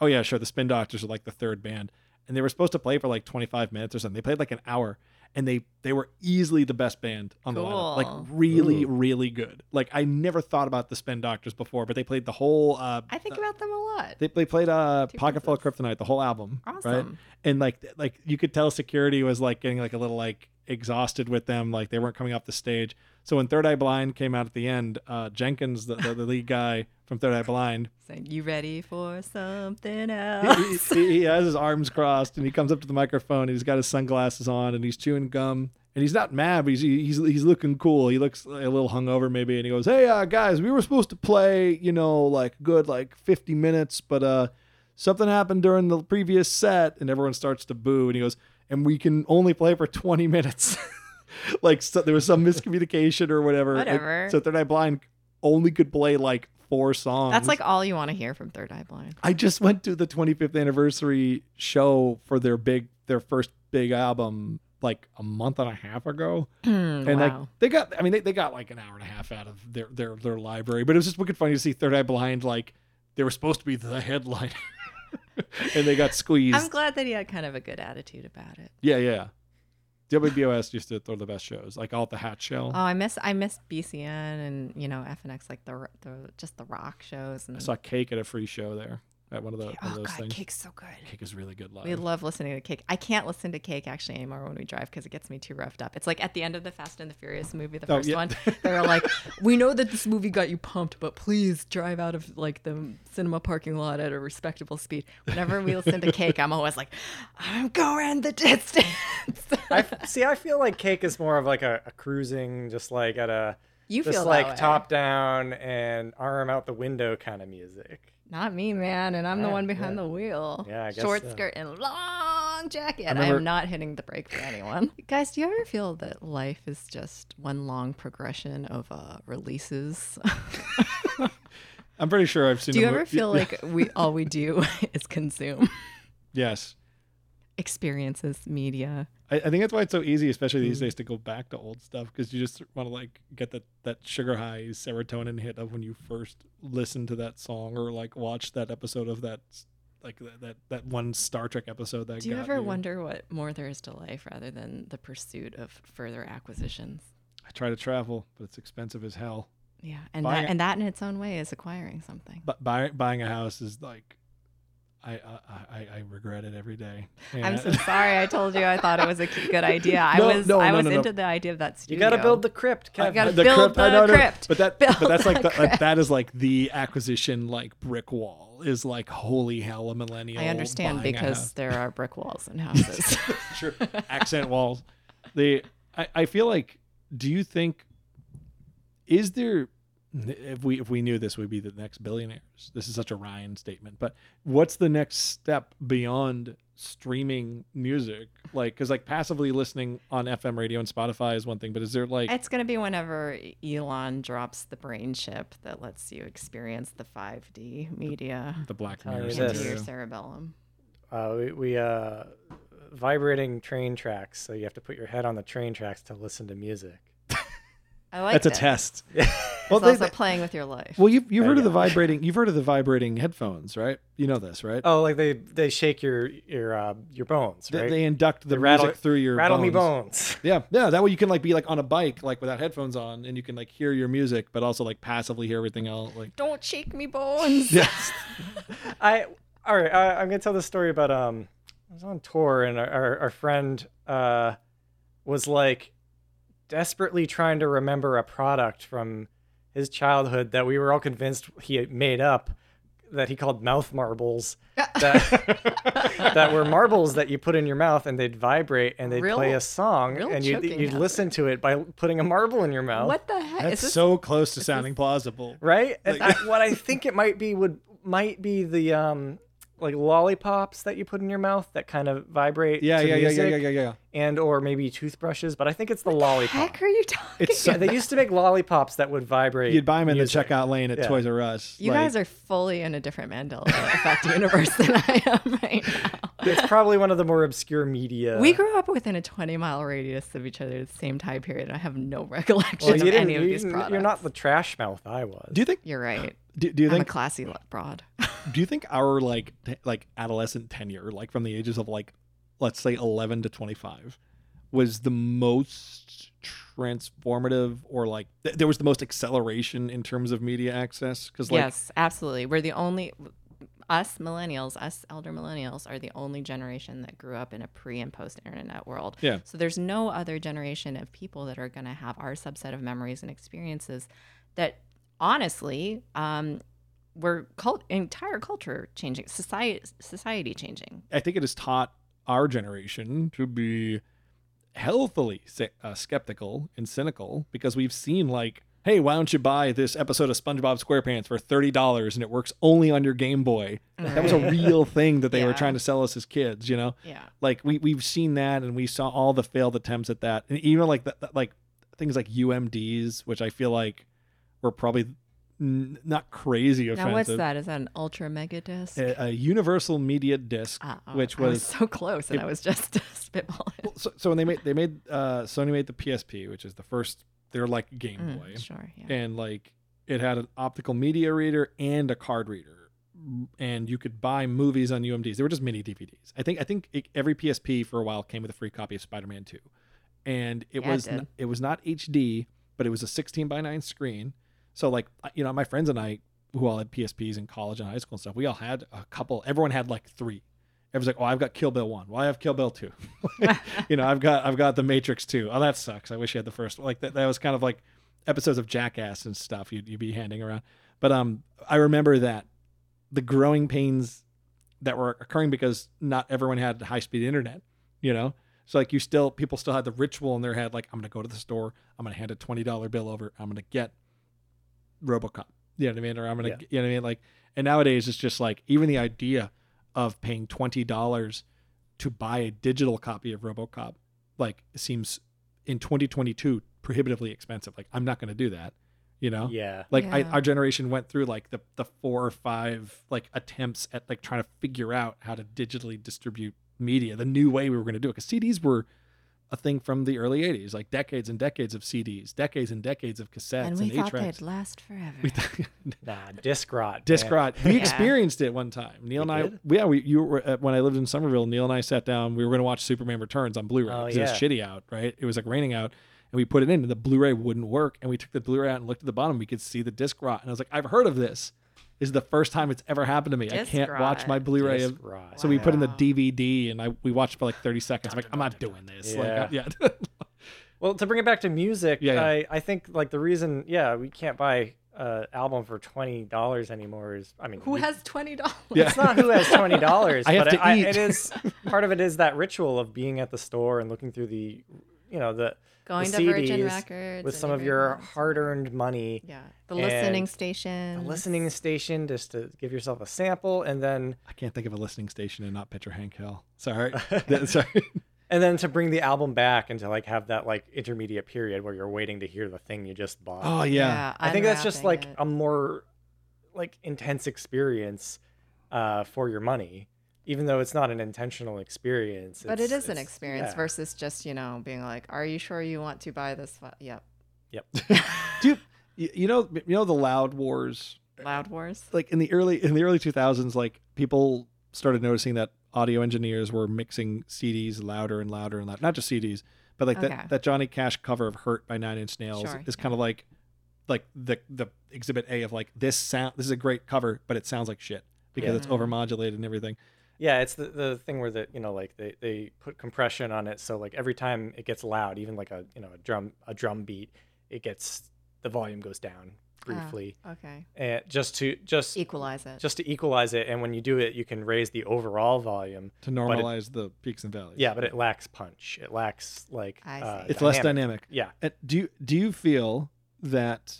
[SPEAKER 2] "Oh yeah, sure." The Spin Doctors are like the third band, and they were supposed to play for like 25 minutes or something. They played like an hour, and they they were easily the best band on the lineup.
[SPEAKER 4] Cool.
[SPEAKER 2] Like really,
[SPEAKER 1] Ooh.
[SPEAKER 2] really good. Like I never thought about the Spin Doctors before, but they played the whole. Uh,
[SPEAKER 4] I think about them a lot.
[SPEAKER 2] they, they played uh,
[SPEAKER 4] Two
[SPEAKER 2] Pocket Full of Kryptonite, the whole album, right?
[SPEAKER 4] Awesome.
[SPEAKER 2] and like th- like you could tell security was like getting like a little like exhausted with them like they weren't coming off the stage so when third eye blind came out at the end uh jenkins the, the, the lead guy from third eye blind
[SPEAKER 4] Saying, you ready for something
[SPEAKER 2] he,
[SPEAKER 4] else?
[SPEAKER 2] he, he has his arms crossed and he comes up to the microphone and he's got his sunglasses on and he's chewing gum and he's not mad but he's he's, he's looking cool he looks a little hungover maybe and he goes hey uh, guys we were supposed to play you know like good like 50 minutes but uh something happened during the previous set and everyone starts to boo and he goes and we can only play for 20 minutes like so, there was some miscommunication or whatever Like,
[SPEAKER 4] Whatever.
[SPEAKER 2] so third eye blind only could play like four songs
[SPEAKER 4] That's like all you want to hear from Third Eye Blind.
[SPEAKER 2] I just went to the 25th anniversary show for their big their first big album like a month and a half ago and like
[SPEAKER 4] wow.
[SPEAKER 2] they got I mean they, they got like an hour and a half out of their their their library but it was just wicked funny to see Third Eye Blind like they were supposed to be the headliner and they got squeezed
[SPEAKER 4] I'm glad that he had kind of a good attitude about it.
[SPEAKER 2] yeah yeah WBOS used to throw the best shows like all at the hat show
[SPEAKER 4] Oh, I miss I miss BCN and you know FNX like the the just the rock shows and
[SPEAKER 2] I saw Cake at a free show there at one of the one of
[SPEAKER 4] oh
[SPEAKER 2] those
[SPEAKER 4] god,
[SPEAKER 2] things
[SPEAKER 4] cake's so good.
[SPEAKER 2] Cake is really good live
[SPEAKER 4] We love listening to Cake. I can't listen to Cake actually anymore when we drive because it gets me too roughed up. It's like at the end of the Fast and the Furious movie, the
[SPEAKER 2] Oh,
[SPEAKER 4] first
[SPEAKER 2] yeah.
[SPEAKER 4] one. They were like, "We know that this movie got you pumped, but please drive out of like the cinema parking lot at a respectable speed." Whenever we listen to Cake, I'm always like, "I'm going the distance."
[SPEAKER 1] I f- see. I feel like Cake is more of like a, a cruising, just like at a
[SPEAKER 4] you
[SPEAKER 1] just
[SPEAKER 4] feel
[SPEAKER 1] like
[SPEAKER 4] that way.
[SPEAKER 1] top down and arm out the window kind of music.
[SPEAKER 4] Not me, man, and I'm the
[SPEAKER 1] Yeah,
[SPEAKER 4] one behind
[SPEAKER 1] yeah.
[SPEAKER 4] the wheel.
[SPEAKER 1] Yeah, I guess
[SPEAKER 4] Short
[SPEAKER 1] so.
[SPEAKER 4] skirt and long jacket. I,
[SPEAKER 2] remember-
[SPEAKER 4] am not hitting the brake for anyone. Guys, do you ever feel that life is just one long progression of uh, releases?
[SPEAKER 2] I'm pretty sure I've seen
[SPEAKER 4] do you
[SPEAKER 2] a mo-
[SPEAKER 4] ever feel like we all we do is consume
[SPEAKER 2] yes
[SPEAKER 4] experiences, media?
[SPEAKER 2] I, I think that's why it's so easy, especially
[SPEAKER 4] Mm-hmm.
[SPEAKER 2] these days, to go back to old stuff because you just want to like get that that sugar high serotonin hit of when you first listened to that song or like watched that episode of that s- like that that, that one Star Trek episode that
[SPEAKER 4] Do you
[SPEAKER 2] got
[SPEAKER 4] ever wonder what more there is to life rather than the pursuit of further acquisitions?
[SPEAKER 2] I try to travel, but it's expensive as hell.
[SPEAKER 4] Yeah, and
[SPEAKER 2] Buying
[SPEAKER 4] that,
[SPEAKER 2] a-
[SPEAKER 4] and that in its own way is acquiring something.
[SPEAKER 2] But buy, buying a house is like I I, I, I regret it every day.
[SPEAKER 4] I'm
[SPEAKER 2] And-
[SPEAKER 4] so sorry. I told you I thought it was a good idea. I
[SPEAKER 2] No,
[SPEAKER 4] was
[SPEAKER 2] no,
[SPEAKER 4] I
[SPEAKER 2] no,
[SPEAKER 4] was
[SPEAKER 2] no, no.
[SPEAKER 4] into the idea of that
[SPEAKER 1] You
[SPEAKER 4] studio.
[SPEAKER 1] got to build the crypt,
[SPEAKER 4] I
[SPEAKER 1] Kevin.
[SPEAKER 4] gotta build the crypt.
[SPEAKER 2] But that,
[SPEAKER 4] Build
[SPEAKER 2] but that's like
[SPEAKER 4] the
[SPEAKER 2] the, like, that is like the acquisition like brick wall is like holy hell a millennial.
[SPEAKER 4] I understand
[SPEAKER 2] buying a
[SPEAKER 4] because
[SPEAKER 2] house.
[SPEAKER 4] there are brick walls in houses.
[SPEAKER 2] sure accent walls. They I, I feel like do you think is there if we if we knew this we'd be the next billionaires. This is such a Ryan statement, but what's the next step beyond streaming music? Like cuz like passively listening on FM radio and Spotify is one thing, but is there like
[SPEAKER 4] it's going to be whenever Elon drops the brain chip that lets you experience the 5D media
[SPEAKER 2] the black
[SPEAKER 1] Tell you
[SPEAKER 2] mirror
[SPEAKER 1] this.
[SPEAKER 4] into your
[SPEAKER 2] scenario?
[SPEAKER 4] cerebellum.
[SPEAKER 1] Uh, we we uh, vibrating train tracks, so you have to put your head on the train tracks to listen to music.
[SPEAKER 4] I like
[SPEAKER 2] That's a
[SPEAKER 4] it.
[SPEAKER 2] test.
[SPEAKER 4] It's
[SPEAKER 2] well, they-
[SPEAKER 4] also
[SPEAKER 2] they-
[SPEAKER 4] playing with your life.
[SPEAKER 2] Well, you've you've
[SPEAKER 1] There
[SPEAKER 2] heard
[SPEAKER 1] you
[SPEAKER 2] of the
[SPEAKER 1] go.
[SPEAKER 2] vibrating. You've heard of the vibrating headphones, right? You know this, right?
[SPEAKER 1] Oh, like they they shake your your uh, your bones,
[SPEAKER 2] they,
[SPEAKER 1] right?
[SPEAKER 2] they induct the
[SPEAKER 1] They rattle-
[SPEAKER 2] music through your
[SPEAKER 1] Rattle
[SPEAKER 2] bones.
[SPEAKER 1] me bones.
[SPEAKER 2] Yeah, yeah. That way you can like be like on a bike, like without headphones on, and you can like hear your music, but also like passively hear everything else. Like
[SPEAKER 4] Don't shake me bones.
[SPEAKER 2] yes,
[SPEAKER 1] I all right. I, I'm gonna tell this story about um. I was on tour and our our, our friend uh was like desperately trying to remember a product from his childhood that we were all convinced he had made up that he called mouth marbles that, that were marbles that you put in your mouth and they'd vibrate and they'd
[SPEAKER 4] Real-
[SPEAKER 1] play a song
[SPEAKER 4] real
[SPEAKER 1] and you'd,
[SPEAKER 4] choking
[SPEAKER 1] you'd
[SPEAKER 4] hazard.
[SPEAKER 1] listen to it by putting a marble in your mouth
[SPEAKER 4] What the heck?
[SPEAKER 2] that's
[SPEAKER 4] Is this
[SPEAKER 2] so close to sounding plausible.
[SPEAKER 1] right?
[SPEAKER 2] Like-
[SPEAKER 1] And that- what I think it might be would might be the um like lollipops that you put in your mouth that kind of vibrate.
[SPEAKER 2] Yeah,
[SPEAKER 1] to
[SPEAKER 2] yeah, yeah, yeah,
[SPEAKER 1] music,
[SPEAKER 2] yeah, yeah, yeah.
[SPEAKER 1] And or maybe toothbrushes, but I think it's the
[SPEAKER 4] Heck,
[SPEAKER 1] lollipop.
[SPEAKER 4] are you talking?
[SPEAKER 2] It's so,
[SPEAKER 1] Yeah, they used to make lollipops that would vibrate.
[SPEAKER 2] you'd buy them in the
[SPEAKER 1] music.
[SPEAKER 2] checkout lane at
[SPEAKER 1] Yeah.
[SPEAKER 2] Toys R Us.
[SPEAKER 4] you guys are fully in a different Mandela effect universe than I am right now.
[SPEAKER 1] It's probably one of the more obscure media.
[SPEAKER 4] We grew up within a 20 mile radius of each other at the same time period, and I have no recollection
[SPEAKER 1] Well,
[SPEAKER 4] of
[SPEAKER 1] you didn't-
[SPEAKER 4] any of
[SPEAKER 1] you
[SPEAKER 4] these
[SPEAKER 1] didn't-
[SPEAKER 4] products.
[SPEAKER 1] You're not the trash mouth I was.
[SPEAKER 2] Do you think?
[SPEAKER 4] You're right.
[SPEAKER 2] Do, do you
[SPEAKER 4] I'm a
[SPEAKER 2] think?
[SPEAKER 4] classy lo- broad.
[SPEAKER 2] Do you think our like t- like adolescent tenure, like from the ages of like, let's say eleven to twenty five, was the most transformative, or like th- there was the most acceleration in terms of media access? Because like,
[SPEAKER 4] yes, absolutely. We're the only us millennials, us elder millennials, are the only generation that grew up in a pre and post internet world.
[SPEAKER 2] Yeah.
[SPEAKER 4] So there's no other generation of people that are going to have our subset of memories and experiences that honestly um, were cult- entire culture changing, society society changing.
[SPEAKER 2] I think it has taught our generation to be healthily se- uh, skeptical and cynical because we've seen like, hey, why don't you buy this episode of SpongeBob SquarePants for thirty dollars and it works only on your Game Boy? That was a real thing that they were
[SPEAKER 4] Yeah.
[SPEAKER 2] trying to sell us as kids, you know.
[SPEAKER 4] yeah.
[SPEAKER 2] Like we we've seen that and we saw all the failed attempts at that, and even like the, the- like things like UMDs, which I feel like were probably n- not crazy offensive.
[SPEAKER 4] Now what's that? Is that an ultra mega disc?
[SPEAKER 2] A, a universal media disc,
[SPEAKER 4] Uh, uh,
[SPEAKER 2] which
[SPEAKER 4] I
[SPEAKER 2] was
[SPEAKER 4] so close, and
[SPEAKER 2] it-
[SPEAKER 4] I was just spitballing.
[SPEAKER 2] Well, so, so when they made they made uh, Sony made the PSP, which is the first they're like Game
[SPEAKER 4] Mm,
[SPEAKER 2] Boy,
[SPEAKER 4] sure. Yeah.
[SPEAKER 2] and like it had an optical media reader and a card reader, and you could buy movies on UMDs. They were just mini DVDs. I think I think it, every PSP for a while came with a free copy of Spider Man Two, and it
[SPEAKER 4] Yeah, it
[SPEAKER 2] was n-
[SPEAKER 4] did.
[SPEAKER 2] it was not HD, but it was a 16 by 9 screen. So like I- you know, my friends and I who all had PSPs in college and high school and stuff, we all had a couple. Everyone had like three. Everyone's like, "Oh, I've got Kill Bill one. Well, I have Kill Bill two. you know, I've got I've got The Matrix two. Oh, that sucks. I wish you had the first. one." Like that, that was kind of like episodes of Jackass and stuff. You'd, you'd be handing around. But um, I remember that the growing pains that were occurring because not everyone had high speed internet. You know, so like you still people still had the ritual in their head, like I'm gonna go to the store, I'm gonna hand a twenty dollar bill over, I'm gonna get Robocop. You know what I mean? Or I'm gonna
[SPEAKER 1] Yeah.
[SPEAKER 2] you know what I mean? Like and nowadays it's just like even the idea of paying twenty dollars to buy a digital copy of Robocop, like seems in twenty twenty two prohibitively expensive. Like I'm not gonna do that. You know?
[SPEAKER 1] Yeah.
[SPEAKER 2] like I,
[SPEAKER 4] Yeah.
[SPEAKER 2] our generation went through like the the four or five like attempts at like trying to figure out how to digitally distribute media the new way we were going to do it because cds were a thing from the early 80s like decades and decades of cds decades and decades of cassettes
[SPEAKER 4] and
[SPEAKER 2] and,
[SPEAKER 4] we thought
[SPEAKER 2] eight-tracks.
[SPEAKER 4] they'd last forever.
[SPEAKER 2] We th-
[SPEAKER 1] Nah, disc rot.
[SPEAKER 2] disc
[SPEAKER 1] man.
[SPEAKER 2] rot we
[SPEAKER 4] Yeah.
[SPEAKER 2] experienced it one time neil
[SPEAKER 1] We
[SPEAKER 2] and
[SPEAKER 1] did?
[SPEAKER 2] i yeah we you were uh, when i lived in somerville neil and i sat down we were going to watch superman returns on blu-ray
[SPEAKER 1] Oh,
[SPEAKER 2] 'cause it was
[SPEAKER 1] yeah.
[SPEAKER 2] shitty out right it was like raining out and we put it in and the blu-ray wouldn't work and we took the blu-ray out and looked at the bottom we could see the disc rot and i was like i've heard of this this is the first time it's ever happened to me i
[SPEAKER 4] Disc
[SPEAKER 2] can't watch
[SPEAKER 4] rot.
[SPEAKER 2] my blu-ray
[SPEAKER 1] Disc
[SPEAKER 2] of
[SPEAKER 1] rot.
[SPEAKER 2] so we put in the
[SPEAKER 4] Wow.
[SPEAKER 2] dvd and i we watched for like 30 seconds i'm like i'm not doing this like yeah
[SPEAKER 1] Well, to bring it back to music,
[SPEAKER 2] Yeah, yeah.
[SPEAKER 1] I, I think like the reason, yeah, we can't buy an album for twenty dollars anymore is, I mean,
[SPEAKER 4] Who
[SPEAKER 1] we-
[SPEAKER 4] has twenty dollars?
[SPEAKER 2] Yeah.
[SPEAKER 1] It's not who has twenty dollars,
[SPEAKER 2] I have
[SPEAKER 1] but
[SPEAKER 2] to
[SPEAKER 1] it, I,
[SPEAKER 2] eat.
[SPEAKER 1] it is part of it is that ritual of being at the store and looking through the, you know, the
[SPEAKER 4] Going
[SPEAKER 1] the
[SPEAKER 4] to Virgin
[SPEAKER 1] CDs
[SPEAKER 4] Records
[SPEAKER 1] with
[SPEAKER 4] and
[SPEAKER 1] some of
[SPEAKER 4] everything
[SPEAKER 1] your
[SPEAKER 4] else.
[SPEAKER 1] hard-earned money,
[SPEAKER 4] Yeah, the
[SPEAKER 1] and
[SPEAKER 4] listening
[SPEAKER 1] a
[SPEAKER 4] station.
[SPEAKER 1] listening station just to give yourself a sample, and then
[SPEAKER 2] i can't think of a listening station and not picture hank hill sorry That- sorry
[SPEAKER 1] and then to bring the album back and to like have that like intermediate period where you're waiting to hear the thing you just bought.
[SPEAKER 2] oh yeah.
[SPEAKER 1] I think that's just like
[SPEAKER 4] unwrapping
[SPEAKER 1] a more like intense experience uh, for your money, even though it's not an intentional experience.
[SPEAKER 4] it. But it
[SPEAKER 1] it's-
[SPEAKER 4] is an
[SPEAKER 1] it's-
[SPEAKER 4] experience
[SPEAKER 1] yeah.
[SPEAKER 4] versus just you know being like, "Are you sure you want to buy this?" Fu-? Yep.
[SPEAKER 2] Dude, you, you know, you know the loud wars.
[SPEAKER 4] Loud Wars.
[SPEAKER 2] Like in the early in the early two thousands, like people started noticing that audio engineers were mixing CDs louder and louder and louder. Not just CDs, but like
[SPEAKER 4] Okay.
[SPEAKER 2] that that Johnny Cash cover of "Hurt" by Nine Inch Nails
[SPEAKER 4] Sure,
[SPEAKER 2] is kind of like like the the exhibit A of like this sound. This is a great cover, but it sounds like shit because
[SPEAKER 1] Yeah.
[SPEAKER 2] it's overmodulated and everything.
[SPEAKER 1] Yeah, it's the, the thing where the you know like they, they put compression on it, so like every time it gets loud, even like a you know a drum a drum beat, it gets the volume goes down briefly,
[SPEAKER 4] Okay.
[SPEAKER 1] and just to just
[SPEAKER 4] Equalize Ah. it.
[SPEAKER 1] just to equalize it. And when you do it, you can raise the overall volume.
[SPEAKER 2] To normalize the peaks and valleys.
[SPEAKER 1] Yeah, but it lacks punch. It lacks like
[SPEAKER 4] I
[SPEAKER 1] uh,
[SPEAKER 4] see.
[SPEAKER 2] it's less dynamic.
[SPEAKER 1] Yeah,
[SPEAKER 2] And do you do you feel that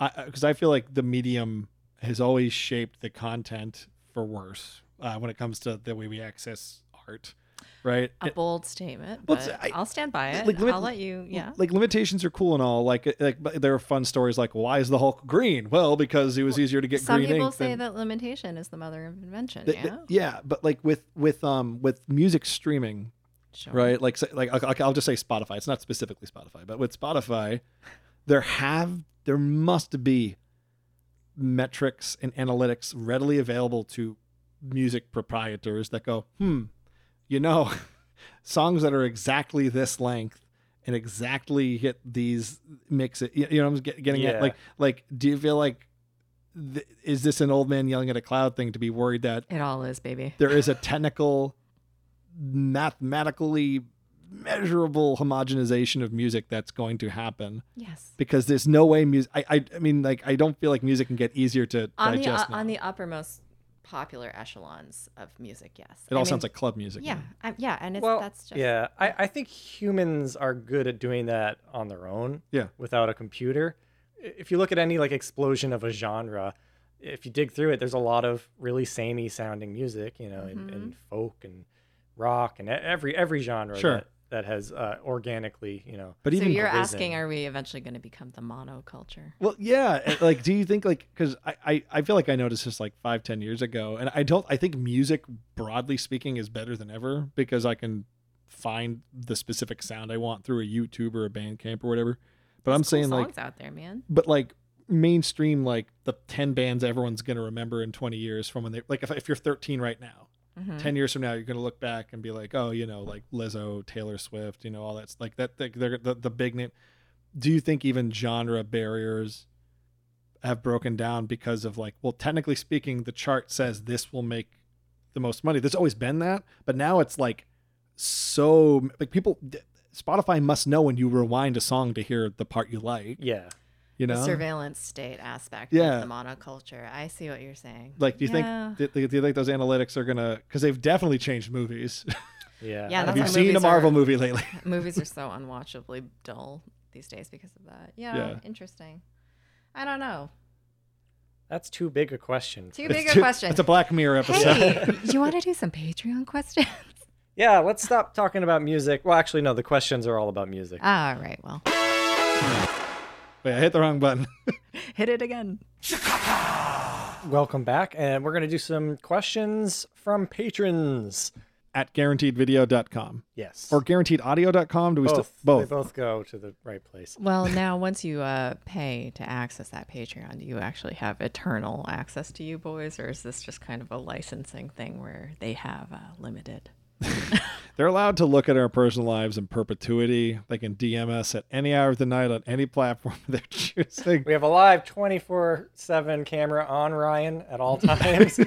[SPEAKER 2] I because I feel like the medium has always shaped the content for worse. uh, when it comes to the way we access art, right?
[SPEAKER 4] A
[SPEAKER 2] It-
[SPEAKER 4] bold statement,
[SPEAKER 2] Well, it's-
[SPEAKER 4] but
[SPEAKER 2] I-
[SPEAKER 4] I, will stand by it.
[SPEAKER 2] like, limit-
[SPEAKER 4] I'll let you. Yeah.
[SPEAKER 2] Like limitations are cool and all. Like uh, like but there are fun stories like why is the Hulk green? Well, because it was easier to get
[SPEAKER 4] Some
[SPEAKER 2] green
[SPEAKER 4] people
[SPEAKER 2] ink
[SPEAKER 4] say
[SPEAKER 2] than-
[SPEAKER 4] that limitation is the mother of invention.
[SPEAKER 2] th-
[SPEAKER 4] yeah.
[SPEAKER 2] th- yeah, but like with with um with music streaming,
[SPEAKER 4] sure.
[SPEAKER 2] right? Like, say- like okay, I'll just say Spotify. It's not specifically Spotify, but with Spotify, there have there must be metrics and analytics readily available to music proprietors that go, hmm, you know, songs that are exactly this length and exactly hit these makes it. You you know, what I'm get- getting
[SPEAKER 1] Yeah.
[SPEAKER 2] at like, like, do you feel like? Th- is this an old man yelling at a cloud thing to be worried that
[SPEAKER 4] It all is, baby.
[SPEAKER 2] there is a technical, mathematically measurable homogenization of music that's going to happen
[SPEAKER 4] Yes.
[SPEAKER 2] because there's no way music. I, I, I mean, like, I don't feel like music can get easier to
[SPEAKER 4] On the uh,
[SPEAKER 2] digest. now.
[SPEAKER 4] on the uppermost popular echelons of music, yes.
[SPEAKER 2] it all sounds like club music.
[SPEAKER 4] Yeah,
[SPEAKER 2] now.
[SPEAKER 4] I, yeah, and it's
[SPEAKER 1] well,
[SPEAKER 4] that's just
[SPEAKER 1] yeah. I, I think humans are good at doing that on their own.
[SPEAKER 2] Yeah.
[SPEAKER 1] Without a computer, I- if you look at any like explosion of a genre, if you dig through it, there's a lot of really samey sounding music, you know,
[SPEAKER 4] Mm-hmm.
[SPEAKER 1] and, and folk and rock and e- every every genre
[SPEAKER 2] Sure.
[SPEAKER 1] that that has uh, organically, you know.
[SPEAKER 2] But
[SPEAKER 4] So
[SPEAKER 2] even
[SPEAKER 4] you're
[SPEAKER 1] arisen.
[SPEAKER 4] asking, are we eventually going to become the monoculture?
[SPEAKER 2] Well, yeah. and, Like, do you think like because I, I I feel like I noticed this like five ten years ago, and I don't. I think music, broadly speaking, is better than ever because I can find the specific sound I want through a YouTube or a Bandcamp or whatever. But I'm
[SPEAKER 4] There's cool
[SPEAKER 2] saying like
[SPEAKER 4] songs out there, man.
[SPEAKER 2] but like mainstream like the 10 bands everyone's going to remember in 20 years from when they like if, if you're 13 right now
[SPEAKER 4] Mhm.
[SPEAKER 2] 10 years from now you're going to look back and be like oh you know like lizzo taylor swift you know all that's like that like, they're the, the big name do you think even genre barriers have broken down because of like well technically speaking the chart says this will make the most money there's always been that but now it's like so like people spotify must know when you rewind a song to hear the part you like
[SPEAKER 1] Yeah.
[SPEAKER 2] you know
[SPEAKER 4] The surveillance state aspect
[SPEAKER 2] Yeah.
[SPEAKER 4] of the monoculture. I see what you're saying.
[SPEAKER 2] Like, do you
[SPEAKER 4] Yeah.
[SPEAKER 2] think do, do you think those analytics are gonna? Because they've definitely changed movies.
[SPEAKER 1] Yeah.
[SPEAKER 4] Yeah,
[SPEAKER 2] Have
[SPEAKER 4] that's
[SPEAKER 2] you
[SPEAKER 4] why
[SPEAKER 2] seen a
[SPEAKER 4] movies
[SPEAKER 2] Marvel
[SPEAKER 4] are-
[SPEAKER 2] movie lately?
[SPEAKER 4] Movies are so unwatchably dull these days because of that. Yeah,
[SPEAKER 2] Yeah.
[SPEAKER 4] interesting. I don't know.
[SPEAKER 1] That's too big a question.
[SPEAKER 4] Too
[SPEAKER 1] for-
[SPEAKER 4] big
[SPEAKER 2] It's
[SPEAKER 4] a
[SPEAKER 2] too-
[SPEAKER 4] question.
[SPEAKER 2] It's a Black Mirror episode.
[SPEAKER 4] Hey, do you want to do some Patreon questions?
[SPEAKER 1] Yeah, let's stop talking about music. Well, actually, no. The questions are all about music.
[SPEAKER 4] All right, well,
[SPEAKER 2] Wait, I hit the wrong button.
[SPEAKER 4] hit it again.
[SPEAKER 1] Welcome back, and we're gonna do some questions from patrons.
[SPEAKER 2] At guaranteedvideo.com
[SPEAKER 1] Yes.
[SPEAKER 2] or guaranteedaudio.com. Do we still both?
[SPEAKER 1] They both go to the right place.
[SPEAKER 4] Well, now once you uh, pay to access that Patreon, do you actually have eternal access to you boys, or is this just kind of a licensing thing where they have uh, limited?
[SPEAKER 2] They're allowed to look at our personal lives in perpetuity. They can DM us at any hour of the night on any platform of their choosing.
[SPEAKER 1] We have a live 24 7 camera on Ryan at all times.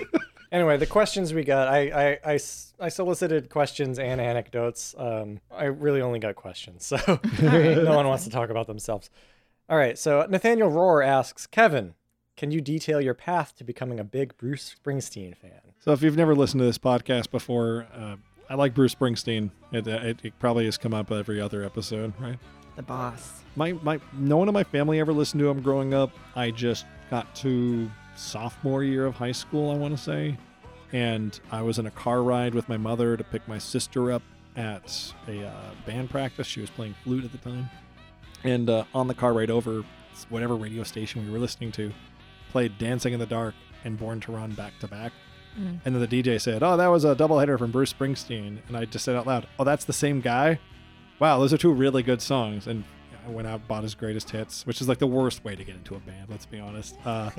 [SPEAKER 1] anyway, the questions we got, I, I- I s- I solicited questions and anecdotes. Um, I really only got questions, so no one wants to talk about themselves. All right, so Nathaniel Rohr asks Kevin, can you detail your path to becoming a big Bruce Springsteen fan?
[SPEAKER 2] So if you've never listened to this podcast before, uh, I like Bruce Springsteen. It, it, it probably has come up every other episode, right?
[SPEAKER 4] The boss.
[SPEAKER 2] my my no one in my family ever listened to him growing up. I just got to sophomore year of high school, I want to say, and I was in a car ride with my mother to pick my sister up at a uh, band practice. She was playing flute at the time, and uh, on the car ride over, whatever radio station we were listening to, played "Dancing in the Dark" and "Born to Run" back to back. And then the DJ said, "Oh, that was a doubleheader from Bruce Springsteen," and I just said out loud, "Oh, that's the same guy." wow, those are two really good songs. And I went out, bought his greatest hits, which is like the worst way to get into a band, let's be honest. Uh,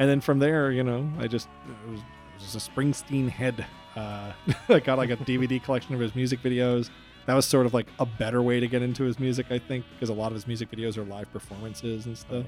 [SPEAKER 2] and then from there, you know, I just, it was, it was just a Springsteen head. Uh, I got like a DVD collection of his music videos. That was sort of like a better way to get into his music, I think, because a lot of his music videos are live performances and stuff.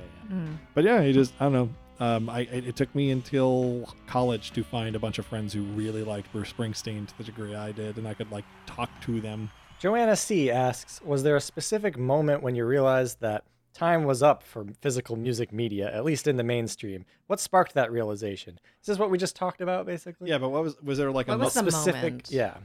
[SPEAKER 2] But yeah, he just, I don't know. Um, I, it, it took me until college to find a bunch of friends who really liked Bruce Springsteen to the degree I did, and I could like talk to them
[SPEAKER 1] Joanna C asks, was there a specific moment when you realized that time was up for physical music media, at least in the mainstream? What sparked that realization? Is this what we just talked about, basically?
[SPEAKER 2] Yeah, but what was was there like a
[SPEAKER 4] What was
[SPEAKER 2] mo-
[SPEAKER 4] the
[SPEAKER 1] specific,
[SPEAKER 4] moment?
[SPEAKER 1] yeah.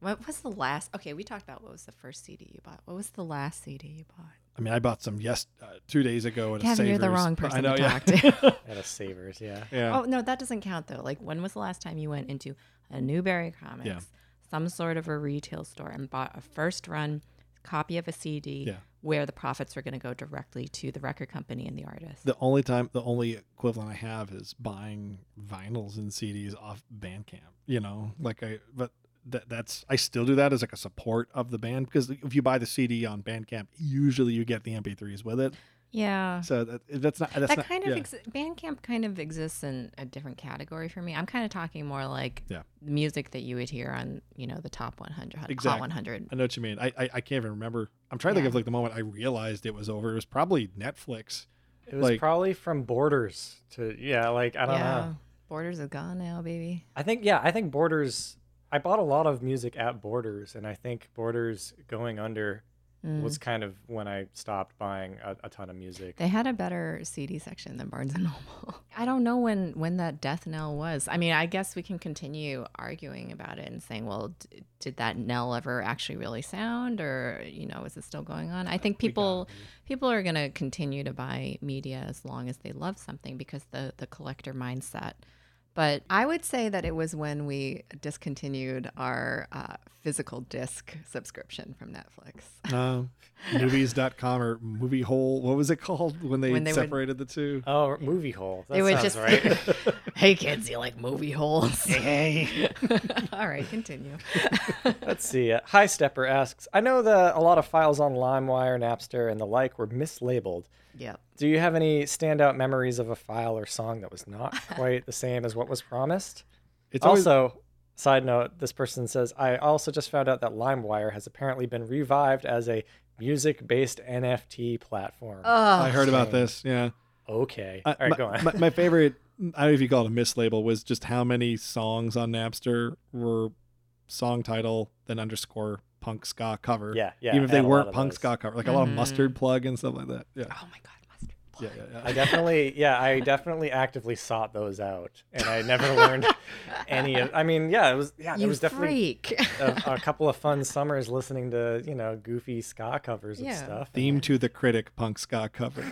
[SPEAKER 4] What was the last? Okay, we talked about what was the first CD you bought. What was the last CD you bought?
[SPEAKER 2] I mean, I bought some yes uh, two days ago at a
[SPEAKER 4] Kevin,
[SPEAKER 2] Savers.
[SPEAKER 4] you're the wrong
[SPEAKER 2] but
[SPEAKER 4] person
[SPEAKER 2] I know,
[SPEAKER 4] to
[SPEAKER 2] yeah.
[SPEAKER 4] talk to.
[SPEAKER 1] At a Savers, yeah.
[SPEAKER 2] yeah.
[SPEAKER 4] oh no, that doesn't count though. Like, when was the last time you went into a Newberry Comics, some sort of a retail store, and bought a first run copy of a CD
[SPEAKER 2] Yeah.
[SPEAKER 4] where the profits were going to go directly to the record company and the artist?
[SPEAKER 2] The only time, the only equivalent I have is buying vinyls and CDs off Bandcamp. You know, like I, but that that's I still do that as like a support of the band because if you buy the CD on Bandcamp, usually you get the MP3s with it.
[SPEAKER 4] yeah.
[SPEAKER 2] So that, that's not that's
[SPEAKER 4] that
[SPEAKER 2] not,
[SPEAKER 4] kind of
[SPEAKER 2] yeah.
[SPEAKER 4] ex- Bandcamp kind of exists in a different category for me. I'm kind of talking more like
[SPEAKER 2] Yeah.
[SPEAKER 4] music that you would hear on you know the top 100, Hot
[SPEAKER 2] Exactly.
[SPEAKER 4] 100.
[SPEAKER 2] I know what you mean. I, I I can't even remember. I'm trying to think
[SPEAKER 4] Yeah.
[SPEAKER 2] of like the moment I realized it was over. It was probably Netflix.
[SPEAKER 1] It was
[SPEAKER 2] Like-
[SPEAKER 1] probably from Borders to yeah, like I don't know.
[SPEAKER 4] Borders is gone now, baby.
[SPEAKER 1] I think yeah, I think Borders. I bought a lot of music at Borders, and I think Borders going under
[SPEAKER 4] Mm.
[SPEAKER 1] was kind of when I stopped buying a, a ton of music.
[SPEAKER 4] They had a better CD section than Barnes and Noble. I don't know when when that death knell was. I mean, I guess we can continue arguing about it and saying, well, d- did that knell ever actually really sound, or you know, is it still going on? I think
[SPEAKER 2] We got
[SPEAKER 4] people
[SPEAKER 2] it.
[SPEAKER 4] people are going to continue to buy media as long as they love something because the the collector mindset. But I would say that it was when we discontinued our uh, physical disc subscription from Netflix.
[SPEAKER 2] Uh, movies.com or movie hole what was it called when they,
[SPEAKER 4] When they would-
[SPEAKER 2] separated the two
[SPEAKER 1] Oh, movie hole. That
[SPEAKER 4] It was
[SPEAKER 1] sounds
[SPEAKER 4] just-
[SPEAKER 1] right.
[SPEAKER 4] hey kids, you like movie holes? Hey. All right, continue.
[SPEAKER 1] Let's see. Uh, High Stepper asks, I know that a lot of files on LimeWire, Napster, and the like were mislabeled.
[SPEAKER 4] yep.
[SPEAKER 1] Do you have any standout memories of a file or song that was not quite the same as what was promised?
[SPEAKER 2] it's always
[SPEAKER 1] also, side note, this person says, I also just found out that LimeWire has apparently been revived as a music based NFT platform.
[SPEAKER 2] i heard about
[SPEAKER 1] Same.
[SPEAKER 2] this yeah
[SPEAKER 1] okay.
[SPEAKER 2] I-
[SPEAKER 1] All right,
[SPEAKER 2] Uh, my,
[SPEAKER 1] go on.
[SPEAKER 2] my, my favorite i don't know if you call it a mislabel was just how many songs on napster were song title then underscore punk ska cover
[SPEAKER 1] yeah, yeah.
[SPEAKER 2] even
[SPEAKER 1] I
[SPEAKER 2] if they
[SPEAKER 1] had a lot
[SPEAKER 2] weren't
[SPEAKER 1] of
[SPEAKER 2] punk
[SPEAKER 1] those. Mm-hmm. Ah,
[SPEAKER 2] ska cover like a lot of
[SPEAKER 4] Mhm.
[SPEAKER 2] mustard plug and stuff like that yeah
[SPEAKER 4] Oh my god, mustard.
[SPEAKER 2] yeah
[SPEAKER 4] plug.
[SPEAKER 2] yeah, yeah.
[SPEAKER 1] I definitely, yeah, I definitely actively sought those out, and I never learned any of. I mean, yeah, it was, yeah, there
[SPEAKER 4] you
[SPEAKER 1] was definitely
[SPEAKER 4] freak.
[SPEAKER 1] a, a couple of fun summers listening to you know goofy ska covers and
[SPEAKER 4] Yeah.
[SPEAKER 1] stuff.
[SPEAKER 2] theme to the critic punk ska cover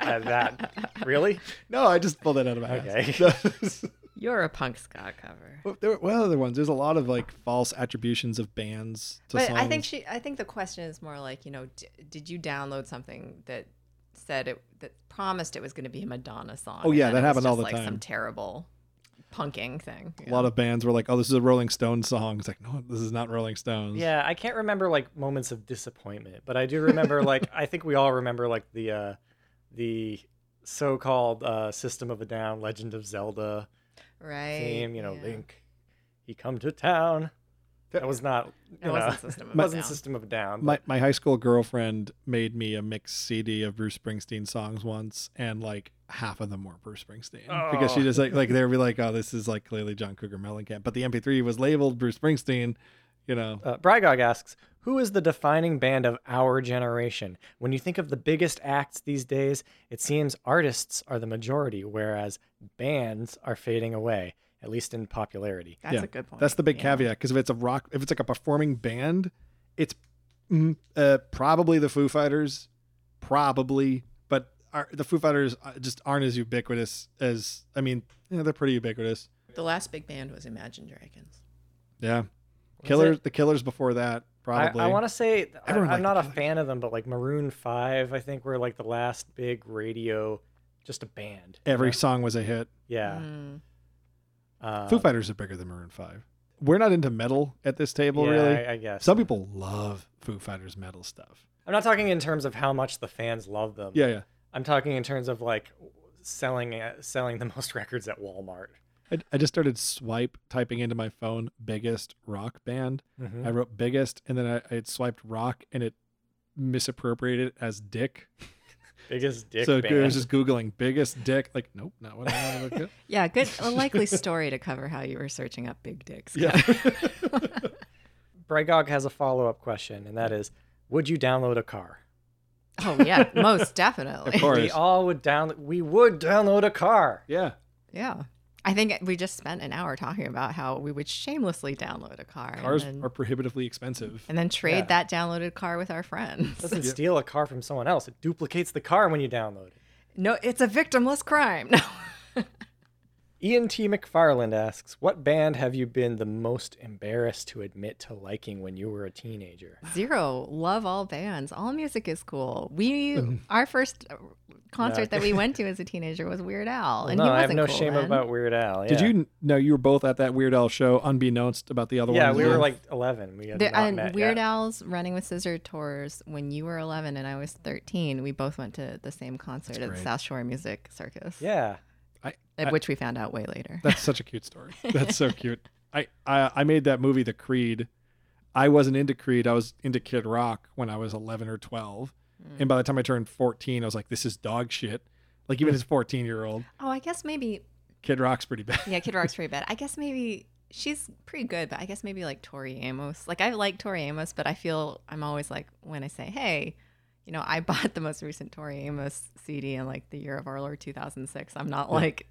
[SPEAKER 1] Uh, that really?
[SPEAKER 2] no i just pulled that out of my ass
[SPEAKER 4] You're a punk ska cover.
[SPEAKER 2] Well, there, what other ones? There's a lot of like false attributions of bands to
[SPEAKER 4] But
[SPEAKER 2] songs.
[SPEAKER 4] I think she. I think the question is more like, you know, d- did you download something that said it that promised it was going to be a Madonna song?
[SPEAKER 2] Oh,
[SPEAKER 4] and
[SPEAKER 2] yeah,
[SPEAKER 4] then
[SPEAKER 2] that
[SPEAKER 4] it was
[SPEAKER 2] happened all
[SPEAKER 4] just,
[SPEAKER 2] the
[SPEAKER 4] like, Some
[SPEAKER 2] time.
[SPEAKER 4] terrible punking thing.
[SPEAKER 2] a lot of bands were like, "Oh, this is a Rolling Stones song." It's like, no, this is not Rolling Stones.
[SPEAKER 1] Yeah, I can't remember like moments of disappointment, but I do remember like I think we all remember like the uh, the so-called uh, System of a Down, Legend of Zelda
[SPEAKER 4] right.
[SPEAKER 1] theme. You know,
[SPEAKER 4] yeah.
[SPEAKER 1] Link, he come to town. That was not. you
[SPEAKER 4] It
[SPEAKER 1] know,
[SPEAKER 4] wasn't System of a
[SPEAKER 1] wasn't
[SPEAKER 4] Down.
[SPEAKER 1] System of a Down. but-
[SPEAKER 2] My my high school girlfriend made me a mixed CD of Bruce Springsteen songs once, and like half of them were Bruce Springsteen because she
[SPEAKER 1] Oh.
[SPEAKER 2] just like like they would be like, "Oh, this is like clearly John Cougar Mellencamp," but the MP3 was labeled Bruce Springsteen. You know,
[SPEAKER 1] Uh, Brygog asks, who is the defining band of our generation? When you think of the biggest acts these days, it seems artists are the majority, whereas bands are fading away, at least in popularity.
[SPEAKER 4] That's
[SPEAKER 2] Yeah.
[SPEAKER 4] a good point.
[SPEAKER 2] That's the big
[SPEAKER 4] yeah.
[SPEAKER 2] caveat because if it's a rock, if it's like a performing band, it's mm, uh, probably the Foo Fighters, probably, but are, the Foo Fighters uh, just aren't as ubiquitous as I mean, yeah, they're pretty ubiquitous.
[SPEAKER 4] The last big band was Imagine Dragons.
[SPEAKER 2] Yeah,
[SPEAKER 1] Was
[SPEAKER 2] Killers,
[SPEAKER 1] it-
[SPEAKER 2] the Killers before that,
[SPEAKER 1] I,
[SPEAKER 2] probably.
[SPEAKER 1] I want to say I,
[SPEAKER 2] Everyone
[SPEAKER 1] am
[SPEAKER 2] liked
[SPEAKER 1] not
[SPEAKER 2] the
[SPEAKER 1] a
[SPEAKER 2] Killers.
[SPEAKER 1] fan of them, but like Maroon Five, I think were like the last big radio, just a band. you
[SPEAKER 2] Every
[SPEAKER 1] know?
[SPEAKER 2] song was a hit.
[SPEAKER 1] yeah.
[SPEAKER 4] Mm.
[SPEAKER 1] Uh,
[SPEAKER 2] Foo Fighters are bigger than Maroon Five. We're not into metal at this table,
[SPEAKER 1] yeah,
[SPEAKER 2] really.
[SPEAKER 1] I, I guess.
[SPEAKER 2] Some people love Foo Fighters metal stuff.
[SPEAKER 1] I'm not talking in terms of how much the fans love them.
[SPEAKER 2] Yeah, yeah.
[SPEAKER 1] I'm talking in terms of like selling uh, selling the most records at Walmart.
[SPEAKER 2] I, I just started swipe typing into my phone biggest rock band.
[SPEAKER 1] Mhm.
[SPEAKER 2] I wrote biggest, and then I, I had swiped rock, and it misappropriated it as dick.
[SPEAKER 1] biggest dick
[SPEAKER 2] so I
[SPEAKER 1] band.
[SPEAKER 2] was just googling biggest dick. Like, nope, not what I wanted to look
[SPEAKER 4] Yeah, good. A likely story to cover how you were searching up big dicks.
[SPEAKER 2] at. Yeah.
[SPEAKER 1] Brygog has a follow-up question, and that is, would you download a car?
[SPEAKER 4] Oh yeah, most definitely.
[SPEAKER 2] Of course.
[SPEAKER 1] We all would down. We would download a car.
[SPEAKER 2] yeah.
[SPEAKER 4] Yeah. I think we just spent an hour talking about how we would shamelessly download a car.
[SPEAKER 2] Cars
[SPEAKER 4] and then,
[SPEAKER 2] are prohibitively expensive.
[SPEAKER 4] and then trade
[SPEAKER 1] Yeah.
[SPEAKER 4] that downloaded car with our friends.
[SPEAKER 1] doesn't steal a car from someone else. It duplicates the car when you download it.
[SPEAKER 4] No, it's a victimless crime. No.
[SPEAKER 1] Ian T. McFarland asks, "What band have you been the most embarrassed to admit to liking when you were a teenager?"
[SPEAKER 4] Zero. Love all bands. All music is cool.
[SPEAKER 1] Mm-hmm.
[SPEAKER 4] We our first uh, concert that we went to as a teenager was Weird Al, and
[SPEAKER 1] no,
[SPEAKER 4] he
[SPEAKER 1] I
[SPEAKER 4] wasn't
[SPEAKER 1] have no
[SPEAKER 4] cool
[SPEAKER 1] shame
[SPEAKER 4] then.
[SPEAKER 1] about Weird Al.
[SPEAKER 2] Did
[SPEAKER 1] yeah.
[SPEAKER 2] you n- know you were both at that Weird Al show, unbeknownst about the other
[SPEAKER 1] Yeah,
[SPEAKER 2] one?
[SPEAKER 1] we were like 11. We had
[SPEAKER 4] The,
[SPEAKER 1] not
[SPEAKER 4] and
[SPEAKER 1] met
[SPEAKER 4] uh, Weird
[SPEAKER 1] yet.
[SPEAKER 4] Al's Running with Scissor tours when you were 11 and I was 13. We both went to the same concert at the
[SPEAKER 2] great.
[SPEAKER 4] South Shore Music Circus,
[SPEAKER 1] Yeah.
[SPEAKER 4] at which we found out way later.
[SPEAKER 2] That's such a cute story. That's so cute. I, I I made that movie, The Creed. I wasn't into Creed. I was into Kid Rock when I was 11 or 12. And by the time I turned 14, I was like, this is dog shit. Like even as a 14 year old,
[SPEAKER 4] Oh, I guess maybe
[SPEAKER 2] Kid Rock's pretty bad.
[SPEAKER 4] yeah, Kid Rock's pretty bad. I guess maybe she's pretty good, but I guess maybe like Tori Amos. Like I like Tori Amos, but I feel I'm always like when I say, "Hey, you know, I bought the most recent Tori Amos CD in like the year of our Lord 2006." I'm not like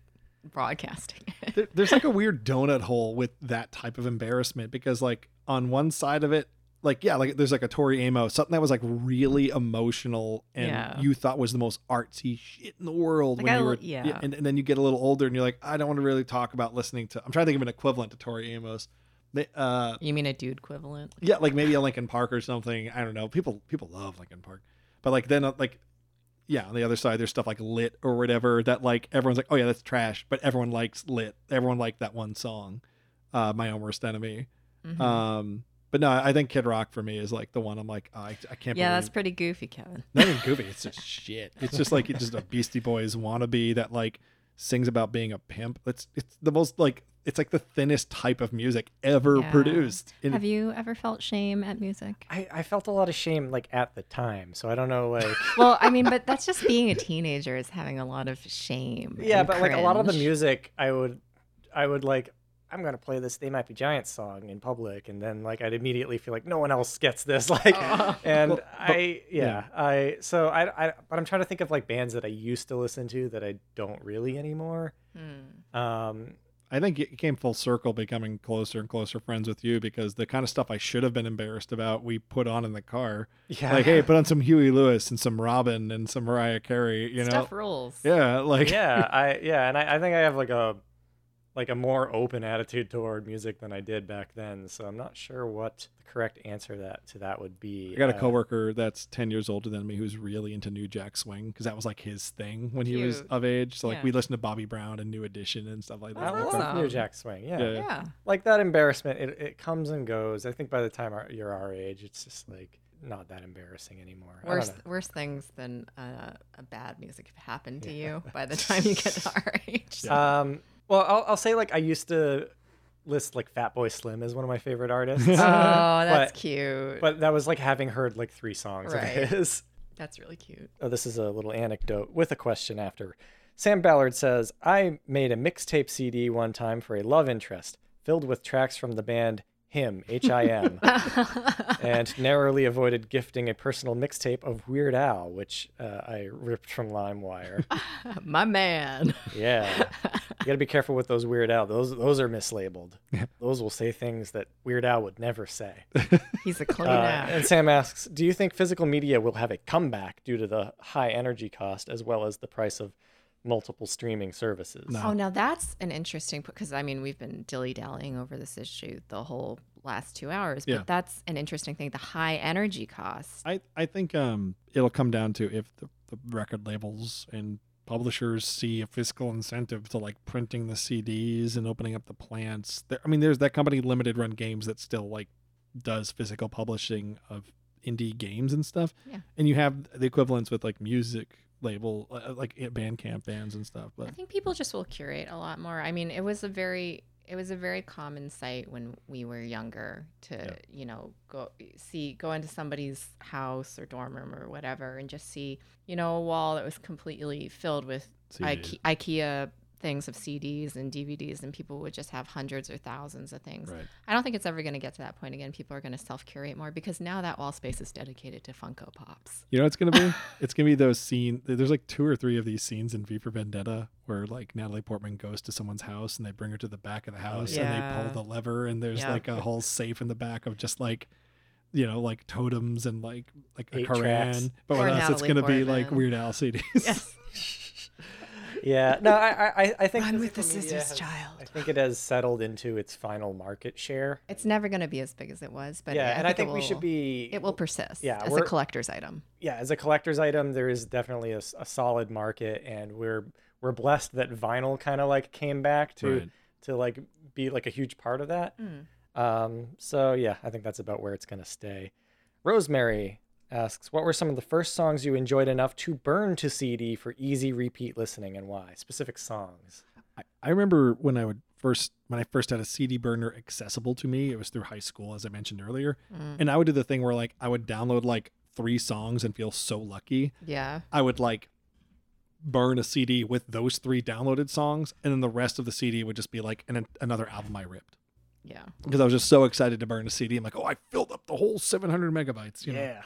[SPEAKER 4] broadcasting it.
[SPEAKER 2] There, there's like a weird donut hole with that type of embarrassment because like on one side of it, like yeah, like there's like a Tori Amos, something that was like really emotional and
[SPEAKER 4] Yeah.
[SPEAKER 2] you thought was the most artsy shit in the world
[SPEAKER 4] Like,
[SPEAKER 2] when
[SPEAKER 4] I
[SPEAKER 2] you
[SPEAKER 4] l-
[SPEAKER 2] were
[SPEAKER 4] yeah.
[SPEAKER 2] and, and then you get a little older and you're like, I don't want to really talk about listening to I'm trying to think of an equivalent to Tori Amos. They, uh
[SPEAKER 4] You mean a dude equivalent?
[SPEAKER 2] yeah, like maybe a Lincoln Park or something. I don't know. People people love Lincoln Park, but like then uh, like yeah, on the other side there's stuff like Lit or whatever that like everyone's like, oh yeah, that's trash, but everyone likes Lit. Everyone liked that one song, uh, My Own Worst Enemy.
[SPEAKER 4] Mhm.
[SPEAKER 1] Uh,
[SPEAKER 2] Um, but no, I think Kid Rock for me is like the one I'm like, oh, I I can't.
[SPEAKER 4] yeah, that's
[SPEAKER 2] believe.
[SPEAKER 4] pretty goofy, Kevin.
[SPEAKER 2] not even goofy. It's just shit. It's just like it's just a Beastie Boys wannabe that like sings about being a pimp. It's it's the most like it's like the thinnest type of music ever
[SPEAKER 4] Yeah.
[SPEAKER 2] produced. And
[SPEAKER 4] Have you ever felt shame at music?
[SPEAKER 1] I, I felt a lot of shame like at the time, so I don't know like
[SPEAKER 4] well, I mean, but that's just being a teenager is having a lot of shame.
[SPEAKER 1] yeah,
[SPEAKER 4] and
[SPEAKER 1] but like a lot of the
[SPEAKER 4] cringe.
[SPEAKER 1] music I would I would like I'm gonna play this They Might Be Giants song in public, and then like I'd immediately feel like no one else gets this, like, and
[SPEAKER 2] Well, but-
[SPEAKER 1] I yeah,
[SPEAKER 2] yeah.
[SPEAKER 1] I so I I but I'm trying to think of like bands that I used to listen to that I don't really anymore.
[SPEAKER 4] Hmm.
[SPEAKER 1] Um,
[SPEAKER 2] I think it came full circle becoming closer and closer friends with you because the kind of stuff I should have been embarrassed about, we put on in the car.
[SPEAKER 1] yeah,
[SPEAKER 2] Like, hey, put on some Huey Lewis and some Robin and some Mariah Carey, you know?
[SPEAKER 4] Stuff rules.
[SPEAKER 2] Yeah, like
[SPEAKER 1] yeah, I yeah, and I, I think I have like a like a more open attitude toward music than I did back then. So I'm not sure what the correct answer that to that would be.
[SPEAKER 2] I got a
[SPEAKER 1] Uh,
[SPEAKER 2] coworker that's 10 years older than me who's really into New Jack Swing because that was like his thing when he was
[SPEAKER 4] Cute.
[SPEAKER 2] of age. So like
[SPEAKER 4] Yeah.
[SPEAKER 2] we listened to Bobby Brown and New Edition and stuff like
[SPEAKER 1] I
[SPEAKER 2] that.
[SPEAKER 1] love
[SPEAKER 4] awesome.
[SPEAKER 1] New Jack Swing. Yeah.
[SPEAKER 2] Yeah, yeah.
[SPEAKER 4] Yeah.
[SPEAKER 1] like that embarrassment, it, it comes and goes. I think by the time our, you're our age, it's just like not that embarrassing anymore. I don't
[SPEAKER 4] Worse,
[SPEAKER 1] know.
[SPEAKER 4] worse things than uh, a bad music have happened to you by the time you get to our age.
[SPEAKER 1] Um, well, I'll, I'll say like I used to list like Fatboy Slim as one of my favorite artists,
[SPEAKER 4] Oh, that's
[SPEAKER 1] But-
[SPEAKER 4] cute.
[SPEAKER 1] but that was like having heard like three songs
[SPEAKER 4] Right.
[SPEAKER 1] of his.
[SPEAKER 4] that's really cute.
[SPEAKER 1] oh, this is a little anecdote with a question after. Sam Ballard says, I made a mixtape CD one time for a love interest filled with tracks from the band Him, H I M, and narrowly avoided gifting a personal mixtape of Weird Al, which uh, I ripped from LimeWire.
[SPEAKER 4] My man.
[SPEAKER 1] Yeah. You gotta be careful with those Weird Al. Those, those are mislabeled. Those will say things that Weird Al would never say.
[SPEAKER 4] He's a clean
[SPEAKER 1] Uh,
[SPEAKER 4] ass.
[SPEAKER 1] and Sam asks, "Do you think physical media will have a comeback due to the high energy cost as well as the price of multiple streaming services?"
[SPEAKER 2] No.
[SPEAKER 4] Oh, now that's an interesting because I mean we've been dilly dallying over this issue the whole last two hours, but
[SPEAKER 2] Yeah.
[SPEAKER 4] that's an interesting thing—the high energy cost.
[SPEAKER 2] I, I think um, it'll come down to if the, the record labels and publishers see a fiscal incentive to like printing the CDs and opening up the plants. There, I mean, there's that company Limited Run Games that still like does physical publishing of indie games and stuff.
[SPEAKER 4] Yeah.
[SPEAKER 2] And you have the equivalents with like music label, uh, like it- Bandcamp bands and stuff.
[SPEAKER 4] I
[SPEAKER 2] But
[SPEAKER 4] think people just will curate a lot more. I mean, it was a very it was a very common sight when we were younger to,
[SPEAKER 2] Yeah.
[SPEAKER 4] you know, go see go into somebody's house or dorm room or whatever and just see, you know, a wall that was completely filled with
[SPEAKER 2] CDs.
[SPEAKER 4] Ike- IKEA things of CDs and DVDs, and people would just have hundreds or thousands of things.
[SPEAKER 2] Right.
[SPEAKER 4] I don't think it's ever going to get to that point again. People are going to self curate more because now that wall space is dedicated to Funko Pops.
[SPEAKER 2] You know, what it's gonna be it's gonna be those scene. There's like two or three of these scenes in V for Vendetta where like Natalie Portman goes to someone's house and they bring her to the back of the house and
[SPEAKER 3] yeah.
[SPEAKER 2] they pull the lever and there's
[SPEAKER 3] Yeah.
[SPEAKER 2] like a whole safe in the back of just like, you know, like totems and like like a
[SPEAKER 1] Eight
[SPEAKER 2] Koran.
[SPEAKER 1] tracks.
[SPEAKER 2] But
[SPEAKER 4] Or
[SPEAKER 2] with us, it's
[SPEAKER 4] Natalie
[SPEAKER 2] gonna be like
[SPEAKER 4] Portman.
[SPEAKER 2] Weird Al CDs.
[SPEAKER 1] Yeah, no, I, I- I, I think
[SPEAKER 3] Run with the
[SPEAKER 1] social media
[SPEAKER 3] scissors,
[SPEAKER 1] has-
[SPEAKER 3] child.
[SPEAKER 1] I think it has settled into its final market share.
[SPEAKER 4] It's never going to be as big as it was, but
[SPEAKER 1] yeah, and I think
[SPEAKER 4] it
[SPEAKER 1] we should
[SPEAKER 4] will-
[SPEAKER 1] be.
[SPEAKER 4] It will persist
[SPEAKER 1] Yeah,
[SPEAKER 4] as a
[SPEAKER 1] we're-
[SPEAKER 4] collector's item.
[SPEAKER 1] Yeah, as a collector's item, there is definitely a, s- a solid market, and we're we're blessed that vinyl kind of like came back to
[SPEAKER 2] Right.
[SPEAKER 1] to like be like a huge part of that.
[SPEAKER 4] Mm.
[SPEAKER 1] Um, so yeah, I think that's about where it's gonna stay. Rosemary asks, "What were some of the first songs you enjoyed enough to burn to CD for easy repeat listening, and why? Specific songs."
[SPEAKER 2] I, I remember when I would first when I first had a CD burner accessible to me, it was through high school, as I mentioned earlier.
[SPEAKER 4] Mm.
[SPEAKER 2] And I would do the thing where like I would download like three songs and feel so lucky.
[SPEAKER 4] Yeah.
[SPEAKER 2] I would like burn a CD with those three downloaded songs, and then the rest of the CD would just be like an, another album I ripped
[SPEAKER 4] Yeah.
[SPEAKER 2] because I was just so excited to burn a CD. I'm like, oh, I filled up the whole 700 megabytes. You know?
[SPEAKER 1] Yeah.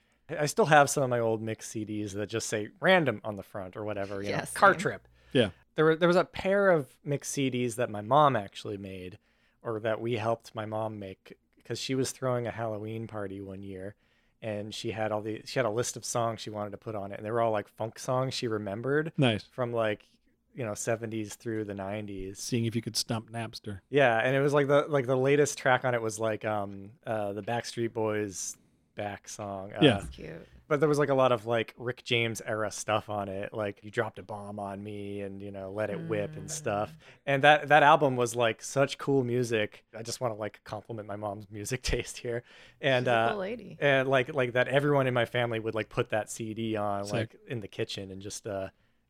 [SPEAKER 1] I I still have some of my old mix CDs that just say random on the front or whatever. You
[SPEAKER 4] Yeah,
[SPEAKER 1] know, car
[SPEAKER 4] same.
[SPEAKER 1] trip.
[SPEAKER 2] Yeah.
[SPEAKER 1] There, were, there was a pair of mix CDs that my mom actually made or that we helped my mom make because she was throwing a Halloween party one year and she had all the she had a list of songs she wanted to put on it and they were all like funk songs she remembered
[SPEAKER 2] Nice.
[SPEAKER 1] from like you know 70s through the 90s
[SPEAKER 2] Seeing if you could stump Napster.
[SPEAKER 1] yeah, and it was like the like the latest track on it was like um uh the Backstreet Boys back song. Uh,
[SPEAKER 2] Yeah.
[SPEAKER 4] Cute.
[SPEAKER 1] But there was like a lot of like Rick James era stuff on it, like you dropped a bomb on me and you know let it whip
[SPEAKER 4] Mm.
[SPEAKER 1] and stuff. And that that album was like such cool music. I just want to like compliment my mom's music taste here. And
[SPEAKER 4] She's a
[SPEAKER 1] uh
[SPEAKER 4] cool lady.
[SPEAKER 1] and like like that everyone in my family would like put that CD on
[SPEAKER 2] Sick.
[SPEAKER 1] like in the kitchen and just uh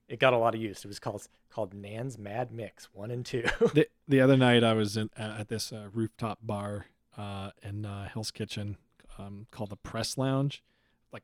[SPEAKER 1] it got a lot of use. It was called called Nan's Mad Mix 1 and 2.
[SPEAKER 2] the, the other night I was in, at this uh, rooftop bar uh, in uh, Hell's Kitchen um, called the Press Lounge, like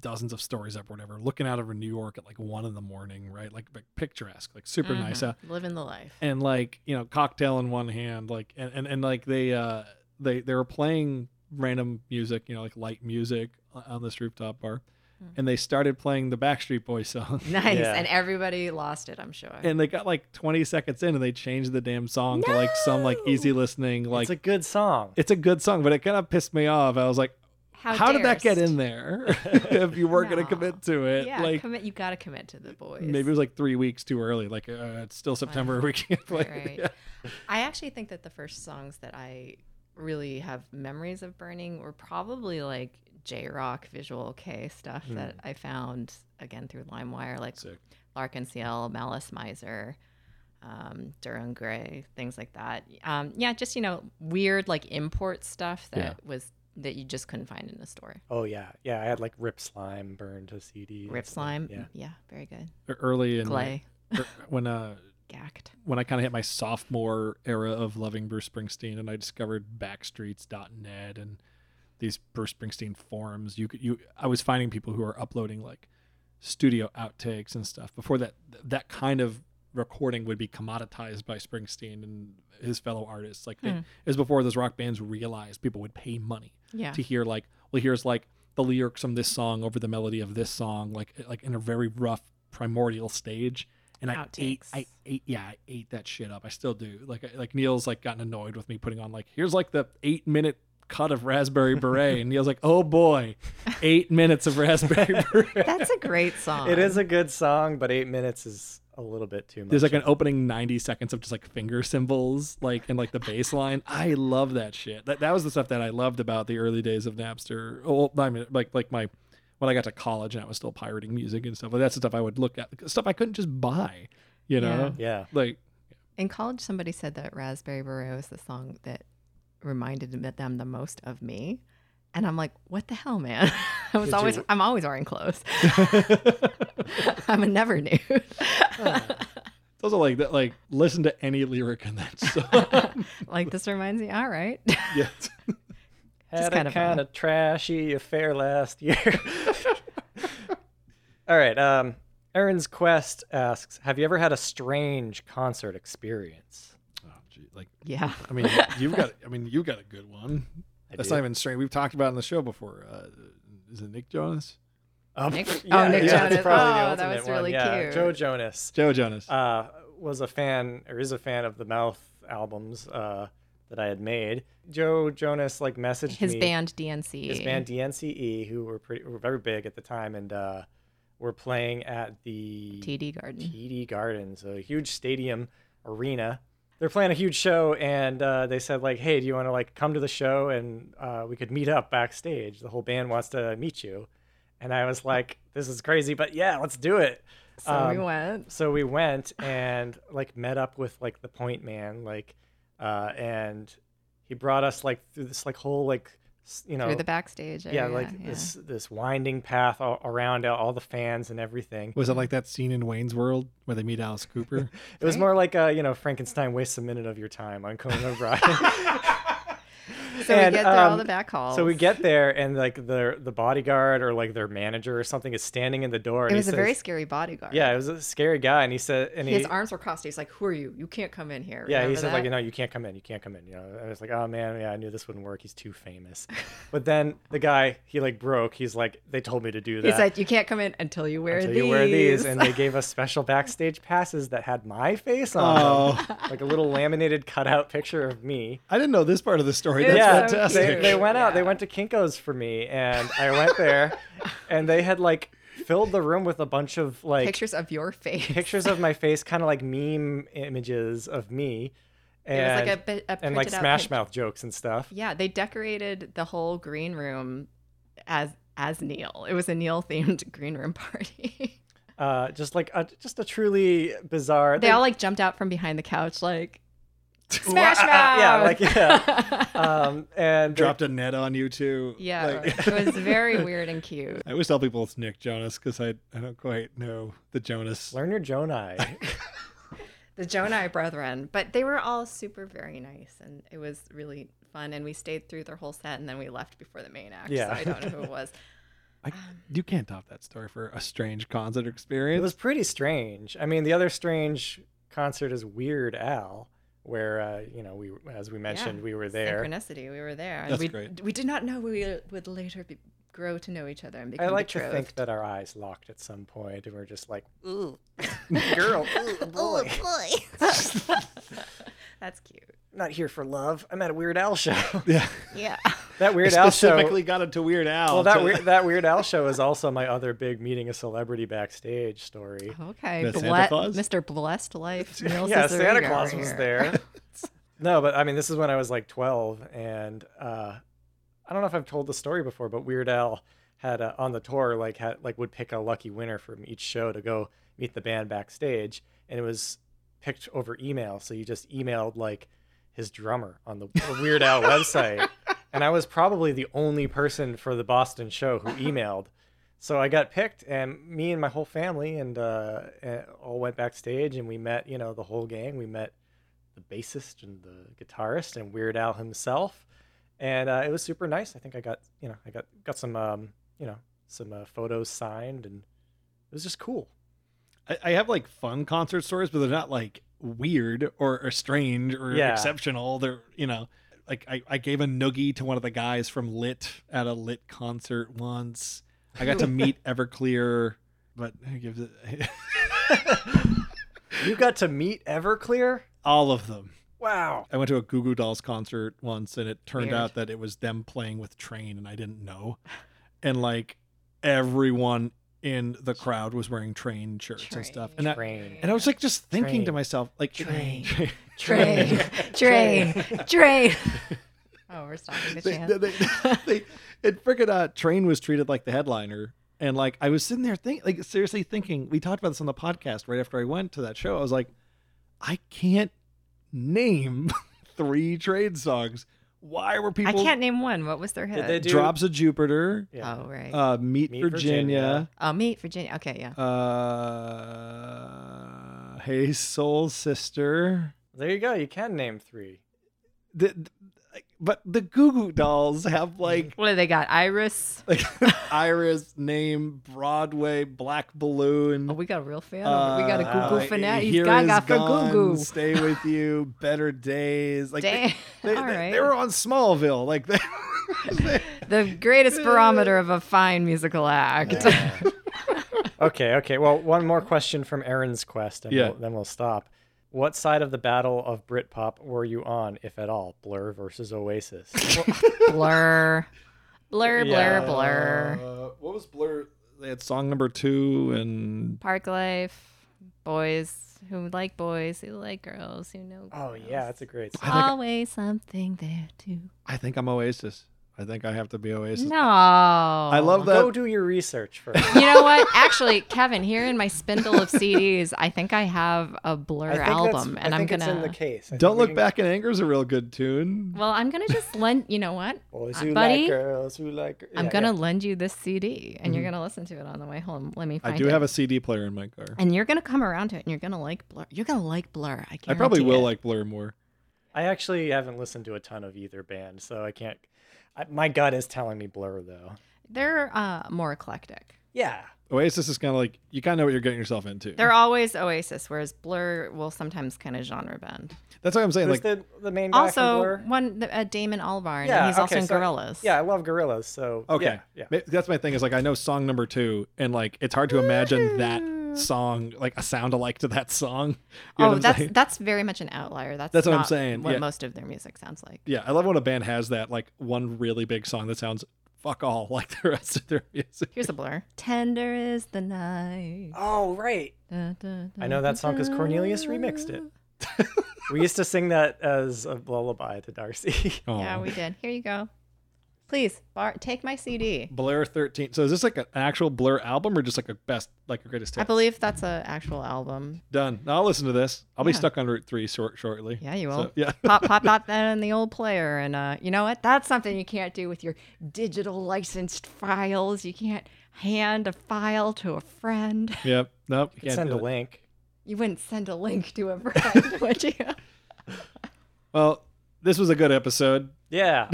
[SPEAKER 2] dozens of stories up or whatever, looking out over New York at like one in the morning, right? Like, like picturesque, like super
[SPEAKER 4] Mm-hmm.
[SPEAKER 2] nice
[SPEAKER 1] uh,
[SPEAKER 2] out.
[SPEAKER 4] Living the life.
[SPEAKER 2] and like you know cocktail in one hand like and and, and like they uh they they were playing random music you know like light music o- on this rooftop bar
[SPEAKER 4] Hmm.
[SPEAKER 2] and they started playing the backstreet boys song
[SPEAKER 4] Nice.
[SPEAKER 1] Yeah.
[SPEAKER 4] And everybody lost it, I'm sure.
[SPEAKER 2] and they got like 20 seconds in and they changed the damn song to like some like easy listening like
[SPEAKER 1] it's a good song.
[SPEAKER 2] good song but it kind of pissed me off i was like how, did that get
[SPEAKER 4] darest.
[SPEAKER 2] in there if you weren't going
[SPEAKER 4] No.
[SPEAKER 2] to commit to it
[SPEAKER 4] Yeah,
[SPEAKER 2] like
[SPEAKER 4] commit. You gotta commit to the boys.
[SPEAKER 2] maybe it was like three weeks too early like uh, it's still september we can't play
[SPEAKER 4] Right,
[SPEAKER 2] it.
[SPEAKER 4] right.
[SPEAKER 2] Yeah.
[SPEAKER 4] I actually think that the first songs that I really have memories of burning were probably like J Rock, Visual K stuff
[SPEAKER 1] Hmm.
[SPEAKER 4] that I found again through LimeWire, like
[SPEAKER 2] Sick.
[SPEAKER 4] Larkin CL, Malice Miser, um, Duran Gray, things like that. Um, yeah, just you know, weird like import stuff that was that you just couldn't find in the store.
[SPEAKER 1] Oh yeah, yeah. I had like Rip Slime burned to CD. and
[SPEAKER 4] Rip
[SPEAKER 1] stuff.
[SPEAKER 4] Slime,
[SPEAKER 1] Yeah.
[SPEAKER 4] yeah, very good.
[SPEAKER 2] E-, early in
[SPEAKER 4] Glay,
[SPEAKER 2] er, when uh
[SPEAKER 4] Gacked.
[SPEAKER 2] when I kind of hit my sophomore era of loving Bruce Springsteen, and I discovered Backstreets.net and these Bruce Springsteen forums. You could you I was finding people who are uploading like studio outtakes and stuff. Before that, that kind of recording would be commoditized by Springsteen and his fellow artists. Like they, it was before those rock bands realized people would pay money
[SPEAKER 4] Yeah.
[SPEAKER 2] to hear like well here's like the lyrics from this song over the melody of this song like like in a very rough primordial stage and I ate
[SPEAKER 4] Outtakes.
[SPEAKER 2] I ate yeah I ate that shit up I still do like I- like Neil's like gotten annoyed with me putting on like here's like the 8 minute cut of raspberry beret and Neil's like oh boy 8 minutes of raspberry beret
[SPEAKER 4] That's a great song.
[SPEAKER 1] It is a good song, but eight minutes is a little bit too much.
[SPEAKER 2] there's like an opening 90 seconds of just like finger symbols like and like the bass line i love that shit that, that was the stuff that i loved about the early days of napster oh i mean like like my when i got to college and i was still pirating music and stuff like that's the stuff i would look at stuff i couldn't just buy you know
[SPEAKER 1] yeah.
[SPEAKER 2] like
[SPEAKER 4] In college, somebody said that Raspberry Beret was the song that reminded them- them the most of me. And I'm like, what the hell, man? I was
[SPEAKER 1] Did
[SPEAKER 4] always,
[SPEAKER 1] you-
[SPEAKER 4] I'm always wearing clothes. I'm a never nude.
[SPEAKER 2] those are like that like listen to any lyric in that song
[SPEAKER 4] like this reminds me, all right.
[SPEAKER 2] yeah
[SPEAKER 1] Had
[SPEAKER 4] kind
[SPEAKER 1] a
[SPEAKER 4] of a-
[SPEAKER 1] kind of trashy affair last year. All right. Um, Aaron's Quest asks, "Have you ever had a strange concert experience?"
[SPEAKER 2] Oh, gee, like
[SPEAKER 4] Yeah.
[SPEAKER 2] I mean, you've got. I mean, you got a good one.
[SPEAKER 1] I
[SPEAKER 2] That's
[SPEAKER 1] do.
[SPEAKER 2] not even strange. We've talked about it on the show before. Uh, is it Nick Jonas?
[SPEAKER 1] Oh,
[SPEAKER 4] Nick-
[SPEAKER 1] pff,
[SPEAKER 4] oh, Nick
[SPEAKER 1] that's
[SPEAKER 4] Jonas.
[SPEAKER 1] probably the
[SPEAKER 4] Oh, that
[SPEAKER 1] ultimate
[SPEAKER 4] was really
[SPEAKER 1] one. Yeah,
[SPEAKER 4] cute.
[SPEAKER 1] Joe Jonas
[SPEAKER 2] Joe Jonas.
[SPEAKER 1] uh, was a fan or is a fan of the Mouth albums uh, that I had made. Joe Jonas like messaged
[SPEAKER 4] His
[SPEAKER 1] me,
[SPEAKER 4] band E. DNC.
[SPEAKER 1] his band DNCE, E, who were pretty were very big at the time, and uh, were playing at the
[SPEAKER 4] TD Garden.
[SPEAKER 1] TD Gardens, a huge stadium arena. They're playing a huge show, and uh, they said like, "Hey, do you want to like come to the show and uh, we could meet up backstage? The whole band wants to meet you." And I was like, "This is crazy, but yeah, let's do it."
[SPEAKER 4] So we
[SPEAKER 1] Um,
[SPEAKER 4] went.
[SPEAKER 1] so we went and like met up with like the point man like uh and he brought us like through this like whole like s- you know
[SPEAKER 4] Through the backstage.
[SPEAKER 1] yeah
[SPEAKER 4] area,
[SPEAKER 1] like this this winding path all around all the fans and everything
[SPEAKER 2] was it like that scene in Wayne's World where they meet Alice Cooper?
[SPEAKER 1] it was more like uh you know frankenstein wastes a minute of your time on conan o'brien
[SPEAKER 4] So
[SPEAKER 1] And,
[SPEAKER 4] we get through all
[SPEAKER 1] um,
[SPEAKER 4] the back halls.
[SPEAKER 1] so we get there and like the the bodyguard or like their manager or something is standing in the door and
[SPEAKER 4] It
[SPEAKER 1] he
[SPEAKER 4] was a very
[SPEAKER 1] says-
[SPEAKER 4] scary bodyguard.
[SPEAKER 1] yeah it was a scary guy and he said and
[SPEAKER 4] His
[SPEAKER 1] he,
[SPEAKER 4] arms were crossed. He's like, "Who are you? You can't come in here."
[SPEAKER 1] Yeah, he
[SPEAKER 4] Remember
[SPEAKER 1] says like,
[SPEAKER 4] that?
[SPEAKER 1] you know, you can't come in, you can't come in. You know, and it's like, oh man, yeah, I knew this wouldn't work. He's too famous. But then the guy, he like broke. He's like, they told me to do that.
[SPEAKER 4] He's like, you can't come in until you wear
[SPEAKER 1] until
[SPEAKER 4] these.
[SPEAKER 1] you wear these, and they gave us special backstage passes that had my face on
[SPEAKER 2] oh,
[SPEAKER 1] them, like a little laminated cutout picture of me.
[SPEAKER 2] I didn't know this part of the story. That's
[SPEAKER 1] yeah,
[SPEAKER 4] so
[SPEAKER 2] fantastic.
[SPEAKER 1] they, they went out. They
[SPEAKER 4] Yeah.
[SPEAKER 1] went to Kinkos for me, and I went there, and they had like filled the room with a bunch of like
[SPEAKER 4] pictures of your face.
[SPEAKER 1] pictures of my face, kind of like meme images of me.
[SPEAKER 4] it was
[SPEAKER 1] And,
[SPEAKER 4] like a, bit- a
[SPEAKER 1] and like
[SPEAKER 4] printed out
[SPEAKER 1] Smash
[SPEAKER 4] pic-
[SPEAKER 1] Mouth jokes and stuff.
[SPEAKER 4] Yeah, they decorated the whole green room as as Neil. It was a Neil themed green room party.
[SPEAKER 1] Uh, just like a, just a truly bizarre.
[SPEAKER 4] they all like jumped out from behind the couch, like Smash
[SPEAKER 1] Wow,
[SPEAKER 4] Mouth.
[SPEAKER 1] uh, yeah, like, yeah. um, and they-
[SPEAKER 2] dropped a net on you too.
[SPEAKER 4] yeah,
[SPEAKER 2] Like-
[SPEAKER 4] it was very weird and cute.
[SPEAKER 2] I always tell people it's Nick Jonas because I I don't quite know the Jonas.
[SPEAKER 1] learn your Jonai.
[SPEAKER 4] the Jonai brethren, but they were all super very nice and it was really fun. And we stayed through their whole set and then we left before the main act.
[SPEAKER 1] Yeah.
[SPEAKER 4] So I don't know who it was.
[SPEAKER 2] I, you can't top that story for a strange concert experience.
[SPEAKER 1] it was pretty strange. I mean, the other strange concert is Weird Al, where uh, you know we as we mentioned we were there.
[SPEAKER 4] Synchronicity. We were there. And
[SPEAKER 2] That's
[SPEAKER 4] we,
[SPEAKER 2] great.
[SPEAKER 4] we did not know we would later be, grow to know each other and become
[SPEAKER 1] I like to
[SPEAKER 4] betrothed.
[SPEAKER 1] think that our eyes locked at some point, and we're just like,
[SPEAKER 6] Ooh.
[SPEAKER 1] "Girl, ooh,
[SPEAKER 6] Ooh,
[SPEAKER 1] boy,
[SPEAKER 6] boy.
[SPEAKER 4] That's cute.
[SPEAKER 1] not here for love. I'm at a Weird Al show."
[SPEAKER 2] yeah.
[SPEAKER 6] Yeah.
[SPEAKER 1] that Weird
[SPEAKER 2] I
[SPEAKER 1] Al show
[SPEAKER 2] specifically got into Weird Al.
[SPEAKER 1] Well, that
[SPEAKER 2] to-
[SPEAKER 1] weird, that Weird Al show is also my other big meeting a celebrity backstage story.
[SPEAKER 4] Okay.
[SPEAKER 2] The Santa Claus?
[SPEAKER 4] Mr. Blessed Life. Neil
[SPEAKER 1] yeah,
[SPEAKER 4] Cesarino
[SPEAKER 1] Santa Claus
[SPEAKER 4] over
[SPEAKER 1] was
[SPEAKER 4] here.
[SPEAKER 1] there. no, but I mean, this is when I was like 12, and uh, I don't know if I've told the story before, but Weird Al had uh, on the tour like had like would pick a lucky winner from each show to go meet the band backstage, and it was picked over email. So you just emailed like his drummer on the Weird Al website, and I was probably the only person for the Boston show who emailed. So I got picked, and me and my whole family and uh, eh, all went backstage, and we met, you know, the whole gang. We met the bassist and the guitarist and Weird Al himself, and uh, it was super nice. I think I got, you know, I got got some, um, you know, some uh, photos signed, and it was just cool.
[SPEAKER 2] I, I have like fun concert stories, but they're not like weird or, or strange or
[SPEAKER 1] Yeah.
[SPEAKER 2] exceptional. They're you know, like I, I gave a noogie to one of the guys from Lit at a Lit concert once. I got to meet Everclear, but who gives it?
[SPEAKER 1] You got to meet Everclear.
[SPEAKER 2] all of them.
[SPEAKER 1] Wow.
[SPEAKER 2] I went to a Goo Goo Dolls concert once, and it turned
[SPEAKER 4] Weird.
[SPEAKER 2] out that it was them playing with Train, and I didn't know. And like everyone in the crowd was wearing Train shirts and stuff, and I,
[SPEAKER 1] Train.
[SPEAKER 2] and I was like just thinking to
[SPEAKER 1] Train.
[SPEAKER 2] myself, like
[SPEAKER 4] Train.
[SPEAKER 6] Train.
[SPEAKER 4] Drain. Drain. oh, we're stopping the
[SPEAKER 2] they,
[SPEAKER 4] chant.
[SPEAKER 2] they, they, they, it freaking uh, train was treated like the headliner and like i was sitting there thinking like seriously thinking we talked about this on the podcast right after i went to that show i was like i can't name three train songs why were
[SPEAKER 4] I
[SPEAKER 2] people
[SPEAKER 4] can't name one. What was their hit?
[SPEAKER 1] they do-
[SPEAKER 2] drops of jupiter
[SPEAKER 1] Yeah.
[SPEAKER 4] Oh, right.
[SPEAKER 2] uh meet,
[SPEAKER 1] Meet
[SPEAKER 2] virginia,
[SPEAKER 4] oh, Meet Virginia. Okay, yeah.
[SPEAKER 2] uh hey soul sister
[SPEAKER 1] There you go. You can name three.
[SPEAKER 2] the, but the Goo Goo Dolls have like
[SPEAKER 4] What do they got? Iris.
[SPEAKER 2] like Iris name Broadway Black Balloon.
[SPEAKER 4] Oh, we got a real fan. over- we got a
[SPEAKER 2] uh,
[SPEAKER 4] Goo Goo fanatic. He's
[SPEAKER 2] Here
[SPEAKER 4] Gaga
[SPEAKER 2] Is
[SPEAKER 4] for
[SPEAKER 2] Gone,
[SPEAKER 4] Goo Goo.
[SPEAKER 2] Stay with you, Better Days. Like
[SPEAKER 4] Damn.
[SPEAKER 2] They, they,
[SPEAKER 4] All
[SPEAKER 2] they-
[SPEAKER 4] right.
[SPEAKER 2] they were on Smallville. Like they, they-
[SPEAKER 4] The greatest barometer of a fine musical act.
[SPEAKER 1] Okay, okay. Well, one more question from Aaron's quest, and
[SPEAKER 2] Yeah.
[SPEAKER 1] we'll, then we'll stop. What side of the battle of Britpop were you on, if at all? Blur versus Oasis.
[SPEAKER 4] blur. Blur, blur,
[SPEAKER 1] Yeah.
[SPEAKER 4] blur.
[SPEAKER 2] Uh, what was Blur? They had song number two and
[SPEAKER 4] Park life. Boys who like boys, who like girls, who know girls.
[SPEAKER 1] oh yeah, that's a great.
[SPEAKER 2] I
[SPEAKER 1] Song.
[SPEAKER 2] think-
[SPEAKER 4] Always something there too.
[SPEAKER 2] I think I'm Oasis. I think I have to be Oasis.
[SPEAKER 4] No. I
[SPEAKER 2] I love that.
[SPEAKER 1] Go do your research first.
[SPEAKER 4] You know what? Actually, Kevin, here in my spindle of CDs, I think I have a Blur
[SPEAKER 1] I think that's-
[SPEAKER 4] album, and
[SPEAKER 1] I
[SPEAKER 4] I'm
[SPEAKER 1] think it's
[SPEAKER 4] gonna.
[SPEAKER 1] in the case. I think
[SPEAKER 2] Don't
[SPEAKER 1] we
[SPEAKER 2] look
[SPEAKER 1] can-
[SPEAKER 2] back in anger is a real good tune.
[SPEAKER 4] Well, I'm gonna just lend. You know what?
[SPEAKER 1] Boys
[SPEAKER 4] Uh,
[SPEAKER 1] who
[SPEAKER 4] buddy,
[SPEAKER 1] like girls who like.
[SPEAKER 4] I'm
[SPEAKER 1] Yeah,
[SPEAKER 4] gonna
[SPEAKER 1] yeah. Mm-hmm.
[SPEAKER 4] lend you this CD, and you're gonna listen to it on the way home. Let me. Find
[SPEAKER 2] I do
[SPEAKER 4] it.
[SPEAKER 2] have a CD player in my car.
[SPEAKER 4] And you're gonna come around to it, and you're gonna like Blur. You're gonna like Blur. I
[SPEAKER 2] I
[SPEAKER 4] guarantee
[SPEAKER 2] probably will
[SPEAKER 4] it.
[SPEAKER 2] like Blur more.
[SPEAKER 1] I actually haven't listened to a ton of either band, so I can't. I, my gut is telling me Blur though.
[SPEAKER 4] They're uh, more eclectic.
[SPEAKER 1] Yeah.
[SPEAKER 2] Oasis is kind of like you kind of know what you're getting yourself into.
[SPEAKER 4] They're always Oasis, whereas Blur will sometimes kind of genre bend.
[SPEAKER 2] That's what I'm saying.
[SPEAKER 1] Who's
[SPEAKER 2] Like
[SPEAKER 1] the the main guy from
[SPEAKER 4] Also,
[SPEAKER 1] Blur?
[SPEAKER 4] one the, uh, Damon Albarn,
[SPEAKER 1] Yeah,
[SPEAKER 4] and he's also
[SPEAKER 1] okay,
[SPEAKER 4] in
[SPEAKER 1] so-
[SPEAKER 4] Gorillas.
[SPEAKER 1] Yeah, I love Gorillas, so
[SPEAKER 2] okay,
[SPEAKER 1] yeah, yeah.
[SPEAKER 2] Ma- that's my thing. Is like I know song number two, and like it's hard to imagine that song like a sound alike to that song. You know what
[SPEAKER 4] oh,
[SPEAKER 2] I'm
[SPEAKER 4] that's
[SPEAKER 2] saying?
[SPEAKER 4] that's very much an outlier. That's
[SPEAKER 2] That's what I'm
[SPEAKER 4] not
[SPEAKER 2] saying,
[SPEAKER 4] What
[SPEAKER 2] yeah.
[SPEAKER 4] most of their music sounds like.
[SPEAKER 2] yeah. I love when a band has that like one really big song that sounds fuck all like the rest of their music.
[SPEAKER 4] Here's a blur. Tender is the night.
[SPEAKER 1] Oh right.
[SPEAKER 4] Da, da,
[SPEAKER 1] I know that song 'cause Cornelius remixed it. We used to sing that as a lullaby to Darcy.
[SPEAKER 2] Oh.
[SPEAKER 4] Yeah, we did. Here you go. Please, bar- take my CD.
[SPEAKER 2] Blur 13. So is this like an actual Blur album or just like a best like a greatest
[SPEAKER 4] I
[SPEAKER 2] hits?
[SPEAKER 4] believe that's an actual album.
[SPEAKER 2] Done. Now I'll listen to this. I'll be
[SPEAKER 4] Yeah.
[SPEAKER 2] stuck on Route 3 short shortly.
[SPEAKER 4] Yeah, you will.
[SPEAKER 2] So, yeah.
[SPEAKER 4] pop, pop, pop that in the old player, and uh, you know what? That's something you can't do with your digital licensed files. You can't hand a file to a friend.
[SPEAKER 2] yep. Nope. you
[SPEAKER 1] You
[SPEAKER 2] can't
[SPEAKER 1] send
[SPEAKER 2] do
[SPEAKER 1] a
[SPEAKER 2] that.
[SPEAKER 1] link.
[SPEAKER 4] You wouldn't send a link to a friend, would you?
[SPEAKER 2] Well, this was a good episode.
[SPEAKER 1] Yeah.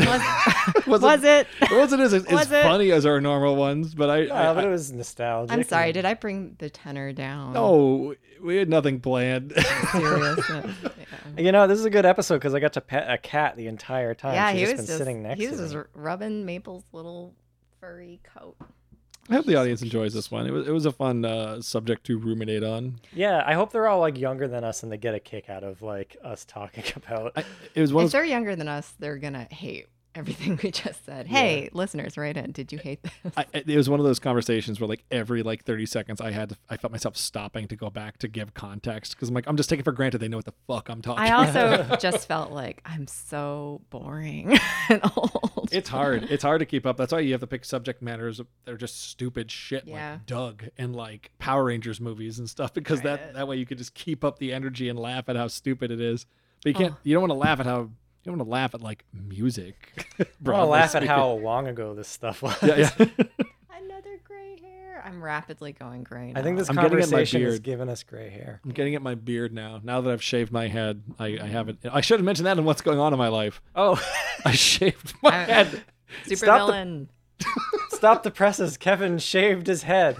[SPEAKER 2] Was,
[SPEAKER 4] Was it?
[SPEAKER 2] it? Wasn't as, as
[SPEAKER 4] was it?
[SPEAKER 2] funny as our normal ones, but I. I-
[SPEAKER 1] Yeah, but
[SPEAKER 2] I-
[SPEAKER 1] it was nostalgic.
[SPEAKER 4] I'm sorry.
[SPEAKER 1] and-
[SPEAKER 4] Did I bring the tenor down?
[SPEAKER 2] no, we had nothing planned.
[SPEAKER 4] Serious. yeah,
[SPEAKER 1] You know, this is a good episode because I got to pet a cat the entire time.
[SPEAKER 4] Yeah,
[SPEAKER 1] She's
[SPEAKER 4] he
[SPEAKER 1] just
[SPEAKER 4] was
[SPEAKER 1] been
[SPEAKER 4] just
[SPEAKER 1] sitting next
[SPEAKER 4] he
[SPEAKER 1] to
[SPEAKER 4] was just
[SPEAKER 1] me.
[SPEAKER 4] rubbing Maple's little furry coat.
[SPEAKER 2] I hope the audience enjoys this one. It was it was a fun uh, subject to ruminate on.
[SPEAKER 1] Yeah, I hope they're all like younger than us and they get a kick out of like us talking about.
[SPEAKER 2] I, it was one.
[SPEAKER 4] if
[SPEAKER 2] Of,
[SPEAKER 4] they're younger than us, they're gonna hate everything we just said. Hey, listeners, write in. Did you hate this?
[SPEAKER 2] I, it was one of those conversations where like every like thirty seconds, I had to, I felt myself stopping to go back to give context because I'm like I'm just taking for granted they know what the fuck I'm talking.
[SPEAKER 4] I also just felt like I'm so boring and old.
[SPEAKER 2] It's hard. It's hard to keep up. That's why you have to pick subject matters that are just stupid shit
[SPEAKER 4] Yeah.
[SPEAKER 2] like Doug and like Power Rangers movies and stuff because that that way you could just keep up the energy and laugh at how stupid it is. But
[SPEAKER 4] Oh.
[SPEAKER 2] you can't. You don't want to laugh at how. You don't want to laugh at like music.
[SPEAKER 1] I want to laugh at how long ago this stuff was.
[SPEAKER 2] Yeah, yeah.
[SPEAKER 4] Another gray hair. I'm rapidly going gray. Now.
[SPEAKER 1] I think this
[SPEAKER 2] I'm getting at my
[SPEAKER 1] conversation is
[SPEAKER 2] beard.
[SPEAKER 1] giving us gray hair.
[SPEAKER 2] I'm getting at my beard now. Now that I've shaved my head, I, I haven't. I should have mentioned that in what's going on in my life.
[SPEAKER 1] Oh,
[SPEAKER 2] I shaved my
[SPEAKER 4] I-
[SPEAKER 2] head.
[SPEAKER 4] super
[SPEAKER 1] Stop the-
[SPEAKER 4] villain.
[SPEAKER 1] stop the presses. Kevin shaved his head.